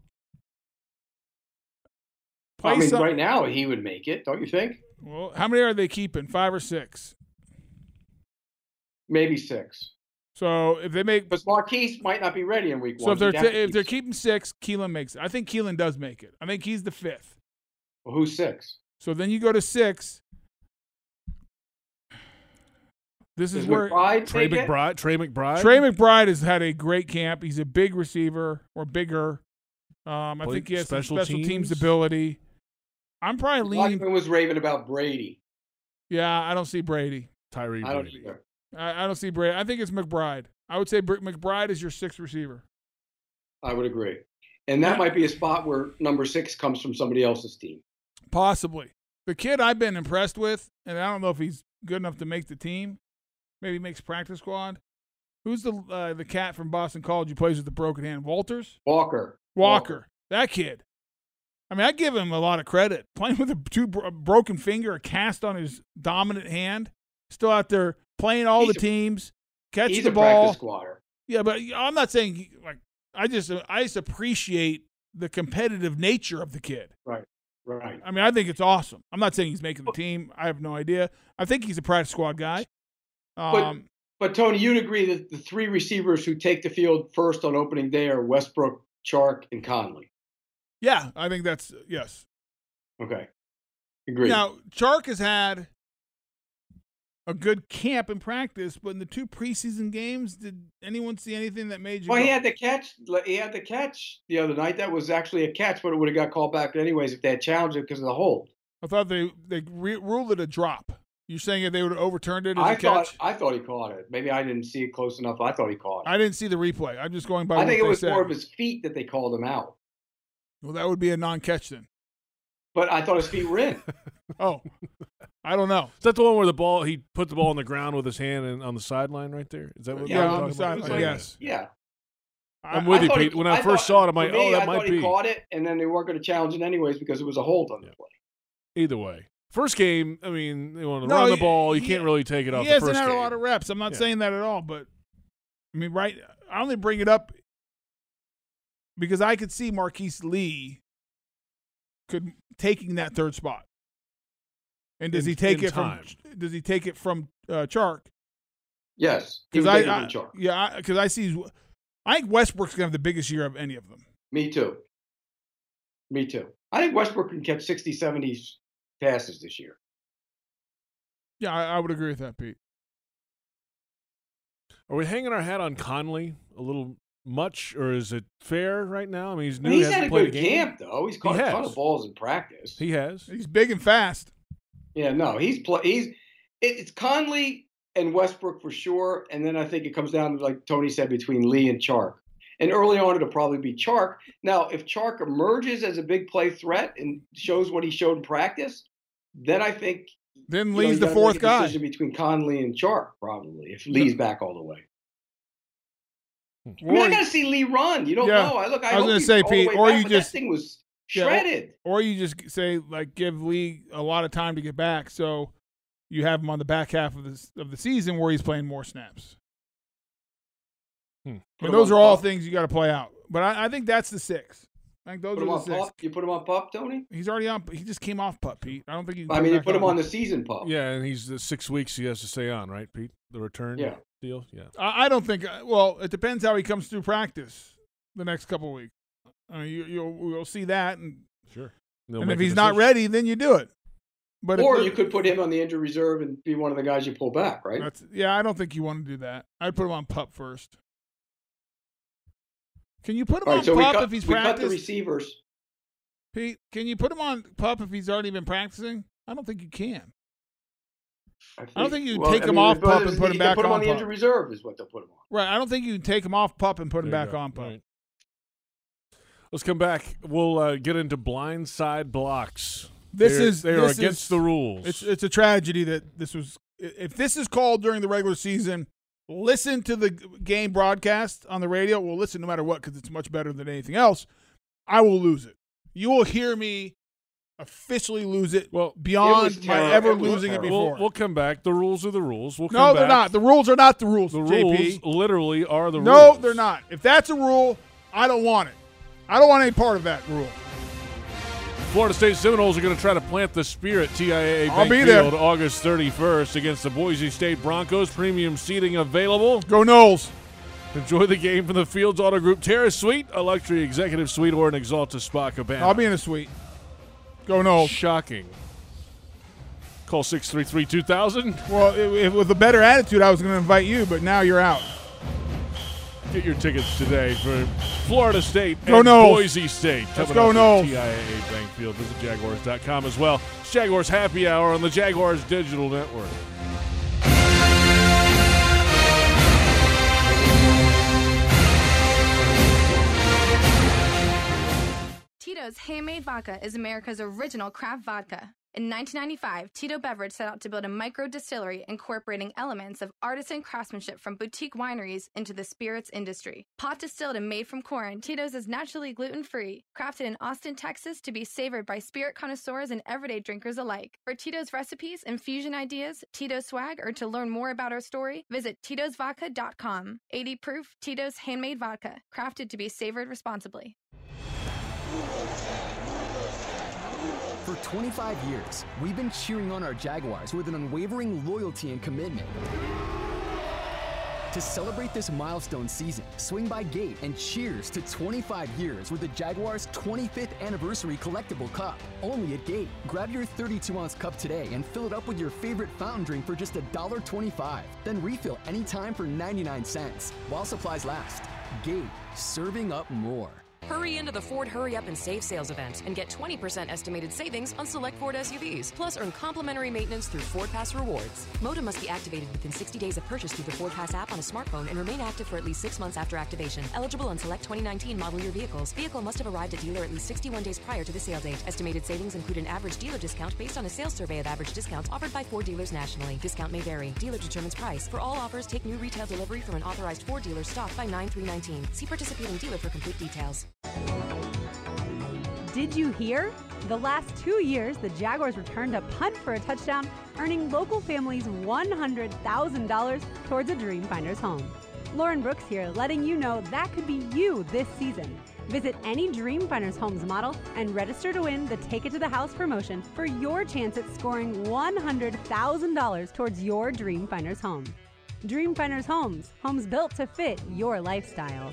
[SPEAKER 6] I mean,
[SPEAKER 5] some-
[SPEAKER 6] right now he would make it, don't you think?
[SPEAKER 5] Well, how many are they keeping? Five or six?
[SPEAKER 6] Maybe six.
[SPEAKER 5] So if they make,
[SPEAKER 6] because Marquise might not be ready in week
[SPEAKER 5] So
[SPEAKER 6] one.
[SPEAKER 5] if they're
[SPEAKER 6] He'd have to
[SPEAKER 5] if
[SPEAKER 6] keep-
[SPEAKER 5] they're keeping six, Keelan makes it. I think Keelan does make it. I think he's the fifth.
[SPEAKER 6] Well, who's six?
[SPEAKER 5] So then you go to six. This is,
[SPEAKER 6] Does
[SPEAKER 5] where
[SPEAKER 6] McBride
[SPEAKER 4] Trey McBride. Trey McBride.
[SPEAKER 5] Trey McBride has had a great camp. He's a big receiver or bigger. Um, I
[SPEAKER 4] Played
[SPEAKER 5] think he has some
[SPEAKER 4] special
[SPEAKER 5] special teams
[SPEAKER 4] teams?
[SPEAKER 5] ability. I'm probably leaning
[SPEAKER 6] Lockman was raving about Brady.
[SPEAKER 5] Yeah, I don't see Brady.
[SPEAKER 4] Tyree
[SPEAKER 6] I don't either.
[SPEAKER 5] I, I don't see Brady. I think it's McBride. I would say Br- McBride is your sixth receiver.
[SPEAKER 6] I would agree. And that might be a spot where number six comes from somebody else's team.
[SPEAKER 5] Possibly. The kid I've been impressed with, and I don't know if he's good enough to make the team, maybe makes practice squad. Who's the uh, the cat from Boston College who plays with the broken hand? Walters?
[SPEAKER 6] Walker.
[SPEAKER 5] Walker. That kid. I mean, I give him a lot of credit. Playing with a, two, bro- a broken finger, a cast on his dominant hand, still out there playing all the teams, catch
[SPEAKER 6] He's
[SPEAKER 5] the
[SPEAKER 6] a
[SPEAKER 5] ball.
[SPEAKER 6] practice squatter.
[SPEAKER 5] Yeah, but I'm not saying he- like I just uh, I just appreciate the competitive nature of the kid.
[SPEAKER 6] Right. Right.
[SPEAKER 5] I mean, I think it's awesome. I'm not saying he's making the team. I have no idea. I think he's a practice squad guy.
[SPEAKER 6] But,
[SPEAKER 5] Um,
[SPEAKER 6] but Tony, you'd agree that the three receivers who take the field first on opening day are Westbrook, Chark, and Conley.
[SPEAKER 5] yeah, I think that's uh, yes.
[SPEAKER 6] Okay. Agreed.
[SPEAKER 5] Now Chark has had a good camp and practice, but in the two preseason games, did anyone see anything that made you?
[SPEAKER 6] well,
[SPEAKER 5] go,
[SPEAKER 6] he had the catch. He had the catch the other night. That was actually a catch, but it would have got called back anyways if they had challenged it because of the hold.
[SPEAKER 5] I thought they they re- ruled it a drop. You're saying if they would have overturned it as a
[SPEAKER 6] I
[SPEAKER 5] catch?
[SPEAKER 6] thought I thought he caught it. Maybe I didn't see it close enough. I thought he caught it.
[SPEAKER 5] I didn't see the replay. I'm just going by.
[SPEAKER 6] I
[SPEAKER 5] what
[SPEAKER 6] think it
[SPEAKER 5] they
[SPEAKER 6] was
[SPEAKER 5] said.
[SPEAKER 6] more of his feet that they called him out.
[SPEAKER 5] Well, that would be a non-catch then.
[SPEAKER 6] But I thought his feet were in.
[SPEAKER 5] Oh, I don't know.
[SPEAKER 4] Is that the one where the ball he put the ball on the ground with his hand and on the sideline right there? Is that what
[SPEAKER 5] Yeah,
[SPEAKER 4] we're
[SPEAKER 5] on
[SPEAKER 4] talking
[SPEAKER 5] the
[SPEAKER 4] about?
[SPEAKER 5] sideline, yes.
[SPEAKER 6] Yeah.
[SPEAKER 4] I'm with you,
[SPEAKER 6] thought he-
[SPEAKER 4] Pete. When I,
[SPEAKER 6] thought-
[SPEAKER 4] first saw it, I'm like,
[SPEAKER 6] for me,
[SPEAKER 4] oh, that
[SPEAKER 6] I
[SPEAKER 4] might
[SPEAKER 6] thought
[SPEAKER 4] be.
[SPEAKER 6] He caught it, and then they weren't going to challenge it anyways because it was a hold on the play.
[SPEAKER 4] Either way, first game. I mean, they want to
[SPEAKER 5] No,
[SPEAKER 4] run the
[SPEAKER 5] he-
[SPEAKER 4] ball. You
[SPEAKER 5] he-
[SPEAKER 4] can't really take it off
[SPEAKER 5] He
[SPEAKER 4] the
[SPEAKER 5] hasn't
[SPEAKER 4] first
[SPEAKER 5] had
[SPEAKER 4] game.
[SPEAKER 5] a lot of reps. I'm not
[SPEAKER 4] Yeah.
[SPEAKER 5] saying that at all, but I mean, right? I only bring it up because I could see Marquise Lee could taking that third spot. And does
[SPEAKER 4] In-
[SPEAKER 5] he take
[SPEAKER 4] in
[SPEAKER 5] it
[SPEAKER 4] time.
[SPEAKER 5] from? Does he take it from uh, Chark?
[SPEAKER 6] Yes, he
[SPEAKER 5] because
[SPEAKER 6] would
[SPEAKER 5] I,
[SPEAKER 6] take it
[SPEAKER 5] I-
[SPEAKER 6] from Chark.
[SPEAKER 5] yeah, because I, see. I think Westbrook's gonna have the biggest year of any of them.
[SPEAKER 6] Me too. Me too. I think Westbrook can catch 60, 70 passes this year.
[SPEAKER 5] Yeah, I, I would agree with that, Pete.
[SPEAKER 4] Are we hanging our hat on Conley a little much, or is it fair right now? I mean, he's new.
[SPEAKER 6] But he's
[SPEAKER 4] hasn't
[SPEAKER 6] had a good
[SPEAKER 4] played game.
[SPEAKER 6] camp though. He's
[SPEAKER 4] He
[SPEAKER 6] caught a ton
[SPEAKER 4] has.
[SPEAKER 6] of balls in practice.
[SPEAKER 4] He has.
[SPEAKER 5] He's big and fast.
[SPEAKER 6] Yeah, no, he's play. He's it, it's Conley and Westbrook for sure, and then I think it comes down to like Tony said between Lee and Chark. And early on, it'll probably be Chark. Now, if Chark emerges as a big play threat and shows what he showed in practice, then I think
[SPEAKER 5] Then
[SPEAKER 6] you know,
[SPEAKER 5] Lee's
[SPEAKER 6] you
[SPEAKER 5] the
[SPEAKER 6] gotta make
[SPEAKER 5] fourth
[SPEAKER 6] a
[SPEAKER 5] guy.
[SPEAKER 6] Decision between Conley and Chark probably if Lee's back all the way. I mean, I
[SPEAKER 5] Rory-
[SPEAKER 6] gotta see Lee run. You don't
[SPEAKER 5] Yeah.
[SPEAKER 6] know. I look. I,
[SPEAKER 5] I was
[SPEAKER 6] hope
[SPEAKER 5] gonna
[SPEAKER 6] he's
[SPEAKER 5] say,
[SPEAKER 6] all the
[SPEAKER 5] Pete,
[SPEAKER 6] way
[SPEAKER 5] or
[SPEAKER 6] back,
[SPEAKER 5] you
[SPEAKER 6] but that
[SPEAKER 5] just-
[SPEAKER 6] thing was
[SPEAKER 5] Yeah, or-
[SPEAKER 6] shredded.
[SPEAKER 5] or, you just say like give Lee a lot of time to get back, so you have him on the back half of the of the season where he's playing more snaps. I
[SPEAKER 6] Put
[SPEAKER 5] mean,
[SPEAKER 6] him
[SPEAKER 5] those
[SPEAKER 6] on
[SPEAKER 5] are all
[SPEAKER 6] pup.
[SPEAKER 5] things you got to play out. But I, I think that's the six. I think those
[SPEAKER 6] Put him
[SPEAKER 5] are
[SPEAKER 6] on
[SPEAKER 5] the six.
[SPEAKER 6] pup. You put him on pup, Tony.
[SPEAKER 5] He's already on. He just came off pup, Pete. I don't think he.
[SPEAKER 6] I mean, they put him on the season pup.
[SPEAKER 4] Yeah, and he's the six weeks he has to stay on, right, Pete? The return
[SPEAKER 6] Yeah.
[SPEAKER 4] deal? Yeah.
[SPEAKER 5] I, I don't think. uh, Well, it depends how he comes through practice the next couple of weeks. I mean, you, you'll we'll see that, and
[SPEAKER 4] Sure.
[SPEAKER 5] and if he's not ready, then you do it. But if
[SPEAKER 6] or
[SPEAKER 5] the-
[SPEAKER 6] you could put him on the injured reserve and be one of the guys you pull back, right?
[SPEAKER 5] That's, yeah, I don't think you want to do that. I'd put him on pup first. Can you put him
[SPEAKER 6] All
[SPEAKER 5] on
[SPEAKER 6] right, so we
[SPEAKER 5] pup
[SPEAKER 6] cut,
[SPEAKER 5] if he's
[SPEAKER 6] we cut the
[SPEAKER 5] practiced?
[SPEAKER 6] receivers.
[SPEAKER 5] Pete, can you put him on pup if he's already been practicing? I don't think you can. I don't think you
[SPEAKER 6] Well,
[SPEAKER 5] take
[SPEAKER 6] I
[SPEAKER 5] him
[SPEAKER 6] mean,
[SPEAKER 5] off
[SPEAKER 6] but
[SPEAKER 5] pup and put
[SPEAKER 6] you
[SPEAKER 5] him
[SPEAKER 6] can
[SPEAKER 5] back
[SPEAKER 6] put him
[SPEAKER 5] on
[SPEAKER 6] on the
[SPEAKER 5] pup.
[SPEAKER 6] injured reserve is what they'll put him on.
[SPEAKER 5] Right. I don't think you can take him off pup and put him
[SPEAKER 4] There you
[SPEAKER 5] back
[SPEAKER 4] go.
[SPEAKER 5] on pup.
[SPEAKER 4] Let's come back. We'll uh, get into blindside blocks.
[SPEAKER 5] This
[SPEAKER 4] They're-
[SPEAKER 5] is
[SPEAKER 4] they are
[SPEAKER 5] this
[SPEAKER 4] against
[SPEAKER 5] is-
[SPEAKER 4] the rules.
[SPEAKER 5] It's it's a tragedy that this was. If this is called during the regular season, listen to the game broadcast on the radio. Well, listen no matter what because it's much better than anything else. I will lose it. You will hear me officially lose it. Well, beyond my ever losing it before.
[SPEAKER 4] We'll, we'll come back. The rules are the rules. We'll
[SPEAKER 5] no,
[SPEAKER 4] come
[SPEAKER 5] they're not.
[SPEAKER 4] back.
[SPEAKER 5] The rules are not the rules.
[SPEAKER 4] The
[SPEAKER 5] JP.
[SPEAKER 4] rules literally are the
[SPEAKER 5] no,
[SPEAKER 4] rules.
[SPEAKER 5] they're not. If that's a rule, I don't want it. I don't want any part of that rule.
[SPEAKER 4] Florida State Seminoles are going to try to plant the spear at TIAA
[SPEAKER 5] I'll
[SPEAKER 4] Bank
[SPEAKER 5] be there.
[SPEAKER 4] Field August 31st against the Boise State Broncos. Premium seating available.
[SPEAKER 5] Go Knowles.
[SPEAKER 4] Enjoy the game from the Fields Auto Group Terrace Suite, a luxury executive suite, or an Exalta Spa Cabana.
[SPEAKER 5] I'll be in a suite. Go Knowles.
[SPEAKER 4] Shocking. Call 633 2000.
[SPEAKER 5] Well, i- if, with a better attitude, I was going to invite you, but now you're out.
[SPEAKER 4] Get your tickets today for Florida State
[SPEAKER 5] Go
[SPEAKER 4] and
[SPEAKER 5] Knowles.
[SPEAKER 4] Boise State.
[SPEAKER 5] Let's
[SPEAKER 4] Coming
[SPEAKER 5] go
[SPEAKER 4] up
[SPEAKER 5] Knowles.
[SPEAKER 4] with TIAA Bank Field. Visit Jaguars.com as well. It's Jaguars Happy Hour on the Jaguars Digital Network.
[SPEAKER 25] Tito's Handmade Vodka is America's original craft vodka. In 1995, Tito Beverage set out to build a micro distillery incorporating elements of artisan craftsmanship from boutique wineries into the spirits industry. Pot distilled and made from corn, Tito's is naturally gluten free, crafted in Austin, Texas to be savored by spirit connoisseurs and everyday drinkers alike. For Tito's recipes, infusion ideas, Tito's swag, or to learn more about our story, visit Tito'sVodka.com. 80 proof Tito's Handmade Vodka, crafted to be savored responsibly.
[SPEAKER 11] For 25 years, we've been cheering on our Jaguars with an unwavering loyalty and commitment. To celebrate this milestone season, swing by Gate and cheers to 25 years with the Jaguars' 25th anniversary collectible cup. Only at Gate. Grab your 32 ounce cup today and fill it up with your favorite fountain drink for just $1.25. Then refill anytime for 99 cents while supplies last. Gate, serving up more.
[SPEAKER 7] Hurry into the Ford Hurry Up and Save sales event and get 20% estimated savings on select Ford SUVs. Plus, earn complimentary maintenance through Ford Pass Rewards. Moda must be activated within 60 days of purchase through the Ford Pass app on a smartphone and remain active for at least six months after activation. Eligible on select 2019 model year vehicles. Vehicle must have arrived at dealer at least 61 days prior to the sale date. Estimated savings include an average dealer discount based on a sales survey of average discounts offered by Ford dealers nationally. Discount may vary. Dealer determines price. For all offers, take new retail delivery from an authorized Ford dealer stock by 9319. See participating dealer for complete details.
[SPEAKER 9] Did you hear? The last two years, the Jaguars returned a punt for a touchdown, earning local families $100,000 towards a Dreamfinders home. Lauren Brooks here, letting you know that could be you this season. Visit any Dreamfinders Homes model and register to win the Take It to the House promotion for your chance at scoring $100,000 towards your Dreamfinders home. Dreamfinders Homes, homes built to fit your lifestyle.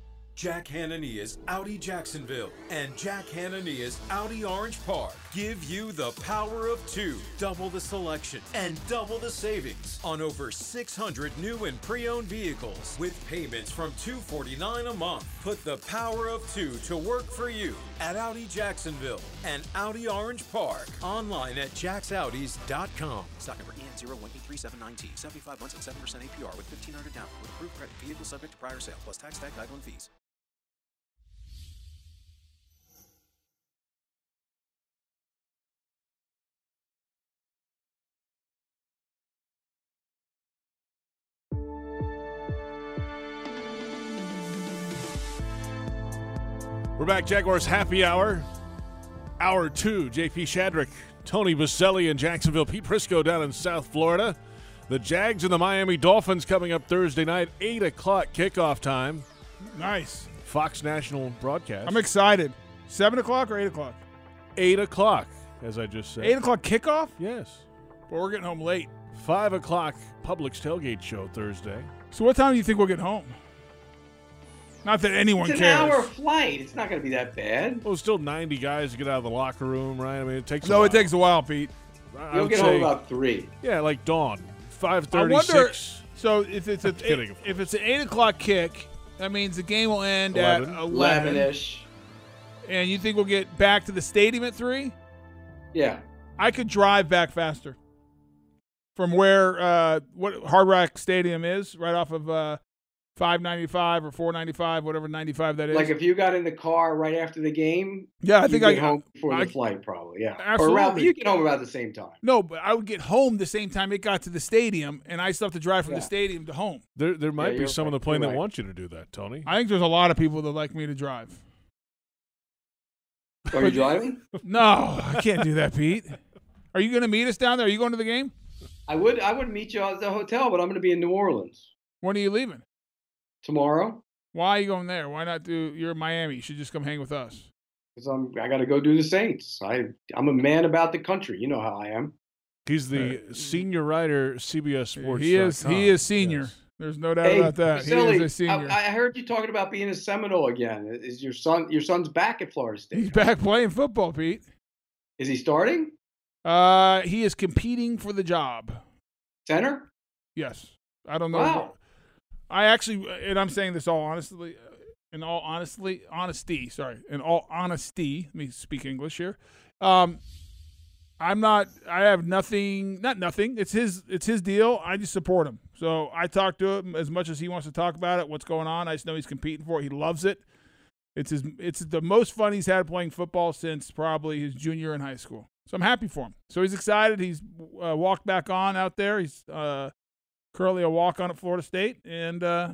[SPEAKER 10] Jack Hanania's Audi Jacksonville and Jack Hanania's Audi Orange Park give you the power of two. Double the selection and double the savings on over 600 new and pre-owned vehicles with payments from 249 a month. Put the power of two to work for you at Audi Jacksonville and Audi Orange Park. Online at jacksaudis.com.
[SPEAKER 27] Stock number EN0183790, 75 months at 7% APR with 1500 down with approved credit. Vehicle subject to prior sale plus tax, tag, title, and fees.
[SPEAKER 4] We're back, Jaguars Happy Hour. Hour two, JP Shadrick, Tony Baselli in Jacksonville, Pete Prisco down in South Florida. The Jags and the Miami Dolphins coming up Thursday night, 8 o'clock kickoff time.
[SPEAKER 5] Nice.
[SPEAKER 4] Fox National broadcast.
[SPEAKER 5] I'm excited. Seven o'clock or eight o'clock?
[SPEAKER 4] 8 o'clock, as I just said.
[SPEAKER 5] Eight o'clock kickoff?
[SPEAKER 4] Yes.
[SPEAKER 5] Well, we're getting home late.
[SPEAKER 4] 5 o'clock Publix tailgate show Thursday.
[SPEAKER 5] So what time do you think we'll get home? Not that anyone
[SPEAKER 6] it's an
[SPEAKER 5] cares.
[SPEAKER 6] hour flight. It's not going to be that bad.
[SPEAKER 4] Well, still 90 guys to get out of the locker room, right? I mean, it takes a
[SPEAKER 5] No,
[SPEAKER 4] while.
[SPEAKER 5] it takes a while, Pete.
[SPEAKER 4] I
[SPEAKER 6] You'll
[SPEAKER 4] would
[SPEAKER 6] get home
[SPEAKER 4] say-
[SPEAKER 6] about three.
[SPEAKER 4] Yeah, like dawn, five
[SPEAKER 5] I
[SPEAKER 4] thirty-six.
[SPEAKER 5] wonder. So if it's a
[SPEAKER 4] I'm kidding, of
[SPEAKER 5] if it's an eight o'clock kick, that means the game will end
[SPEAKER 4] Eleven.
[SPEAKER 5] at eleven
[SPEAKER 6] Eleven-ish.
[SPEAKER 5] And you think we'll get back to the stadium at three?
[SPEAKER 6] Yeah.
[SPEAKER 5] I could drive back faster from where uh, what Hard Rock Stadium is, right off of uh, five ninety five or four ninety five, whatever ninety five that is.
[SPEAKER 6] Like if you got in the car right after the game,
[SPEAKER 5] Yeah, I
[SPEAKER 6] you
[SPEAKER 5] think
[SPEAKER 6] get
[SPEAKER 5] I-
[SPEAKER 6] home before
[SPEAKER 5] I-
[SPEAKER 6] the flight, probably. Yeah,
[SPEAKER 5] Absolutely.
[SPEAKER 6] or around, you get home about the same time.
[SPEAKER 5] no, but I would get home the same time it got to the stadium, and I still have to drive from
[SPEAKER 6] Yeah.
[SPEAKER 5] the stadium to home.
[SPEAKER 4] There, there might be
[SPEAKER 6] you're
[SPEAKER 4] some on
[SPEAKER 6] right.
[SPEAKER 4] the plane
[SPEAKER 6] You're
[SPEAKER 4] that
[SPEAKER 6] right.
[SPEAKER 4] wants you to do that, Tony.
[SPEAKER 5] I think there's a lot of people that like me to drive.
[SPEAKER 6] Are you driving?
[SPEAKER 5] No, I can't do that, Pete. Are you going to meet us down there? Are you going to the game?
[SPEAKER 6] I would, I would meet you at the hotel, but I'm going to be in New Orleans
[SPEAKER 5] When are you leaving?
[SPEAKER 6] tomorrow
[SPEAKER 5] Why are you going there? Why not do? You're in Miami. You should just come hang with us.
[SPEAKER 6] because I'm, I got to go do the Saints. I, I'm a man about the country. You know how I am.
[SPEAKER 4] He's the senior writer, CBS Sports.
[SPEAKER 5] He is. He is senior. There's no doubt about that.
[SPEAKER 6] Vasily,
[SPEAKER 5] he is a senior.
[SPEAKER 6] I, I heard you talking about being a Seminole again. Is your son, your son's back at Florida State?
[SPEAKER 5] He's back playing football, Pete.
[SPEAKER 6] Is he starting
[SPEAKER 5] Uh, he is competing for the job.
[SPEAKER 6] center?
[SPEAKER 5] Yes. I don't know.
[SPEAKER 6] Wow.
[SPEAKER 5] I actually, and I'm saying this all honestly, uh, in all honestly, honesty. Sorry, in all honesty. Let me speak English here. Um, I'm not. I have nothing. Not nothing. It's his. It's his deal. I just support him. So I talk to him as much as he wants to talk about it. What's going on? I just know he's competing for it. He loves it. It's his. It's the most fun he's had playing football since probably his junior in high school. So I'm happy for him. So he's excited. He's uh, walked back on out there. He's uh, currently a walk on at Florida State, and uh,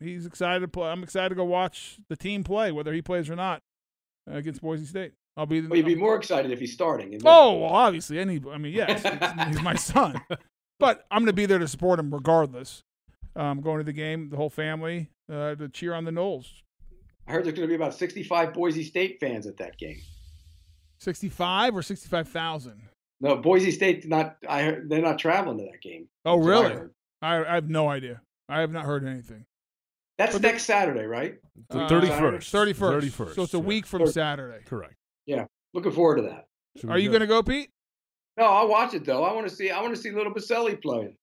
[SPEAKER 5] he's excited to play. I'm excited to go watch the team play, whether he plays or not, uh, against Boise State. I'll be.
[SPEAKER 6] Well, you'd be more excited if he's starting. isn't it?
[SPEAKER 5] Oh, well, obviously, any. I mean, yes, he's my son, but I'm going to be there to support him regardless. Um, going to the game, the whole family uh, to cheer on the Knowles.
[SPEAKER 6] I heard there's going to be about 65 Boise State fans at that game.
[SPEAKER 5] 65 or 65,000?
[SPEAKER 6] No, Boise State did not. I heard, they're not traveling to that game.
[SPEAKER 5] Oh,
[SPEAKER 6] That's what I
[SPEAKER 5] really?
[SPEAKER 6] heard.
[SPEAKER 5] I, I have no idea. I have not heard anything.
[SPEAKER 6] That's
[SPEAKER 5] But they-
[SPEAKER 6] next Saturday, right?
[SPEAKER 4] The 31st.
[SPEAKER 5] Thirty first.
[SPEAKER 4] 31st,
[SPEAKER 5] So it's a
[SPEAKER 4] yeah.
[SPEAKER 5] week from
[SPEAKER 4] Thirty-
[SPEAKER 5] Saturday.
[SPEAKER 4] Correct.
[SPEAKER 6] Yeah, looking forward to that.
[SPEAKER 5] Are you going to go, Pete?
[SPEAKER 6] No, I'll watch it though. I want to see. I want to see Little Baselli playing.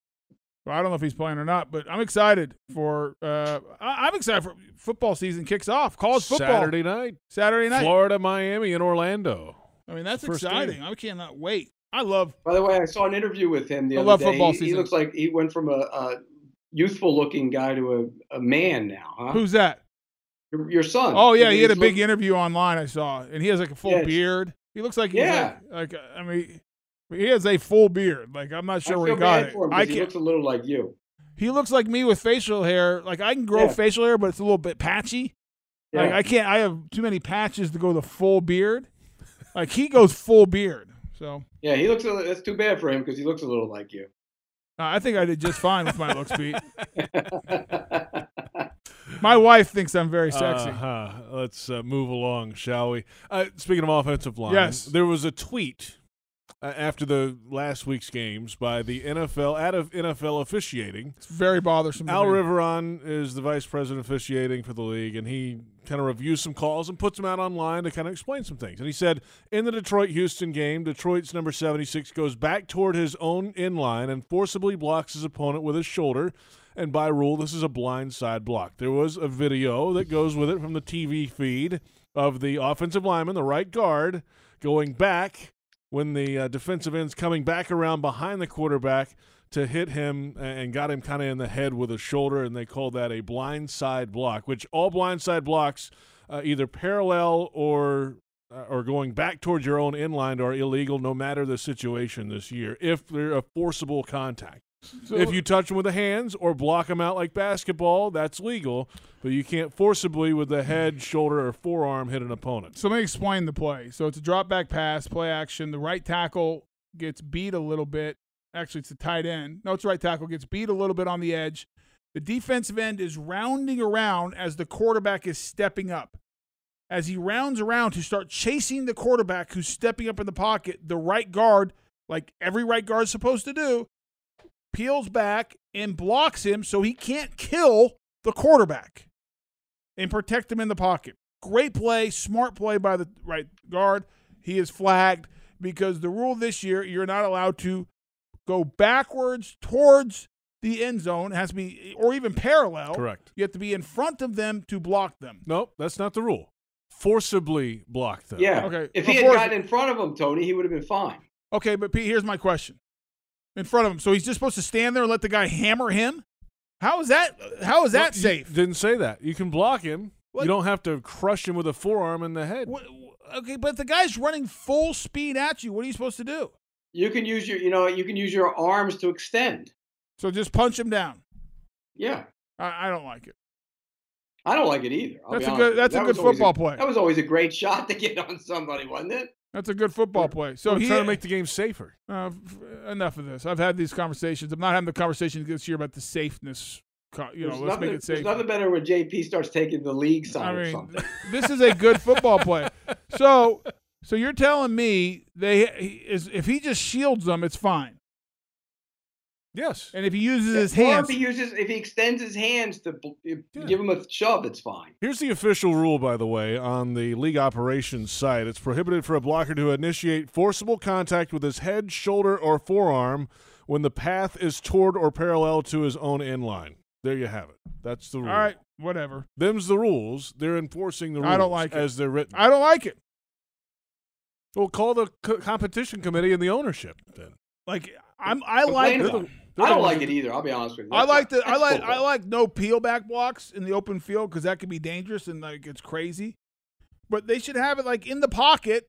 [SPEAKER 5] Well, I don't know if he's playing or not, but I'm excited for. Uh, I, I'm excited for football season kicks off. College football
[SPEAKER 4] Saturday night.
[SPEAKER 5] Saturday night.
[SPEAKER 4] Florida, Miami, and Orlando.
[SPEAKER 5] I mean, that's
[SPEAKER 4] First
[SPEAKER 5] exciting.
[SPEAKER 4] game.
[SPEAKER 5] I cannot wait. I love.
[SPEAKER 6] By the way, I saw an interview with him the
[SPEAKER 5] I
[SPEAKER 6] other
[SPEAKER 5] love
[SPEAKER 6] day.
[SPEAKER 5] football
[SPEAKER 6] he, he
[SPEAKER 5] season.
[SPEAKER 6] looks like he went from a, a youthful-looking guy to a, a man now. Huh?
[SPEAKER 5] Who's that?
[SPEAKER 6] Your, your son.
[SPEAKER 5] Oh yeah, he had a
[SPEAKER 6] He's
[SPEAKER 5] big
[SPEAKER 6] look-
[SPEAKER 5] interview online. I saw, and he has like a full
[SPEAKER 6] Yes.
[SPEAKER 5] beard. He looks like he's
[SPEAKER 6] Yeah.
[SPEAKER 5] like, like I mean, he has a full beard. Like I'm not
[SPEAKER 6] I
[SPEAKER 5] sure
[SPEAKER 6] feel
[SPEAKER 5] where he got
[SPEAKER 6] bad
[SPEAKER 5] it.
[SPEAKER 6] for him
[SPEAKER 5] I
[SPEAKER 6] 'cause he
[SPEAKER 5] can't.
[SPEAKER 6] looks a little like you.
[SPEAKER 5] He looks like me with facial hair. Like I can grow
[SPEAKER 6] Yeah.
[SPEAKER 5] facial hair, but it's a little bit patchy. Like
[SPEAKER 6] Yeah.
[SPEAKER 5] I can't. I have too many patches to go the full beard. Like he goes full beard. So
[SPEAKER 6] Yeah, he looks. A, li- that's too bad for him because he looks a little like you.
[SPEAKER 5] uh, I think I did just fine with my looks, Pete. my wife thinks I'm very sexy.
[SPEAKER 4] Uh-huh. Let's uh, move along, shall we? Uh, speaking of offensive line,
[SPEAKER 5] Yes.
[SPEAKER 4] there was a tweet uh, after the last week's games by the NFL out of NFL officiating.
[SPEAKER 5] It's very bothersome. to
[SPEAKER 4] Al
[SPEAKER 5] me.
[SPEAKER 4] Riveron is the vice president officiating for the league, and he kind of reviews some calls and puts them out online to kind of explain some things. And he said in the Detroit Houston game, Detroit's number 76 goes back toward his own inline and forcibly blocks his opponent with his shoulder. And by rule, this is a blind side block. There was a video that goes with it from the TV feed of the offensive lineman, the right guard, going back when the uh, defensive end's coming back around behind the quarterback to hit him a- and got him kind of in the head with a shoulder, and they called that a blindside block, which all blindside blocks, uh, either parallel or uh, or going back towards your own inline, are illegal no matter the situation this year if they're a forcible contact.
[SPEAKER 5] So-
[SPEAKER 4] if you touch them with the hands or block them out like basketball, that's legal, but you can't forcibly with the head, shoulder, or forearm hit an opponent.
[SPEAKER 5] So let me explain the play. So it's a drop back pass, play action. The right tackle gets beat a little bit. Actually, it's a tight end. No, it's right tackle gets beat a little bit on the edge. The defensive end is rounding around as the quarterback is stepping up. As he rounds around to start chasing the quarterback who's stepping up in the pocket, the right guard, like every right guard's supposed to do, peels back and blocks him so he can't kill the quarterback and protect him in the pocket. Great play, smart play by the right guard. He is flagged because the rule this year you're not allowed to go backwards towards the end zone. It has to be or even parallel.
[SPEAKER 4] Correct.
[SPEAKER 5] You have to be in front of them to block them.
[SPEAKER 4] Nope, that's not the rule. Forcibly block them.
[SPEAKER 6] Yeah.
[SPEAKER 5] Okay.
[SPEAKER 6] If he had
[SPEAKER 5] Before-
[SPEAKER 6] gotten in front of him, Tony, he would have been fine.
[SPEAKER 5] Okay, but Pete, here's my question. In front of him. So he's just supposed to stand there and let the guy hammer him? How is that how Oh, is that
[SPEAKER 4] No, you
[SPEAKER 5] safe?
[SPEAKER 4] Didn't say that. You can block him.
[SPEAKER 5] What?
[SPEAKER 4] You don't have to crush him with a forearm in the head.
[SPEAKER 5] What- okay, but if the guy's running full speed at you. What are you supposed to do?
[SPEAKER 6] You can use your, you know, you can use your arms to extend.
[SPEAKER 5] So just punch him down.
[SPEAKER 6] Yeah,
[SPEAKER 5] I, I don't like it.
[SPEAKER 6] I don't like it either. I'll
[SPEAKER 5] That's
[SPEAKER 6] be
[SPEAKER 5] a
[SPEAKER 6] honest with
[SPEAKER 5] good-
[SPEAKER 6] you.
[SPEAKER 5] that's a
[SPEAKER 6] That
[SPEAKER 5] good
[SPEAKER 6] was always
[SPEAKER 5] football play.
[SPEAKER 6] That was always a great shot to get on somebody, wasn't it?
[SPEAKER 5] That's a good football play. So
[SPEAKER 4] I'm
[SPEAKER 5] he,
[SPEAKER 4] trying to make the game safer.
[SPEAKER 5] uh, f- enough of this. I've had these conversations. I'm not having the conversation this year about the safeness. co- You know,
[SPEAKER 6] There's
[SPEAKER 5] let's
[SPEAKER 6] nothing,
[SPEAKER 5] make it
[SPEAKER 6] There's
[SPEAKER 5] safe.
[SPEAKER 6] nothing better when JP starts taking the league side
[SPEAKER 5] I
[SPEAKER 6] or
[SPEAKER 5] mean,
[SPEAKER 6] something.
[SPEAKER 5] this is a good football play. So, so you're telling me they he, is if he just shields them, it's fine.
[SPEAKER 4] Yes.
[SPEAKER 5] And if he uses his
[SPEAKER 6] Or if
[SPEAKER 5] hands,
[SPEAKER 6] he uses, if he extends his hands to bl- if- give him a shove, it's fine.
[SPEAKER 4] Here's the official rule, by the way, on the league operations site. It's prohibited for a blocker to initiate forcible contact with his head, shoulder, or forearm when the path is toward or parallel to his own inline. There you have it. That's the
[SPEAKER 5] all
[SPEAKER 4] rule.
[SPEAKER 5] right, whatever.
[SPEAKER 4] Them's the rules. They're enforcing the rules
[SPEAKER 5] I don't like it.
[SPEAKER 4] as they're written.
[SPEAKER 5] I don't like it.
[SPEAKER 4] Well, call the co- competition committee and the ownership then.
[SPEAKER 5] Like I'm, I like.
[SPEAKER 6] Complain
[SPEAKER 5] the-
[SPEAKER 6] about it. I don't like it either. I'll be honest with you.
[SPEAKER 5] I
[SPEAKER 6] That's
[SPEAKER 5] like
[SPEAKER 6] not-
[SPEAKER 5] the I
[SPEAKER 6] that's
[SPEAKER 5] like
[SPEAKER 6] football.
[SPEAKER 5] I like no peel back blocks in the open field because that could be dangerous and like it's crazy. But they should have it like in the pocket.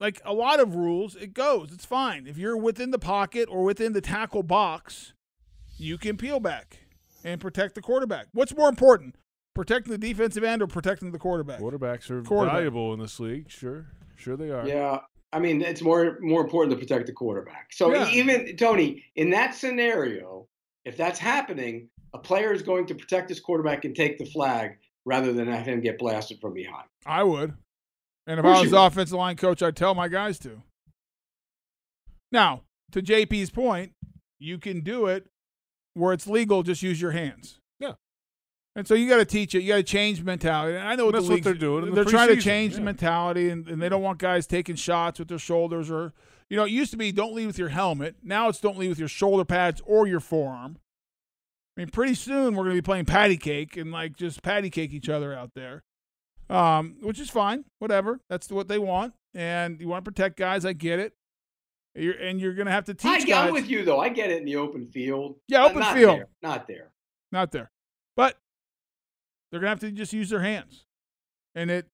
[SPEAKER 5] Like a lot of rules, it goes. It's fine if you're within the pocket or within the tackle box, you can peel back and protect the quarterback. What's more important, protecting the defensive end or protecting the quarterback?
[SPEAKER 4] Quarterbacks are
[SPEAKER 5] Quarterback.
[SPEAKER 4] valuable in this league. Sure, sure they are.
[SPEAKER 6] Yeah, I mean it's more more important to protect the quarterback. So
[SPEAKER 4] Yeah.
[SPEAKER 6] even Tony, in that scenario, if that's happening, a player is going to protect his quarterback and take the flag rather than have him get blasted from behind.
[SPEAKER 5] I would. And
[SPEAKER 6] Of
[SPEAKER 5] if
[SPEAKER 6] course
[SPEAKER 5] I was
[SPEAKER 6] you
[SPEAKER 5] the
[SPEAKER 6] would.
[SPEAKER 5] offensive line coach, I'd tell my guys to. Now, to JP's point, you can do it where it's legal, just use your hands.
[SPEAKER 4] Yeah.
[SPEAKER 5] And so you got to teach it. You got to change mentality. And I know what
[SPEAKER 4] That's
[SPEAKER 5] the
[SPEAKER 4] what
[SPEAKER 5] league's-
[SPEAKER 4] they're doing in the
[SPEAKER 5] They're trying to
[SPEAKER 4] preseason,
[SPEAKER 5] change the
[SPEAKER 4] yeah.
[SPEAKER 5] mentality, and, and they don't want guys taking shots with their shoulders or, you know, it used to be don't lead with your helmet. Now it's don't lead with your shoulder pads or your forearm. I mean, pretty soon we're going to be playing patty cake and like just patty cake each other out there, um, which is fine. Whatever. That's what they want. And you want to protect guys. I get it. You're, and you're going to have to teach
[SPEAKER 6] I,
[SPEAKER 5] guys.
[SPEAKER 6] I'm with you though. I get it in the open field.
[SPEAKER 5] Yeah,
[SPEAKER 6] but
[SPEAKER 5] open
[SPEAKER 6] not
[SPEAKER 5] field.
[SPEAKER 6] there, not there.
[SPEAKER 5] Not there. But they're going to have to just use their hands. And it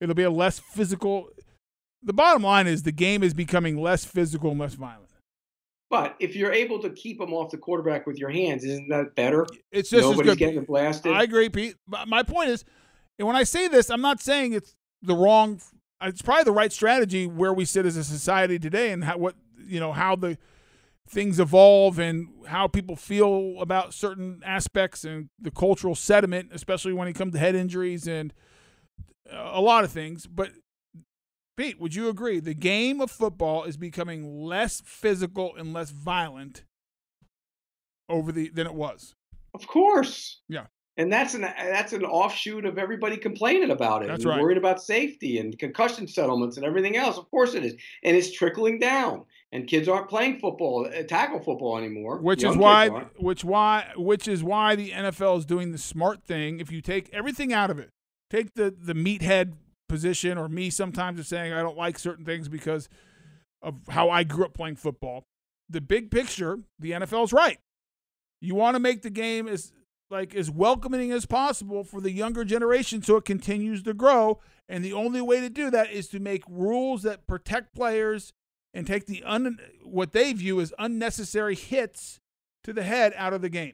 [SPEAKER 5] it'll be a less physical The bottom line is the game is becoming less physical and less violent.
[SPEAKER 6] But if you're able to keep him off the quarterback with your hands, isn't that better?
[SPEAKER 5] It's just as
[SPEAKER 6] nobody's
[SPEAKER 5] good.
[SPEAKER 6] getting blasted.
[SPEAKER 5] I agree, Pete. But my point is, and when I say this, I'm not saying it's the wrong. It's probably the right strategy where we sit as a society today, and how what you know how the things evolve and how people feel about certain aspects and the cultural sediment, especially when it comes to head injuries and uh, a lot of things. But Pete, would you agree the game of football is becoming less physical and less violent over the than it was?
[SPEAKER 6] Of course.
[SPEAKER 5] Yeah.
[SPEAKER 6] And that's an that's an offshoot of everybody complaining about it.
[SPEAKER 5] That's
[SPEAKER 6] and
[SPEAKER 5] right.
[SPEAKER 6] Worried about safety and concussion settlements and everything else. Of course it is, and it's trickling down. And kids aren't playing football, uh, tackle football anymore.
[SPEAKER 5] Which
[SPEAKER 6] Young
[SPEAKER 5] is
[SPEAKER 6] kids
[SPEAKER 5] why,
[SPEAKER 6] aren't.
[SPEAKER 5] which why, which is why the NFL is doing the smart thing. If you take everything out of it, take the the meathead position, or me sometimes of saying I don't like certain things because of how I grew up playing football. The big picture, the NFL's right. You want to make the game as like as welcoming as possible for the younger generation so it continues to grow. And the only way to do that is to make rules that protect players and take the un, what they view as unnecessary hits to the head out of the game.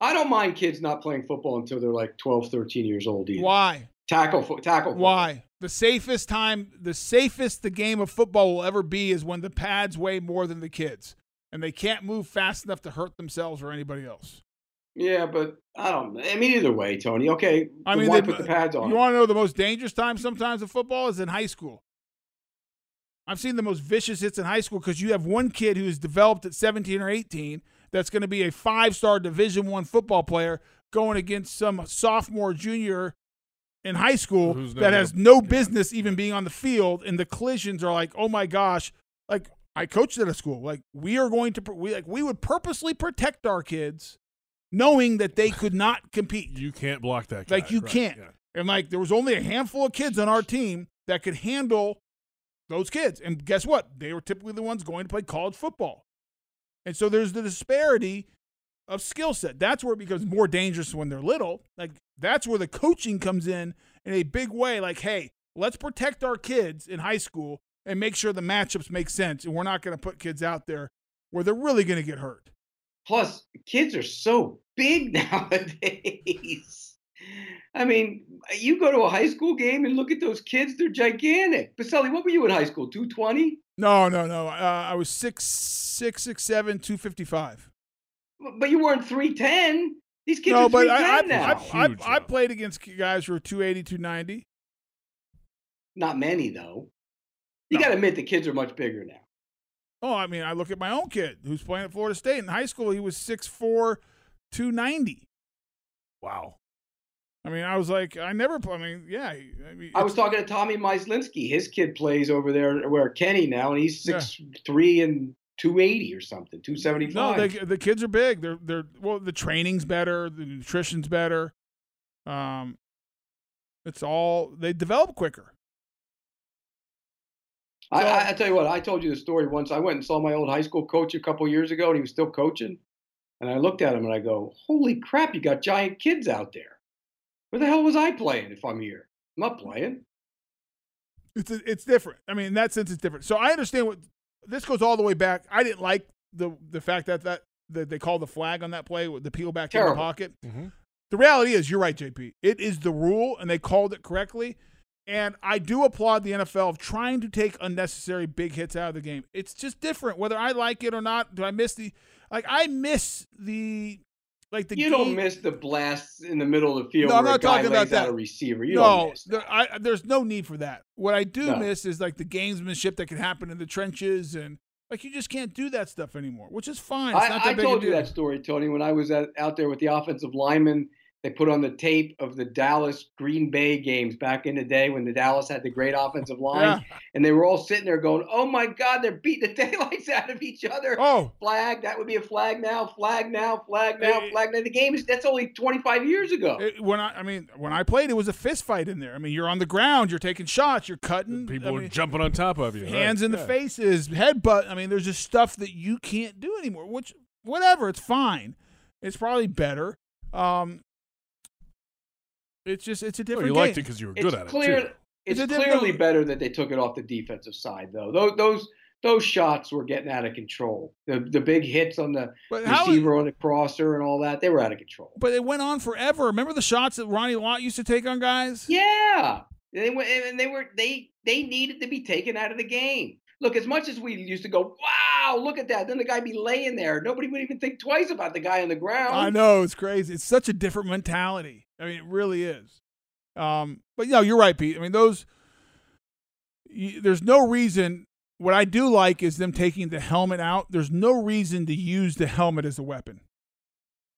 [SPEAKER 6] I don't mind kids not playing football until they're like 12, 13 years old. Either.
[SPEAKER 5] Why?
[SPEAKER 6] Tackle, fo- tackle. football.
[SPEAKER 5] Why? The safest time, the safest the game of football will ever be is when the pads weigh more than the kids and they can't move fast enough to hurt themselves or anybody else.
[SPEAKER 6] Yeah, but I don't. I mean, either way, Tony. Okay,
[SPEAKER 5] I
[SPEAKER 6] then
[SPEAKER 5] mean,
[SPEAKER 6] why
[SPEAKER 5] they-
[SPEAKER 6] put the pads on?
[SPEAKER 5] You want to know the most dangerous time sometimes in football is in high school. I've seen the most vicious hits in high school because you have one kid who's developed at 17 or 18 that's going to be a five-star Division One football player going against some sophomore, junior in high school
[SPEAKER 4] Who's
[SPEAKER 5] that
[SPEAKER 4] never-
[SPEAKER 5] has no business even being on the field, and the collisions are like, oh my gosh, like I coached at a school, like we are going to, pr- we like we would purposely protect our kids, knowing that they could not compete.
[SPEAKER 4] You can't block that.
[SPEAKER 5] Like
[SPEAKER 4] guy,
[SPEAKER 5] you
[SPEAKER 4] right,
[SPEAKER 5] can't.
[SPEAKER 4] yeah.
[SPEAKER 5] And like there was only a handful of kids on our team that could handle those kids. And guess what? They were typically the ones going to play college football. And so there's the disparity of skill set. That's where it becomes more dangerous when they're little. Like that's where the coaching comes in in a big way. Like, hey, let's protect our kids in high school and make sure the matchups make sense. And we're not going to put kids out there where they're really going to get hurt.
[SPEAKER 6] Plus, kids are so big nowadays. I mean, you go to a high school game and look at those kids; they're gigantic. Baselli, what were you in high school? Two twenty?
[SPEAKER 5] No, no, no. Uh, I was six, six, six, seven, two fifty-five.
[SPEAKER 6] But you weren't three ten. These kids
[SPEAKER 5] no,
[SPEAKER 6] are
[SPEAKER 5] but
[SPEAKER 6] three
[SPEAKER 5] I, I,
[SPEAKER 6] ten now.
[SPEAKER 5] I, I, I played against guys who were 280, 290.
[SPEAKER 6] Not many though. You got to admit the kids are much bigger now.
[SPEAKER 5] Oh, I mean, I look at my own kid who's playing at Florida State. In high school, he was 6'4, 290. Wow. I mean, I was like, I never, pl- I mean, yeah. I, mean,
[SPEAKER 6] I was talking to Tommy Myslinski. His kid plays over there where Kenny now, and he's six three and two eighty or something, two seventy
[SPEAKER 5] No,
[SPEAKER 6] five.
[SPEAKER 5] they, the kids are big. They're, they're, well, the training's better, the nutrition's better. Um, it's all, they develop quicker.
[SPEAKER 6] I, I, I tell you what, I told you the story once. I went and saw my old high school coach a couple years ago, and he was still coaching. And I looked at him and I go, "Holy crap, you got giant kids out there! Where the hell was I playing if I'm here? I'm not playing."
[SPEAKER 5] it's it's different. I mean, in that sense, it's different. So I understand what this goes all the way back. I didn't like the the fact that that, that they called the flag on that play with the peel back in
[SPEAKER 6] Terrible.
[SPEAKER 5] the pocket.
[SPEAKER 4] Mm-hmm.
[SPEAKER 5] The reality is, you're right, JP. It is the rule, and they called it correctly. And I do applaud the NFL of trying to take unnecessary big hits out of the game. It's just different, whether I like it or not. Do I miss the like? I miss the Like the
[SPEAKER 6] you don't
[SPEAKER 5] game-
[SPEAKER 6] miss the blasts in the middle of the field
[SPEAKER 5] No, I'm
[SPEAKER 6] where
[SPEAKER 5] not
[SPEAKER 6] a guy
[SPEAKER 5] talking
[SPEAKER 6] lays
[SPEAKER 5] about that.
[SPEAKER 6] out a receiver. You don't
[SPEAKER 5] no,
[SPEAKER 6] miss.
[SPEAKER 5] there- I- there's no need for that. What I do
[SPEAKER 6] No.
[SPEAKER 5] miss is like the gamesmanship that can happen in the trenches, and like you just can't do that stuff anymore, which is fine. It's
[SPEAKER 6] I,
[SPEAKER 5] not that
[SPEAKER 6] I
[SPEAKER 5] big
[SPEAKER 6] told
[SPEAKER 5] a
[SPEAKER 6] you
[SPEAKER 5] deal.
[SPEAKER 6] that story, Tony, when I was at, out there with the offensive linemen. They put on the tape of the Dallas Green Bay games back in the day when the Dallas had the great offensive line. And they were all sitting there going, Oh my God, they're beating the daylights out of each other.
[SPEAKER 5] Oh.
[SPEAKER 6] Flag, that would be a flag now, flag now, flag now, flag now. The game is that's only 25 years ago.
[SPEAKER 5] It- when I, I mean, when I played, it was a fist fight in there. I mean, you're on the ground, you're taking shots, you're cutting.
[SPEAKER 4] People
[SPEAKER 5] I
[SPEAKER 4] were
[SPEAKER 5] mean,
[SPEAKER 4] jumping on top of you. right?
[SPEAKER 5] hands in the
[SPEAKER 4] Yeah.
[SPEAKER 5] faces, headbutt. I mean, there's just stuff that you can't do anymore. Which, whatever, it's fine. It's probably better. Um, it's just it's a different.
[SPEAKER 4] you
[SPEAKER 5] game.
[SPEAKER 4] liked it 'cause you were
[SPEAKER 6] it's clear, It's,
[SPEAKER 5] a different-
[SPEAKER 6] clearly better that they took it off the defensive side, though. Those those, those shots were getting out of control. The the big hits on the
[SPEAKER 5] But how-
[SPEAKER 6] receiver on the crosser and all that, they were out of control.
[SPEAKER 5] But it went on forever. Remember the shots that Ronnie Lott used to take on guys?
[SPEAKER 6] Yeah, they went, and they were they they needed to be taken out of the game. Look, as much as we used to go, wow, look at that. Then the guy be laying there. Nobody would even think twice about the guy on the ground.
[SPEAKER 5] I know it's crazy. It's such a different mentality. I mean, it really is. Um, but no, you're right, Pete. I mean, those. You, there's no reason. What I do like is them taking the helmet out. There's no reason to use the helmet as a weapon.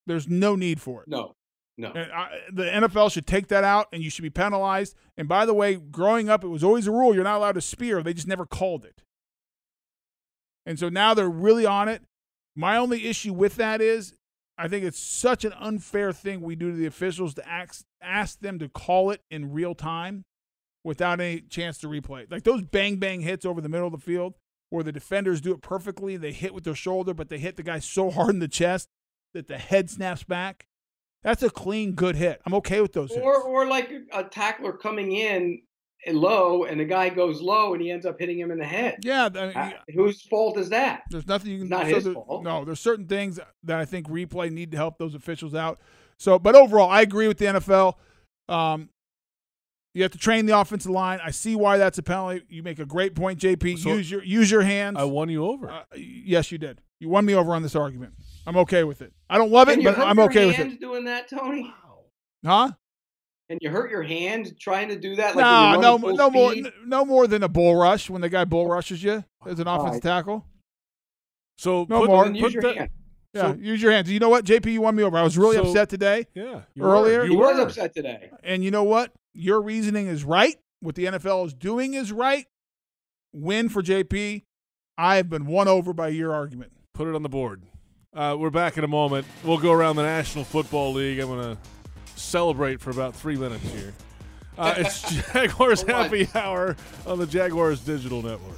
[SPEAKER 5] There's no need for it.
[SPEAKER 6] No, no.
[SPEAKER 5] And I, the NFL should take that out, and you should be penalized. And by the way, growing up, it was always a rule: you're not allowed to spear. They just never called it. And so now they're really on it. My only issue with that is I think it's such an unfair thing we do to the officials to ask, ask them to call it in real time without any chance to replay. it. Like those bang bang hits over the middle of the field where the defenders do it perfectly. They hit with their shoulder, but they hit the guy so hard in the chest that the head snaps back. That's a clean, good hit. I'm okay with those. hits.
[SPEAKER 6] Or or like a tackler coming in low, and the guy goes low, and he ends up hitting him in the head.
[SPEAKER 5] Yeah,
[SPEAKER 6] Uh, whose fault is that?
[SPEAKER 5] There's nothing you can.
[SPEAKER 6] Not
[SPEAKER 5] so
[SPEAKER 6] his
[SPEAKER 5] there-
[SPEAKER 6] fault.
[SPEAKER 5] No, there's certain things that I think replay need to help those officials out. So, but overall, I agree with the NFL. Um, you have to train the offensive line. I see why that's a penalty. You make a great point, JP.
[SPEAKER 4] So-
[SPEAKER 5] use your use your hands. Uh,
[SPEAKER 4] I won you over.
[SPEAKER 5] yes, you did. You won me over on this argument. I'm okay with it. I don't love it, but I'm okay with it.
[SPEAKER 6] Doing that, Tony.
[SPEAKER 5] Huh?
[SPEAKER 6] And you hurt your hand trying to do that. Like when
[SPEAKER 5] No,
[SPEAKER 6] you're
[SPEAKER 5] no,
[SPEAKER 6] running full
[SPEAKER 5] no more,
[SPEAKER 6] speed?
[SPEAKER 5] no more than a bull rush when the guy bull rushes you as an offensive
[SPEAKER 6] Right.
[SPEAKER 5] tackle.
[SPEAKER 4] So
[SPEAKER 5] no
[SPEAKER 4] put-
[SPEAKER 5] more.
[SPEAKER 4] then use your hand.
[SPEAKER 5] Yeah,
[SPEAKER 4] So-
[SPEAKER 5] use your hands. You know what, JP? You won me over. I was really
[SPEAKER 4] So-
[SPEAKER 5] upset today.
[SPEAKER 4] Yeah, you were.
[SPEAKER 5] earlier
[SPEAKER 4] You He was were. upset
[SPEAKER 6] today.
[SPEAKER 5] And you know what? Your reasoning is right. What the NFL is doing is right. Win for JP. I have been won over by your argument.
[SPEAKER 4] Put it on the board. Uh, we're back in a moment. We'll go around the National Football League. I'm going to celebrate for about three minutes here. Uh, it's Jaguars
[SPEAKER 10] For once.
[SPEAKER 4] Happy Hour on the Jaguars Digital Network.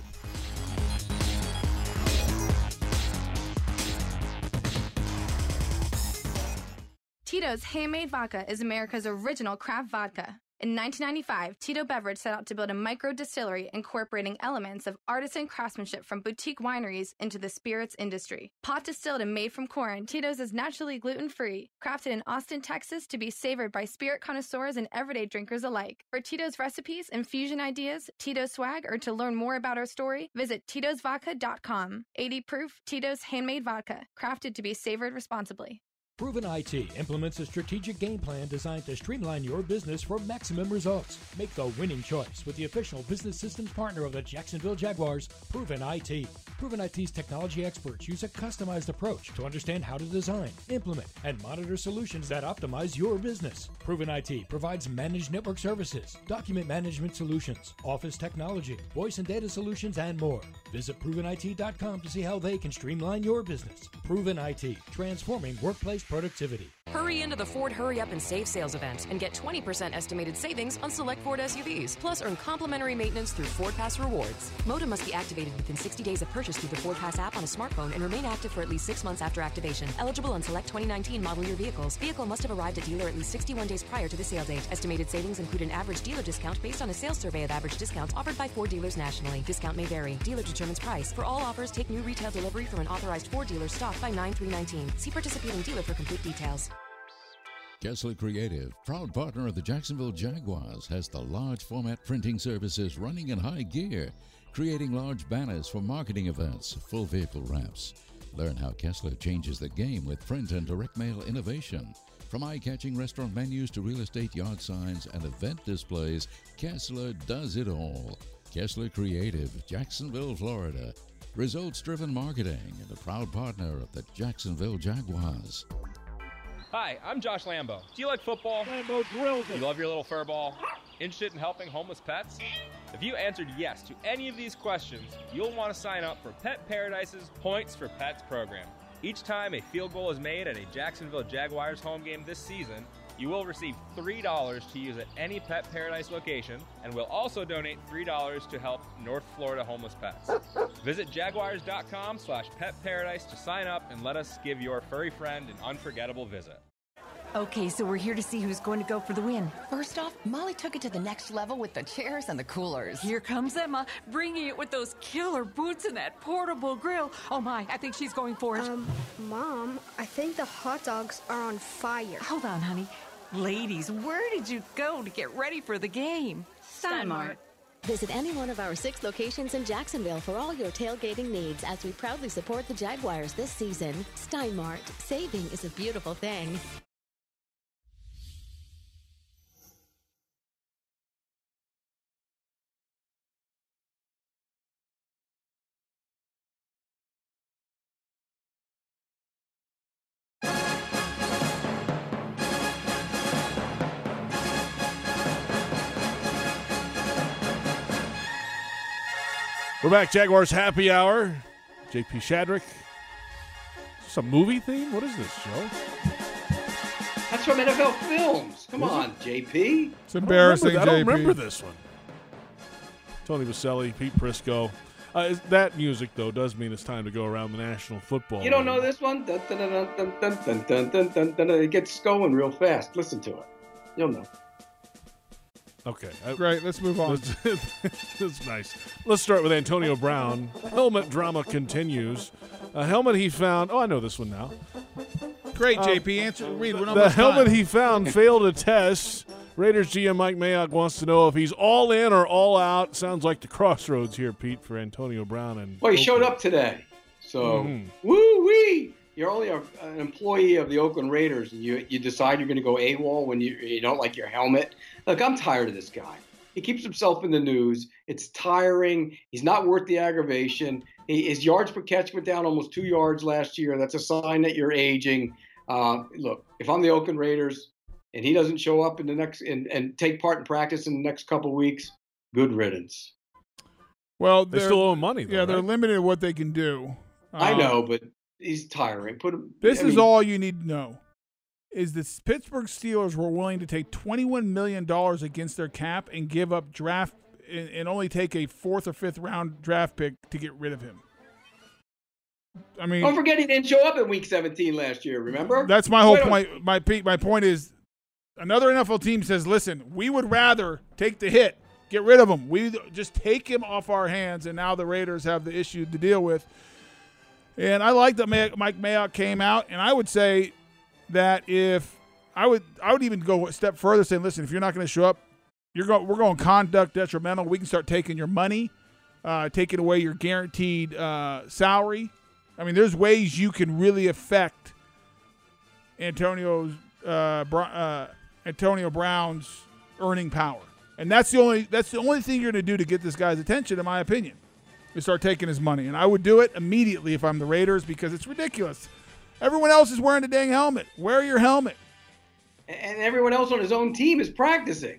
[SPEAKER 25] Tito's Handmade Vodka is America's original craft vodka. In 1995, Tito Beverage set out to build a micro distillery incorporating elements of artisan craftsmanship from boutique wineries into the spirits industry. Pot distilled and made from corn, Tito's is naturally gluten free, crafted in Austin, Texas to be savored by spirit connoisseurs and everyday drinkers alike. For Tito's recipes, infusion ideas, Tito's swag, or to learn more about our story, visit Tito'sVodka.com. 80 proof Tito's Handmade Vodka, crafted to be savored responsibly.
[SPEAKER 3] Proven IT implements a strategic game plan designed to streamline your business for maximum results. Make the winning choice with the official business systems partner of the Jacksonville Jaguars, Proven IT. Proven IT's technology experts use a customized approach to understand how to design, implement, and monitor solutions that optimize your business. Proven IT provides managed network services, document management solutions, office technology, voice and data solutions, and more. Visit provenit.com to see how they can streamline your business. Proven IT, transforming workplace productivity.
[SPEAKER 7] Hurry into the Ford Hurry Up and Save sales event and get 20% estimated savings on select Ford SUVs. Plus, earn complimentary maintenance through Ford Pass Rewards. Modem must be activated within 60 days of purchase through the Ford Pass app on a smartphone and remain active for at least six months after activation. Eligible on select 2019 model year vehicles. Vehicle must have arrived at dealer at least 61 days prior to the sale date. Estimated savings include an average dealer discount based on a sales survey of average discounts offered by Ford dealers nationally. Discount may vary. Dealer determines price. For all offers, take new retail delivery from an authorized Ford dealer stock by 9319. See participating dealer for complete details.
[SPEAKER 8] Kessler Creative, proud partner of the Jacksonville Jaguars, has the large format printing services running in high gear, creating large banners for marketing events, full vehicle wraps. Learn how Kessler changes the game with print and direct mail innovation. From eye catching restaurant menus to real estate yard signs and event displays, Kessler does it all. Kessler Creative, Jacksonville, Florida. Results driven marketing and a proud partner of the Jacksonville Jaguars.
[SPEAKER 1] Hi, I'm Josh Lambo. Do you like football? Lambo drills You love your little fur ball? Interested in helping homeless pets? If you answered yes to any of these questions, you'll want to sign up for Pet Paradise's Points for Pets program. Each time a field goal is made at a Jacksonville Jaguars home game this season, you will receive $3 to use at any Pet Paradise location, and we'll also donate $3 to help North Florida homeless pets. Visit jaguars.com slash pet paradise to sign up and let us give your furry friend an unforgettable visit.
[SPEAKER 2] Okay, so we're here to see who's going to go for the win. First off, Molly took it to the next level with the chairs and the coolers.
[SPEAKER 20] Here comes Emma, bringing it with those killer boots and that portable grill. Oh my, I think she's going for it. Um,
[SPEAKER 21] Mom, I think the hot dogs are on fire.
[SPEAKER 20] Hold on, honey. Ladies, where did you go to get ready for the game? Steinmart.
[SPEAKER 23] Visit any one of our six locations in Jacksonville for all your tailgating needs as we proudly support the Jaguars this season. Steinmart, saving is a beautiful thing.
[SPEAKER 4] We're back, Jaguars Happy Hour. JP Shadrick. Is this a movie theme? What is this, Joe?
[SPEAKER 6] That's from NFL Films. Come
[SPEAKER 4] Is it?
[SPEAKER 6] on, JP.
[SPEAKER 5] It's embarrassing,
[SPEAKER 4] I don't
[SPEAKER 5] JP.
[SPEAKER 4] remember this one. Tony Vaselli, Pete Prisco. Uh, is- that music, though, does mean it's time to go around the National Football
[SPEAKER 6] You don't know this one? Dun, dun, dun, dun, dun, dun, dun, dun, dun, dun. It gets going real fast. Listen to it. You'll know.
[SPEAKER 4] Okay.
[SPEAKER 5] Great. Let's move on.
[SPEAKER 4] That's nice. Let's start with Antonio Brown. Helmet drama continues. A helmet he found. Oh, I know this one now.
[SPEAKER 5] Great,
[SPEAKER 6] Oh.
[SPEAKER 4] Um,
[SPEAKER 5] JP. Answer. Read. We're
[SPEAKER 4] the
[SPEAKER 5] almost
[SPEAKER 4] helmet
[SPEAKER 5] done.
[SPEAKER 4] he found failed a test. Raiders GM Mike Mayock wants to know if he's all in or all out. Sounds like the crossroads here, Pete, for Antonio Brown and.
[SPEAKER 6] Well, he
[SPEAKER 4] Oakland.
[SPEAKER 6] showed up today. So,
[SPEAKER 4] Mhm.
[SPEAKER 6] woo wee! You're only a, an employee of the Oakland Raiders, and you, you decide you're going to go AWOL when you, you don't like your helmet. Look, I'm tired of this guy. He keeps himself in the news. It's tiring. He's not worth the aggravation. He, his yards per catch went down almost two yards last year. That's a sign that you're aging. Uh, look, if I'm the Oakland Raiders and he doesn't show up in the next and, and take part in practice in the next couple weeks, good riddance.
[SPEAKER 5] Well,
[SPEAKER 6] They
[SPEAKER 5] they're-
[SPEAKER 6] still owe him money, though,
[SPEAKER 5] yeah, they're
[SPEAKER 6] right?
[SPEAKER 5] limited in what they can do.
[SPEAKER 6] I
[SPEAKER 5] Um,
[SPEAKER 6] know, but he's tiring. Put him.
[SPEAKER 5] This
[SPEAKER 6] I
[SPEAKER 5] is
[SPEAKER 6] mean,
[SPEAKER 5] all you need to know: is the Pittsburgh Steelers were willing to take twenty-one million dollars against their cap and give up draft and, and only take a fourth or fifth round draft pick to get rid of him. I mean,
[SPEAKER 6] Don't forget he didn't show up in Week 17 last year. Remember?
[SPEAKER 5] That's my whole
[SPEAKER 6] Wait a-
[SPEAKER 5] point. My pe- my point is, another NFL team says, "Listen, we would rather take the hit, get rid of him. We just take him off our hands." And now the Raiders have the issue to deal with. And I like that May- Mike Mayock came out, and I would say that if I would, I would even go a step further, saying, "Listen, if you're not going to show up, you're going. We're going conduct detrimental. We can start taking your money, uh, taking away your guaranteed uh, salary. I mean, there's ways you can really affect Antonio's uh, Br- uh, Antonio Brown's earning power, and that's the only that's the only thing you're going to do to get this guy's attention, in my opinion, is start taking his money. And I would do it immediately if I'm the Raiders because it's ridiculous. Everyone else is wearing a dang helmet. Wear your helmet.
[SPEAKER 6] and everyone else on his own team is practicing.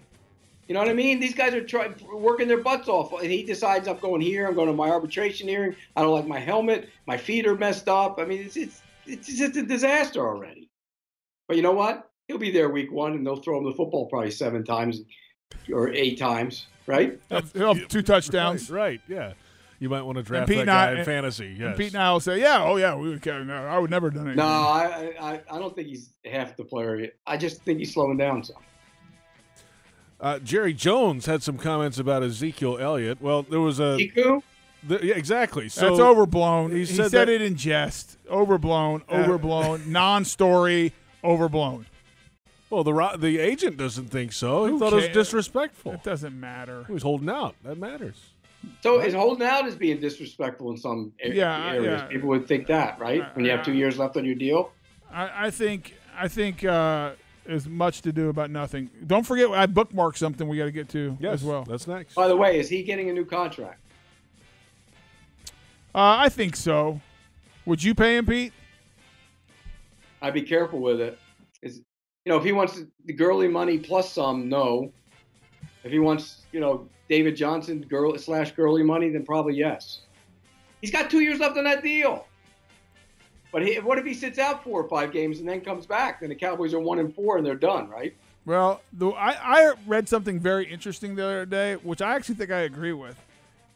[SPEAKER 6] You know what I mean? These guys are try, working their butts off, and he decides I'm going here. I'm going to my arbitration hearing. I don't like my helmet. My feet are messed up. I mean, it's it's it's just a disaster already. But you know what? He'll be there week one, and they'll throw him the football probably seven times or eight times, right?
[SPEAKER 5] two touchdowns.
[SPEAKER 4] Right, right, yeah. You might want to
[SPEAKER 5] And
[SPEAKER 4] draft
[SPEAKER 5] Pete
[SPEAKER 4] that
[SPEAKER 5] and
[SPEAKER 4] guy
[SPEAKER 5] I-
[SPEAKER 4] in fantasy.
[SPEAKER 5] and
[SPEAKER 4] Yes.
[SPEAKER 5] Pete and I will say, yeah, oh yeah, we would. care. No, I would never have done anything.
[SPEAKER 6] No, I, I I- I don't think he's half the player. I just think he's slowing down some.
[SPEAKER 4] Uh, Jerry Jones had some comments about Ezekiel Elliott. Well, there was a. Th- yeah, exactly. So
[SPEAKER 5] That's overblown. He, said,
[SPEAKER 4] that-
[SPEAKER 5] it in jest. Overblown,
[SPEAKER 4] Yeah.
[SPEAKER 5] overblown, non-story, overblown.
[SPEAKER 4] Well, the ro- the agent doesn't think so. He
[SPEAKER 5] Who
[SPEAKER 4] thought it was
[SPEAKER 5] ca-
[SPEAKER 4] disrespectful.
[SPEAKER 5] It doesn't matter.
[SPEAKER 4] He was holding out. That matters.
[SPEAKER 6] So is holding out as being disrespectful in some a-
[SPEAKER 5] Yeah,
[SPEAKER 6] areas?
[SPEAKER 5] yeah.
[SPEAKER 6] People would think that, right? When you have two years left on your deal.
[SPEAKER 5] I, I think I think uh, there's much to do about nothing. Don't forget, I bookmarked something we got to get to
[SPEAKER 6] Yes,
[SPEAKER 5] as well.
[SPEAKER 4] That's next.
[SPEAKER 6] By the way, is he getting a new contract?
[SPEAKER 5] Uh, I think so. Would you pay him, Pete?
[SPEAKER 6] I'd be careful with it. Is you know if he wants the girly money plus some, no. If he wants you know David Johnson girl slash girly money, then probably yes. He's got two years left on that deal. But he, what if he sits out four or five games and then comes back? Then the Cowboys are one and four and they're done, right?
[SPEAKER 5] Well, the, I, I read something very interesting the other day, which I actually think I agree with.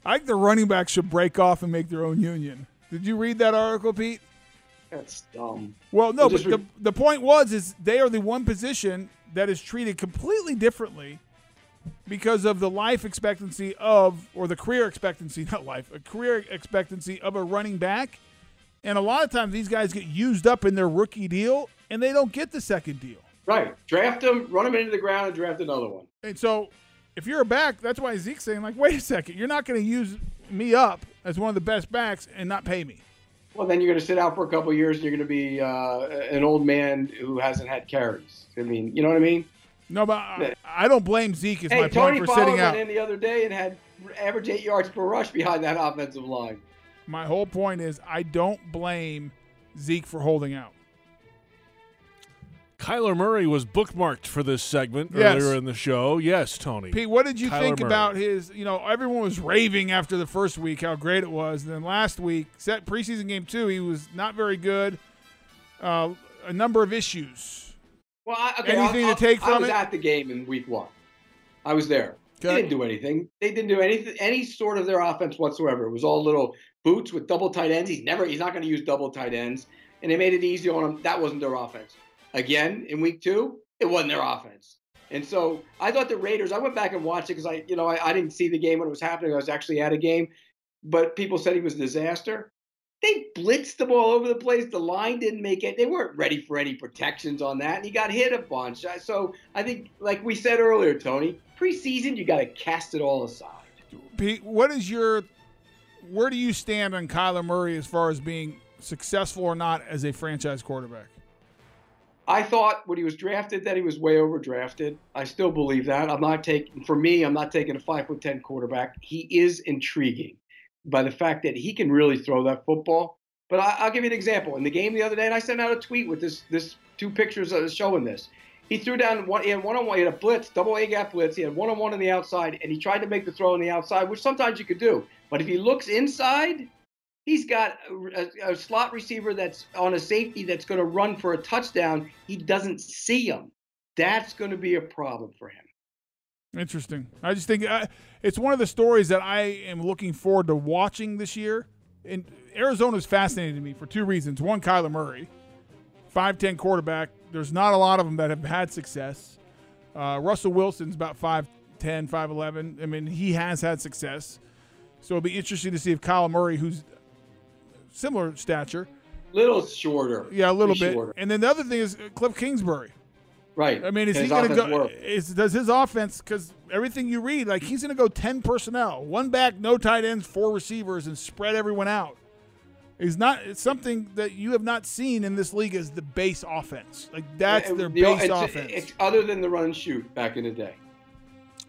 [SPEAKER 5] I think the running backs should break off and make their own union. Did you read that article, Pete?
[SPEAKER 6] That's dumb.
[SPEAKER 5] Well, no,
[SPEAKER 6] Well, just
[SPEAKER 5] but the,
[SPEAKER 6] re-
[SPEAKER 5] the point was is they are the one position that is treated completely differently because of the life expectancy of or the career expectancy, not life, a career expectancy of a running back. And a lot of times these guys get used up in their rookie deal and they don't get the second deal.
[SPEAKER 6] Right. Draft him, run him into the ground, and draft another one.
[SPEAKER 5] And so if you're a back, that's why Zeke's saying, like, wait a second, you're not going to use me up as one of the best backs and not pay me.
[SPEAKER 6] Well, then you're going to sit out for a couple of years and you're going to be uh, an old man who hasn't had carries. I mean, you know what I mean?
[SPEAKER 5] No, but I, I don't blame Zeke is
[SPEAKER 6] hey,
[SPEAKER 5] my
[SPEAKER 6] Tony
[SPEAKER 5] point for
[SPEAKER 6] Pollard
[SPEAKER 5] sitting
[SPEAKER 6] went
[SPEAKER 5] out.
[SPEAKER 6] in the other day and had average eight yards per rush behind that offensive line.
[SPEAKER 5] My whole point is I don't blame Zeke for holding out.
[SPEAKER 4] Kyler Murray was bookmarked for this segment
[SPEAKER 5] Yes.
[SPEAKER 4] earlier in the show. Yes, Tony.
[SPEAKER 5] Pete, what did you
[SPEAKER 4] Kyler
[SPEAKER 5] think
[SPEAKER 4] Murray.
[SPEAKER 5] about his? You know, everyone was raving after the first week how great it was. And then last week, set preseason game two, he was not very good. Uh, a number of issues.
[SPEAKER 6] Well, I, okay,
[SPEAKER 5] Anything
[SPEAKER 6] I'll- I'll-
[SPEAKER 5] to take
[SPEAKER 6] I
[SPEAKER 5] from
[SPEAKER 6] was
[SPEAKER 5] it?
[SPEAKER 6] at the game in week one. I was there.
[SPEAKER 5] Okay.
[SPEAKER 6] They didn't do anything. They didn't do anything, any sort of their offense whatsoever. It was all little boots with double tight ends. He's never, he's not going to use double tight ends, and they made it easy on him. That wasn't their offense. Again, in week two, it wasn't their offense. And so I thought the Raiders. I went back and watched it because I, you know, I, I didn't see the game when it was happening. I was actually at a game, but people said he was a disaster. They blitzed them all over the place. The line didn't make it. They weren't ready for any protections on that, and he got hit a bunch. I- So I think, like we said earlier, Tony, preseason you got to cast it all aside.
[SPEAKER 5] Pete, what is your? Where do you stand on Kyler Murray as far as being successful or not as a franchise quarterback?
[SPEAKER 6] I thought when he was drafted that he was way overdrafted. I still believe that. I'm not taking for me. I'm not taking a five foot ten quarterback. He is intriguing by the fact that he can really throw that football. But I, I'll give you an example. In the game the other day, and I sent out a tweet with this this two pictures of showing this. He threw down one. He had one on one. He had a blitz, double A gap blitz. He had one on one on the outside, and he tried to make the throw on the outside, which sometimes you could do. But if he looks inside, He's got a, a- a slot receiver that's on a safety that's going to run for a touchdown. He doesn't see him. That's going to be a problem for him.
[SPEAKER 5] Interesting. I just think uh, it's one of the stories that I am looking forward to watching this year. And Arizona's fascinating to me for two reasons. One, Kyler Murray, 5'10 quarterback. There's not a lot of them that have had success. Uh, Russell Wilson's about 5'10, 5'11. I mean, he has had success. So it'll be interesting to see if Kyler Murray, who's similar stature,
[SPEAKER 6] Little shorter.
[SPEAKER 5] yeah, a little
[SPEAKER 6] He's
[SPEAKER 5] bit.
[SPEAKER 6] shorter.
[SPEAKER 5] And then the other thing is uh, Cliff Kingsbury.
[SPEAKER 6] Right.
[SPEAKER 5] I mean, is
[SPEAKER 6] His
[SPEAKER 5] he going to
[SPEAKER 6] offense
[SPEAKER 5] go?
[SPEAKER 6] worked.
[SPEAKER 5] Is does his offense? Because everything you read, like he's going to go ten personnel, one back, no tight ends, four receivers, and spread everyone out. Is not it's something that you have not seen in this league as the base offense. Like that's
[SPEAKER 6] And
[SPEAKER 5] their
[SPEAKER 6] the-
[SPEAKER 5] base
[SPEAKER 6] it's-
[SPEAKER 5] offense.
[SPEAKER 6] it's other than the run and shoot back in the day.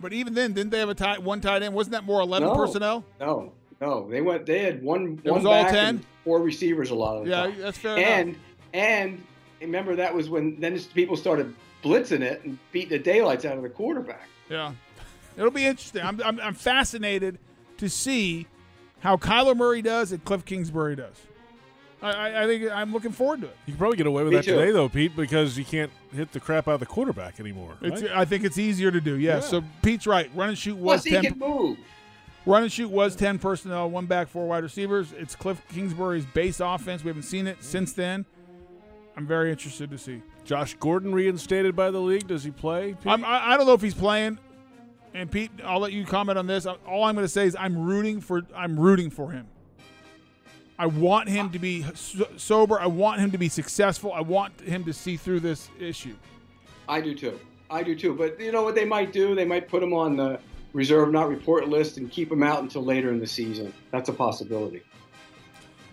[SPEAKER 5] but even then, didn't they have a tight one tight end? Wasn't that more eleven
[SPEAKER 6] No.
[SPEAKER 5] personnel?
[SPEAKER 6] No, no, they went. They had one.
[SPEAKER 5] It
[SPEAKER 6] one
[SPEAKER 5] was all
[SPEAKER 6] back
[SPEAKER 5] 10?
[SPEAKER 6] and Four receivers a lot of the
[SPEAKER 5] Yeah,
[SPEAKER 6] time.
[SPEAKER 5] that's fair
[SPEAKER 6] Oh, And and remember that was when then people started blitzing it and beating the daylights out of the quarterback.
[SPEAKER 5] Yeah, it'll be interesting. I'm I'm, I'm fascinated to see how Kyler Murray does and Cliff Kingsbury does. I, I, I think I'm looking forward to it.
[SPEAKER 4] You can probably get away with
[SPEAKER 5] Me
[SPEAKER 4] that
[SPEAKER 5] too.
[SPEAKER 4] today, though, Pete, because you can't hit the crap out of the quarterback anymore.
[SPEAKER 5] It's,
[SPEAKER 4] right?
[SPEAKER 5] I think it's easier to do. Yeah.
[SPEAKER 4] Yeah.
[SPEAKER 5] So Pete's right. Run and shoot was
[SPEAKER 6] Plus, he
[SPEAKER 5] ten.
[SPEAKER 6] can move.
[SPEAKER 5] Run and shoot was ten personnel, one back, four wide receivers. It's Cliff Kingsbury's base offense. We haven't seen it since then. I'm very interested to see.
[SPEAKER 4] Josh Gordon reinstated by the league. Does he play? Pete?
[SPEAKER 5] I'm, I, I don't know if he's playing. And Pete, I'll let you comment on this. All I'm going to say is I'm rooting for I'm rooting for him. I want him to be so- sober. I want him to be successful. I want him to see through this issue.
[SPEAKER 6] I do too. I do too. But you know what they might do? They might put him on the reserve not report list and keep them out until later in the season. That's a possibility.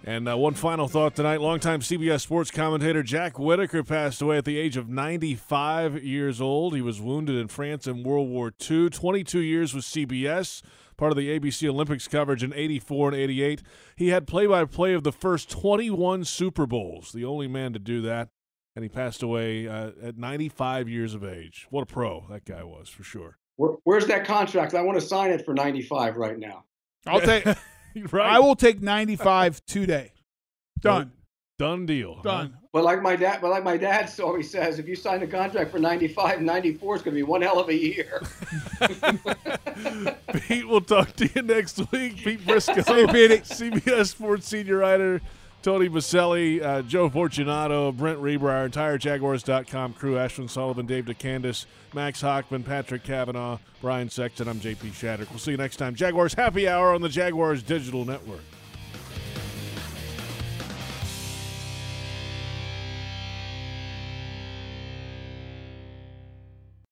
[SPEAKER 4] And uh, one final thought tonight. Longtime CBS sports commentator Jack Whitaker passed away at the age of 95 years old. He was wounded in France in World War II, 22 years with CBS, part of the ABC Olympics coverage in 84 and 88. He had play by play of the first 21 Super Bowls, the only man to do that. And he passed away uh, at 95 years of age. What a pro that guy was, for sure.
[SPEAKER 6] Where, where's that contract? I want to sign it for 95 right now.
[SPEAKER 5] I'll take. I will take 95 today. Done.
[SPEAKER 4] Done deal. huh?
[SPEAKER 5] Done.
[SPEAKER 6] But like my dad, but like my dad always says, if you sign a contract for 95, 94 is going to be one hell of a year.
[SPEAKER 4] Pete, we'll talk to you next week. Pete Briscoe,
[SPEAKER 5] See you, Petey.
[SPEAKER 4] CBS Sports senior writer, Tony Baselli, uh, Joe Fortunato, Brent Reber, our entire Jaguars.com crew, Ashwin Sullivan, Dave DeCandis, Max Hockman, Patrick Kavanaugh, Brian Sexton. I'm JP Shattuck. We'll see you next time. Jaguars Happy Hour on the Jaguars Digital Network.